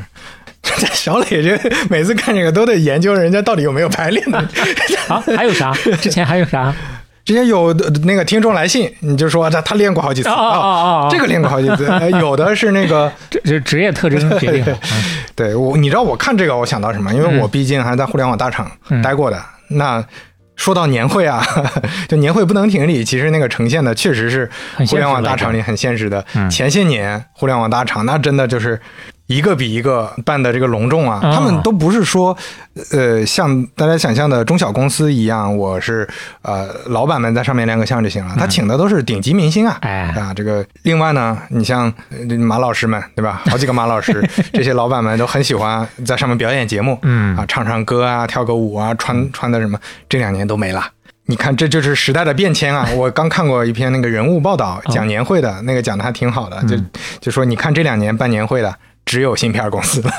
C: 这小磊这每次看这个都得研究人家到底有没有排练 的。
D: 啊，还有啥？之前还有啥？啊
C: 之前有的那个听众来信，你就说他他练过好几次
D: 啊啊
C: 啊，
D: 啊啊！
C: 这个练过好几次。哎有的是那个，
D: 这这职业特征决定的。啊
C: 对我你知道我看这个我想到什么？因为我
D: 嗯
C: 毕竟还在互联网大厂
D: 嗯
C: 待过的。那说到年会啊， 就年会不能停里，其实那个呈现的确实是
D: 很
C: 互
D: 现实
C: 联网
D: 来
C: 大
D: 着
C: 厂里很现实的。
D: 嗯
C: 前些年互联网大厂那真的就是一个比一个办的这个隆重啊，
D: 啊
C: 他们都不是说呃像大家想象的中小公司一样，我是呃老板们在上面亮个相就行了，他请的都是顶级明星啊。
D: 嗯哎
C: 啊，这个另外呢，你像呃马老师们，对 吧？好几个马老师，这些老板们都很喜欢在上面表演节目，
D: 嗯
C: 啊，唱唱歌啊，跳个舞啊，穿穿的什么，这两年都没了。你看，这就是时代的变迁 啊！我刚看过一篇那个人物报道，
D: 哦
C: 讲年会的、那个讲的还挺好
D: 嗯
C: 的，就就说你看这两年办年会的只有芯片公司了，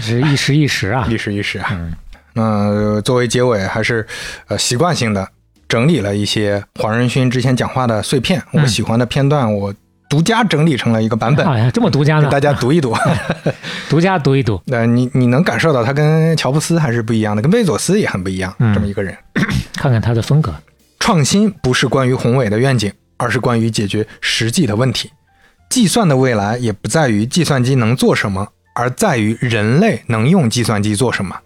D: 是一时一时 啊。
C: 历史历史啊。那、呃作为结尾，还是呃习惯性的整理了一些黄仁勋之前讲话的碎片，我
D: 嗯
C: 喜欢的片段，我独家整理成了一个版本，
D: 哎呀，这么独家
C: 给
D: 呢？
C: 大家读一读。
D: 独家读一读。
C: 那你你能感受到他跟乔布斯还是不一样的，跟贝佐斯也很不一样，
D: 嗯
C: 这么一个人。
D: 看看他的风格。
C: 创新不是关于宏伟的愿景，而是关于解决实际的问题。计算的未来也不在于计算机能做什么，而在于人类能用计算机做什么。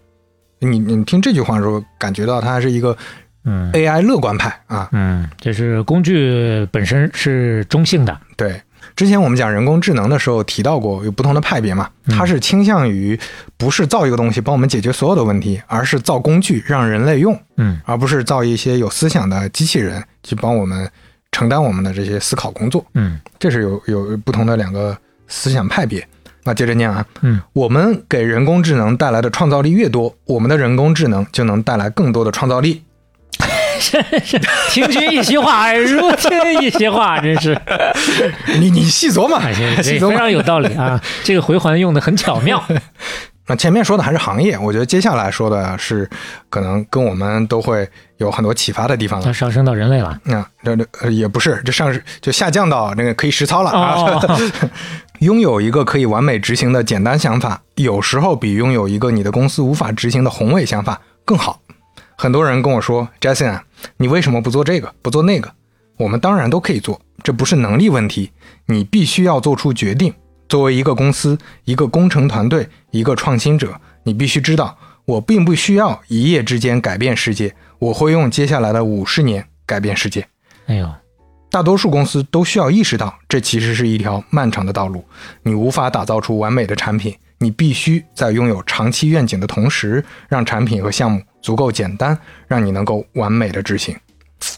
C: 你你听这句话的时候，感觉到他还是一个
D: 嗯
C: AI 乐观派啊。
D: 嗯，就是工具本身是中性的。
C: 对，之前我们讲人工智能的时候提到过，有不同的派别嘛，
D: 嗯
C: 它是倾向于不是造一个东西帮我们解决所有的问题，而是造工具让人类用，
D: 嗯
C: 而不是造一些有思想的机器人去帮我们承担我们的这些思考工作。
D: 嗯
C: 这是有有不同的两个思想派别。那接着念啊，
D: 嗯，
C: 我们给人工智能带来的创造力越多，我们的人工智能就能带来更多的创造力。
D: 听君一席话，哎如听一席话，真是，
C: 你你细琢磨
D: 哎，这，
C: 细
D: 这
C: 琢
D: 非
C: 磨。
D: 常有道理啊！这个回环用的很巧妙。
C: 那前面说的还是行业，我觉得接下来说的是可能跟我们都会有很多启发的地方
D: 它
C: 了。
D: 上升到人类了。
C: 那这这呃也不是，这上是就下降到那个可以实操了啊。
D: 哦，
C: 拥有一个可以完美执行的简单想法，有时候比拥有一个你的公司无法执行的宏伟想法更好。很多人跟我说：“Jason，啊你为什么不做这个，不做那个？”我们当然都可以做，这不是能力问题，你必须要做出决定。作为一个公司、一个工程团队、一个创新者，你必须知道，我并不需要一夜之间改变世界，我会用接下来的五十年改变世界。
D: 哎呦，
C: 大多数公司都需要意识到，这其实是一条漫长的道路，你无法打造出完美的产品，你必须在拥有长期愿景的同时，让产品和项目足够简单，让你能够完美的执行。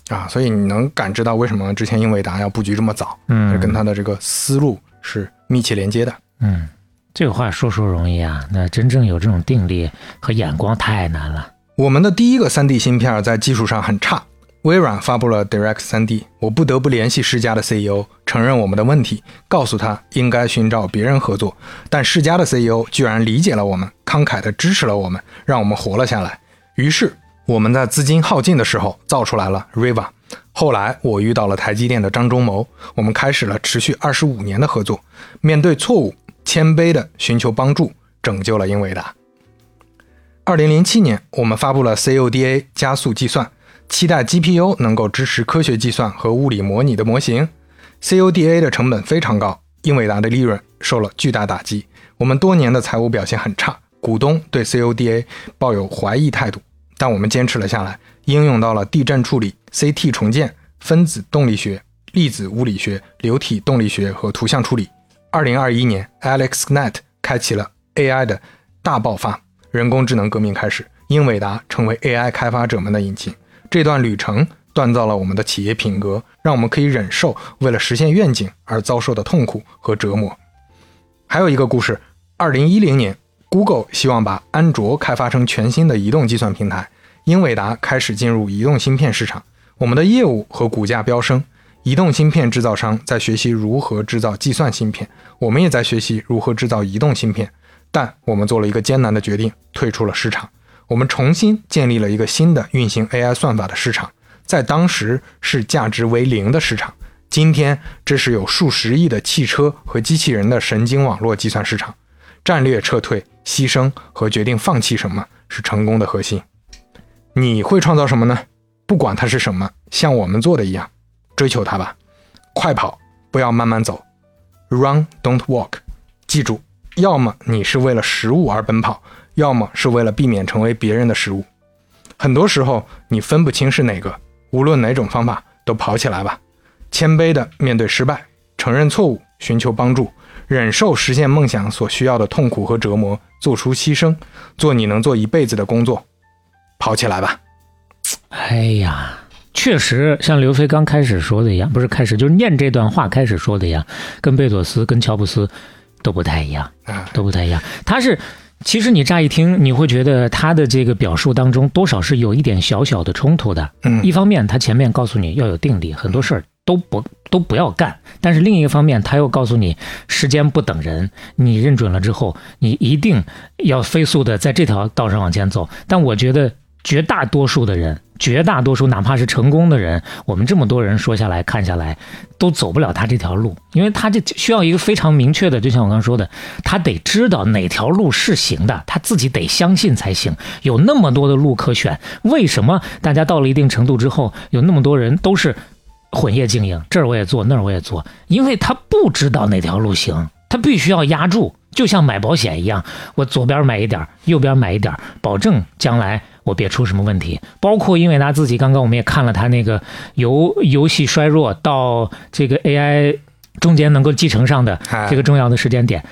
C: 啊，所以你能感知到为什么之前英伟达要布局这么早，
D: 嗯
C: 这跟他的这个思路是密切连接的。
D: 嗯，这个话说说容易啊，那真正有这种定力和眼光太难了。
C: 我们的第一个 3D 芯片在技术上很差。微软发布了 Direct 3D，我不得不联系世嘉的 CEO，承认我们的问题，告诉他应该寻找别人合作。但世嘉的 CEO 居然理解了我们，慷慨地支持了我们，让我们活了下来。于是我们在资金耗尽的时候造出来了 Riva。后来我遇到了台积电的张忠谋，我们开始了持续二十五年的合作。面对错误，谦卑地寻求帮助，拯救了英伟达。二零零七年，我们发布了 CODA 加速计算，期待 GPU 能够支持科学计算和物理模拟的模型。CODA 的成本非常高，英伟达的利润受了巨大打击。我们多年的财务表现很差，股东对 CODA 抱有怀疑态度，但我们坚持了下来，应用到了地震处理、CT 重建、分子动力学、粒子物理学、流体动力学和图像处理。二零二一年，Alex Knight 开启了 AI 的大爆发，人工智能革命开始，英伟达成为 AI 开发者们的引擎。这段旅程锻造了我们的企业品格，让我们可以忍受为了实现愿景而遭受的痛苦和折磨。还有一个故事，二零一零年，Google 希望把安卓开发成全新的移动计算平台，英伟达开始进入移动芯片市场，我们的业务和股价飙升。移动芯片制造商在学习如何制造计算芯片，我们也在学习如何制造移动芯片。但我们做了一个艰难的决定，退出了市场。我们重新建立了一个新的运行 AI 算法的市场，在当时是价值为零的市场，今天这是有数十亿的汽车和机器人的神经网络计算市场。战略撤退、牺牲和决定放弃什么是成功的核心。你会创造什么呢？不管它是什么，像我们做的一样，追求它吧。快跑，不要慢慢走。Run, don't walk。记住，要么你是为了食物而奔跑，要么是为了避免成为别人的食物。很多时候你分不清是哪个，无论哪种方法都跑起来吧。谦卑地面对失败，承认错误，寻求帮助，忍受实现梦想所需要的痛苦和折磨，做出牺牲，做你能做一辈子的工作，跑起来吧。
D: 哎呀，确实像刘飞刚开始说的一样，不是开始就是念这段话开始说的一样，跟贝佐斯、跟乔布斯都不太一样，
C: 啊，
D: 都不太一样。他是，其实你乍一听，你会觉得他的这个表述当中多少是有一点小小的冲突的。
C: 嗯
D: 一方面他前面告诉你要有定力，很多事儿都不都不要干，但是另一个方面他又告诉你时间不等人，你认准了之后，你一定要飞速的在这条道上往前走。但我觉得绝大多数的人。绝大多数，哪怕是成功的人，我们这么多人说下来、看下来，都走不了他这条路，因为他这需要一个非常明确的，就像我刚刚说的，他得知道哪条路是行的，他自己得相信才行。有那么多的路可选，为什么大家到了一定程度之后，有那么多人都是混业经营，这儿我也做，那儿我也做，因为他不知道哪条路行，他必须要压住，就像买保险一样，我左边买一点儿，右边买一点儿，保证将来我别出什么问题。包括英伟达自己，刚刚我们也看了他那个由游戏衰弱到这个 AI 中间能够继承上的
C: 哎
D: 这个重要的时间点。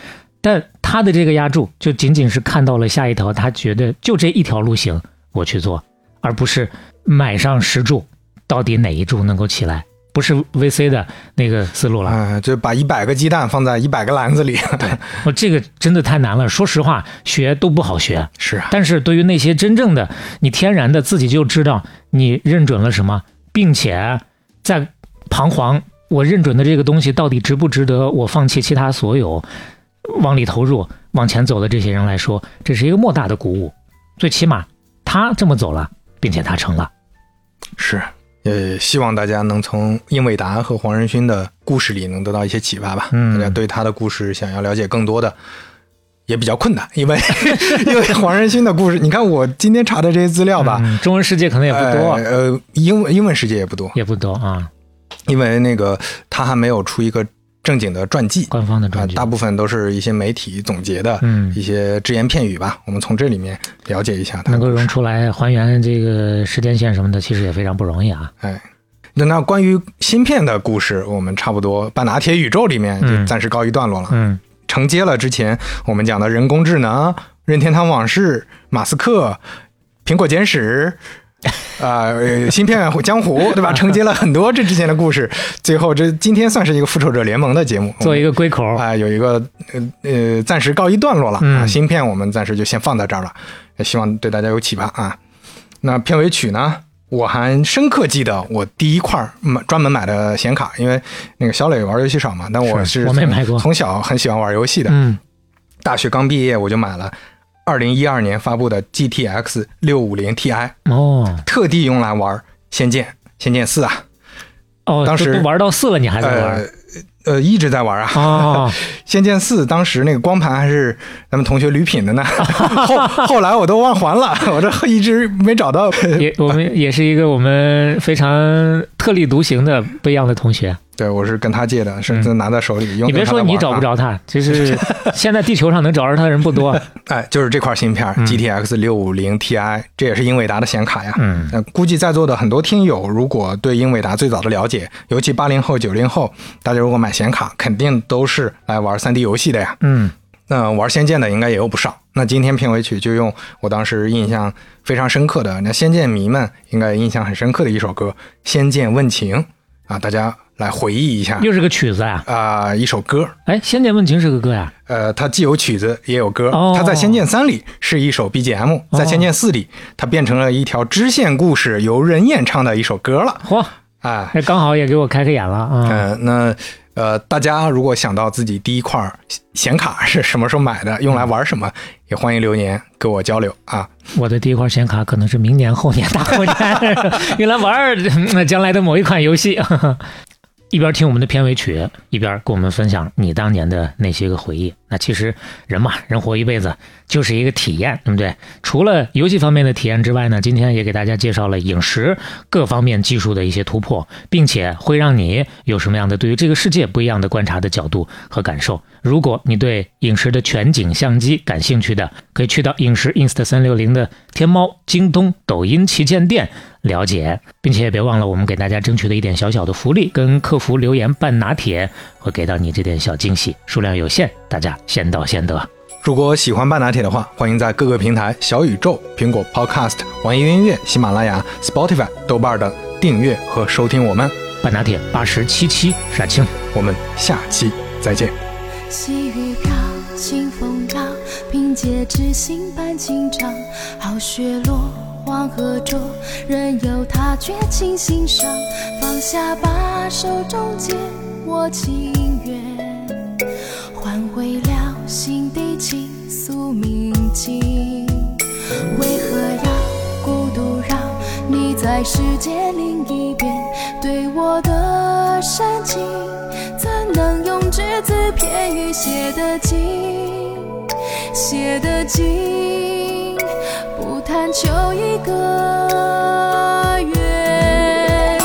D: 但他的这个压住，就仅仅是看到了下一条，他觉得就这一条路行，我去做，而不是买上十注，到底哪一注能够起来，不是 VC 的那个思路了。
C: 啊，就把一百个鸡蛋放在一百个篮子里。对，
D: 我这个真的太难了，说实话，学都不好学。
C: 是啊，
D: 但是对于那些真正的你天然的自己就知道你认准了什么，并且在彷徨，我认准的这个东西到底值不值得我放弃其他所有，往里投入、往前走的这些人来说，这是一个莫大的鼓舞。最起码他这么走了，并且他成了。
C: 是。呃，希望大家能从英伟达和黄仁勋的故事里能得到一些启发吧。
D: 嗯
C: 大家对他的故事想要了解更多的，也比较困难，因为 因为黄仁勋的故事，你看我今天查的这些资料吧，
D: 嗯中文世界可能也不多，
C: 呃，呃英文英文世界也不多，
D: 也不多啊，
C: 因为那个他还没有出一个正经的传记
D: 官方的
C: 啊、
D: 专嗯辑。
C: 大部分都是一些媒体总结的
D: 哦嗯
C: 一些只言片语吧。我们从这里面了解一下他
D: 能。够融出来还原这个时间线什么的，其实也非常不容易啊。
C: 哎，那那关于芯片的故事，我们差不多半拿铁宇宙里面就
D: 嗯
C: 暂时告一段落了。
D: 嗯
C: 承接了之前我们讲的人工智能、任天堂往事、马斯克、苹果简史。啊、呃，芯片 江湖，对吧？承接了很多这之前的故事，最后这今天算是一个复仇者联盟的节目，
D: 做一个归口。
C: 啊、有一个呃呃，暂时告一段落了、啊。
D: 嗯
C: 芯片我们暂时就先放在这儿了，也希望对大家有启发啊。那片尾曲呢？我还深刻记得我第一块儿买专门买的显卡，因为那个小磊玩游戏少嘛，但我是
D: 是我没
C: 从
D: 买过
C: 从小很喜欢玩游戏的。
D: 嗯
C: 大学刚毕业我就买了二零一二年发布的 GTX 六五零 Ti，
D: 哦
C: 特地用来玩《仙剑》《仙剑四》啊，
D: 哦，
C: 当时
D: 都都玩到四了，你还在玩？
C: 呃呃，一直在玩啊。
D: 哦，
C: 《仙剑四》当时那个光盘还是咱们同学吕品的呢， 后后来我都忘还了， 我这一直没找到。
D: 也我们也是一个我们非常特立独行的不一样的同学。
C: 对，我是跟他借的，是拿在手里用。
D: 你别说
C: 用它来玩
D: 你
C: 啊
D: 找不，着他，就是 现在地球上能找着他的人不多。
C: 哎，就是这块芯片、
D: 嗯
C: GTX 六五零 Ti，这也是英伟达的显卡呀。
D: 嗯
C: 那估计在座的很多听友，如果对英伟达最早的了解，尤其八零后、九零后，大家如果买显卡，肯定都是来玩三 D 游戏的呀。
D: 嗯，
C: 那玩《仙剑》的应该也有不少。那今天片尾曲就用我当时印象非常深刻的，那《仙剑》迷们应该印象很深刻的一首歌《仙剑问情》啊，大家来回忆一下
D: 又是个曲子啊！
C: 啊、一首歌。
D: 哎，《仙剑问情》是个歌呀、
C: 呃，它既有曲子也有歌，
D: 哦
C: 它在《仙剑三》里是一首 BGM，在《仙剑四》里它变成了一条支线故事，由人演唱的一首歌了。
D: 嚯，
C: 啊，
D: 哎，刚好也给我开开眼了啊！
C: 呃，那呃，大家如果想到自己第一块儿显卡是什么时候买的，用来玩什么，也欢迎留言跟我交流啊。
D: 我的第一块显卡可能是明 年、后年、大后年，用来玩儿嗯将来的某一款游戏。一边听我们的片尾曲，一边跟我们分享你当年的那些个回忆。那其实人嘛，人活一辈子就是一个体验，对不对？除了游戏方面的体验之外呢，今天也给大家介绍了影视各方面技术的一些突破，并且会让你有什么样的对于这个世界不一样的观察的角度和感受。如果你对影视的全景相机感兴趣的，可以去到影视 Insta 三六零的天猫、京东、抖音旗舰店了解，并且也别忘了我们给大家争取的一点小小的福利，跟客服留言半拿铁会给到你这点小惊喜，数量有限，大家先到先得。
C: 如果喜欢半拿铁的话，欢迎在各个平台小宇宙、苹果 Podcast、网易云音乐、喜马拉雅、Spotify、豆瓣等订阅和收听我们。
D: 半拿铁八十七期啊杀青。
C: 我们下期再见。
E: 细雨飘，清风飘，凭借知心伴情长。好雪落，黄河浊，任由它绝情欣赏。放下吧，手中剑，我情愿换回了心底情诉明镜。为何要孤独让你在世界另一边对我的深情，怎能用只字片语写得尽，写得尽？不贪求一个圆，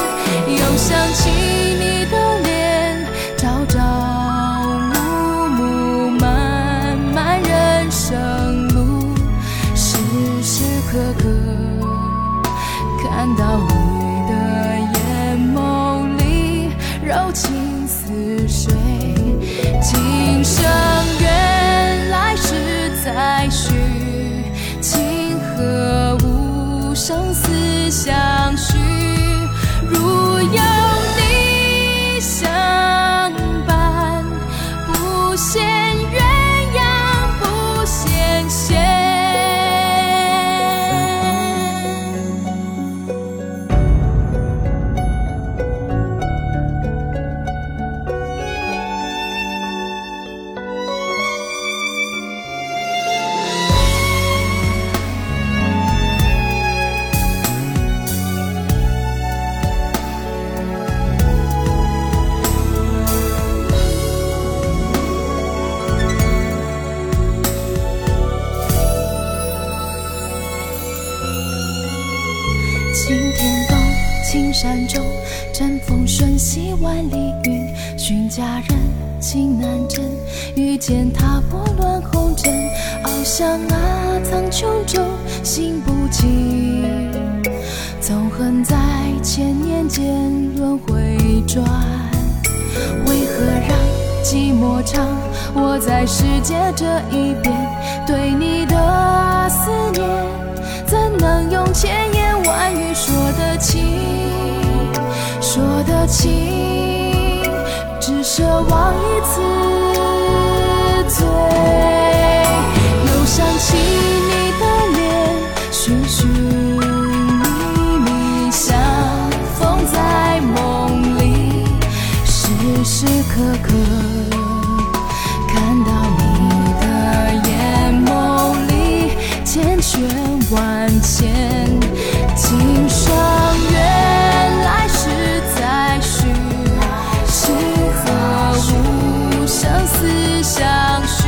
E: 又想起你的脸，朝朝暮暮，漫漫人生路，时时刻刻看到你的眼眸里柔情似水。今生缘，来世再续，情和无生死相许。如有你相伴，不羡鸳鸯不羡仙。青天东，青山中，阵风瞬息万里云。寻佳人，情难枕，遇见他拨乱红尘。翱翔啊，苍穹中，心不静。纵横在千年间轮回转，为何让寂寞唱？我在世界这一边对你的思念，怎能用千言万语说得清？说得清，只奢望一次醉。又想起你的脸，寻寻觅觅，相逢在梦里，时时刻刻看到你的眼眸里千圈万千。今生缘，来世再续，心和无生死相许。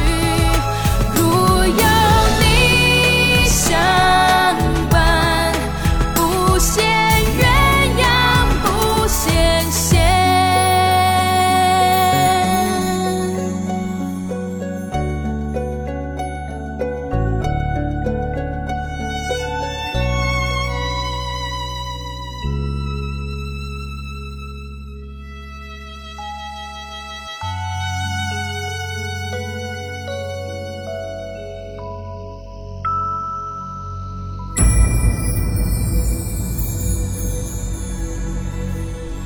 E: 如有你相伴，不羡鸳鸯不羡仙。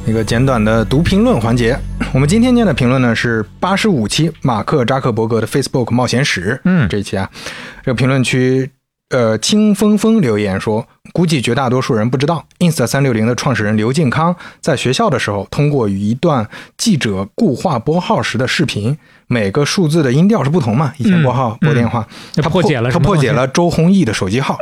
C: 一个简短的读评论环节。我们今天念的评论呢是八十五期马克扎克伯格的 Facebook 冒险史。
D: 嗯
C: 这一期啊，这个评论区呃清风风留言说，估计绝大多数人不知道，Insta 三六零的创始人刘靖康在学校的时候，通过与一段记者固话拨号时的视频，每个数字的音调是不同嘛？以前拨号、
D: 嗯
C: 拨电话，
D: 那
C: 他
D: 破解了
C: 他
D: 什么
C: 破
D: 东西
C: 解了周鸿祎的手机号，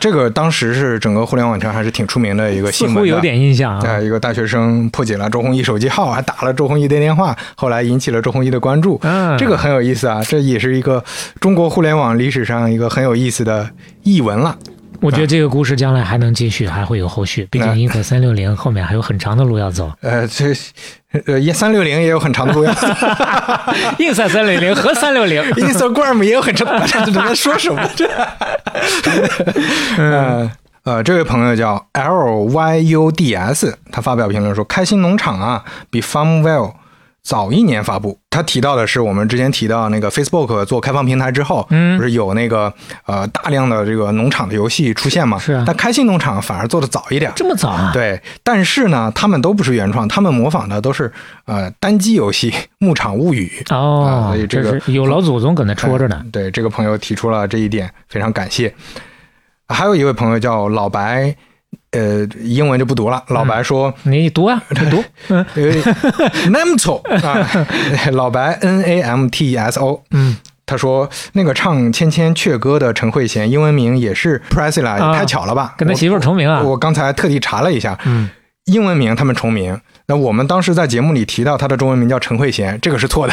C: 这个当时是整个互联网圈还是挺出名的一个
D: 似
C: 新闻
D: 乎
C: 的。
D: 有点印象啊。
C: 啊，一个大学生破解了周鸿祎手机号，还打了周鸿祎的电话，后来引起了周鸿祎的关注。
D: 嗯
C: 这个很有意思啊，这也是一个中国互联网历史上一个很有意思的译文了。
D: 我觉得这个故事将来还能继续，还会有后续。毕竟
C: 那
D: Insta 三六零后面还有很长的路要 走。
C: 呃，这呃，三六零也有很长的路要走
D: Insta 三六零和三六零，
C: ，Instagram 也有很长，这这在说什么？这，嗯。 呃，这位朋友叫 L Y U D S，他发表评论说：“开心农场啊，比 Farmwell 早一年发布。”他提到的是我们之前提到那个 Facebook 做开放平台之后，
D: 嗯
C: 不是有那个呃大量的这个农场的游戏出现嘛？
D: 是啊
C: 但开心农场反而做的早一点，
D: 这么早啊？
C: 对，但是呢，他们都不是原创，他们模仿的都是呃单机游戏《牧场物语》啊
D: 哦
C: 所以，这
D: 这
C: 个
D: 是有老祖宗搁那戳着呢。
C: 啊对，这个朋友提出了这一点，非常感谢。还有一位朋友叫老白，呃，英文就不读了。
D: 嗯
C: 老白说
D: 你读啊，你 读。嗯
C: 呃 “namto” 啊，老白 N A M T S O。
D: 嗯，
C: 他说：“那个唱《芊芊雀歌》的陈慧娴，英文名也是 Priscilla，、
D: 啊
C: 太巧了吧？
D: 跟他
C: 我
D: 媳妇儿重名啊。
C: 我刚才特地查了一下，
D: 嗯，
C: 英文名他们重名。那我们当时在节目里提到他的中文名叫陈慧娴，这个是错的，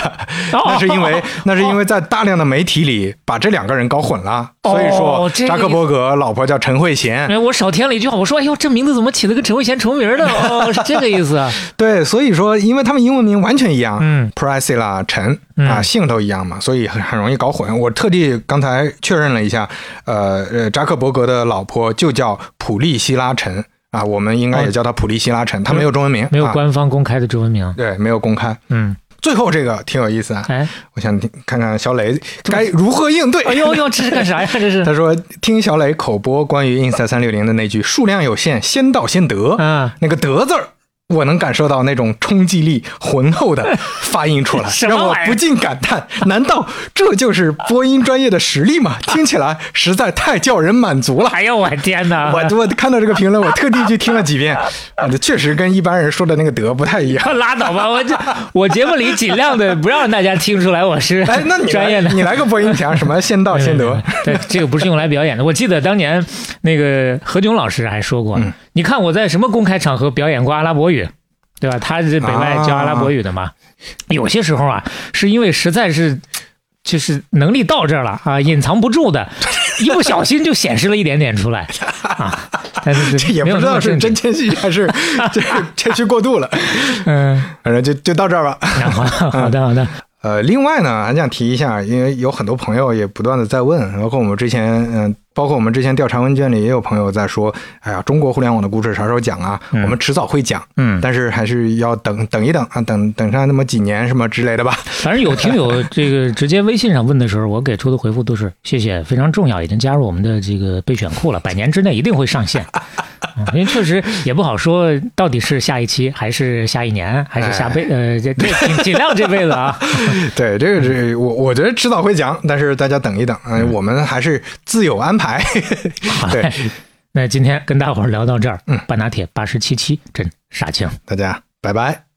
D: 哦
C: 那是因为那是因为在大量的媒体里把这两个人搞混了，
D: 哦
C: 所以说
D: 这个
C: 扎克伯格老婆叫陈慧娴，
D: 哎，我少添了一句话，我说，哎呦，这名字怎么起的跟陈慧娴重名 的？哦，是这个意思啊。
C: 对，所以说因为他们英文名完全一样，
D: 嗯
C: ，Priscilla 陈
D: 嗯
C: 啊姓都一样嘛，所以很很容易搞混。我特地刚才确认了一下，呃呃，扎克伯格的老婆就叫普利希拉陈啊，我们应该也叫她普利希拉陈，她没有中文名，
D: 哦没有
C: 啊
D: 官方公开的中文名。
C: 对，没有公开。
D: 嗯，
C: 最后这个挺有意思啊，
D: 哎，
C: 我想听看看小磊该如何应对。
D: 哎呦呦，这是干啥呀？这 是
C: 他说听小磊口播关于 Insta 三六零的那句“数量有限，先到先得”，
D: 啊，
C: 那个“得”字儿。我能感受到那种冲击力浑厚 的发音出来，
D: 什么
C: 让我
D: 玩意儿
C: 不禁感叹：难道这就是播音专业的实力 吗？听起来实在太叫人满足了。
D: 哎呦， 我天哪！
C: 我我看到这个评论，我特地去听了几遍，啊确实跟一般人说的那个“得”不太一样。
D: 拉倒吧，我这我节目里尽量的不让大家听出来我是
C: 哎，那你
D: 专业
C: 来
D: 的。
C: 你来个播音墙，什么先到先得。
D: 对，这个不是用来表演的。我记得当年那个何炅老师还说过，
C: 嗯
D: 你看我在什么公开场合表演过阿拉伯语，对吧？他是北外教阿拉伯语的
C: 啊
D: 嘛。有些时候啊，是因为实在是就是能力到这儿了啊，隐藏不住的，一不小心就显示了一点点出来啊。但是
C: 这也
D: 没
C: 不
D: 有
C: 知
D: 那
C: 道
D: 么
C: 是
D: 正经
C: 真谦虚还 是这谦虚过度了，
D: 嗯，
C: 反正就就到这儿吧。
D: 好的好的好的，
C: 呃，另外呢，还想提一下，因为有很多朋友也不断的在问，包括我们之前，嗯、包括我们之前调查问卷里也有朋友在说，哎呀，中国互联网的故事啥时候讲啊？我们迟早会讲，
D: 嗯
C: 但是还是要等等一等啊，等等上那么几年什么之类的吧。
D: 反正有听友这个直接微信上问的时候，我给出的回复都是谢谢，非常重要，已经加入我们的这个备选库了，百年之内一定会上线。嗯因为确实也不好说，到底是下一期还是下一年，还是下辈呃，这这尽尽量这辈子啊，
C: 对，这个是我我觉得迟早会讲，但是大家等一等，嗯、我们还是自有安 排。对，
D: 那今天跟大伙儿聊到这儿，嗯，半拿铁八十七期真杀青。
C: 大家拜拜。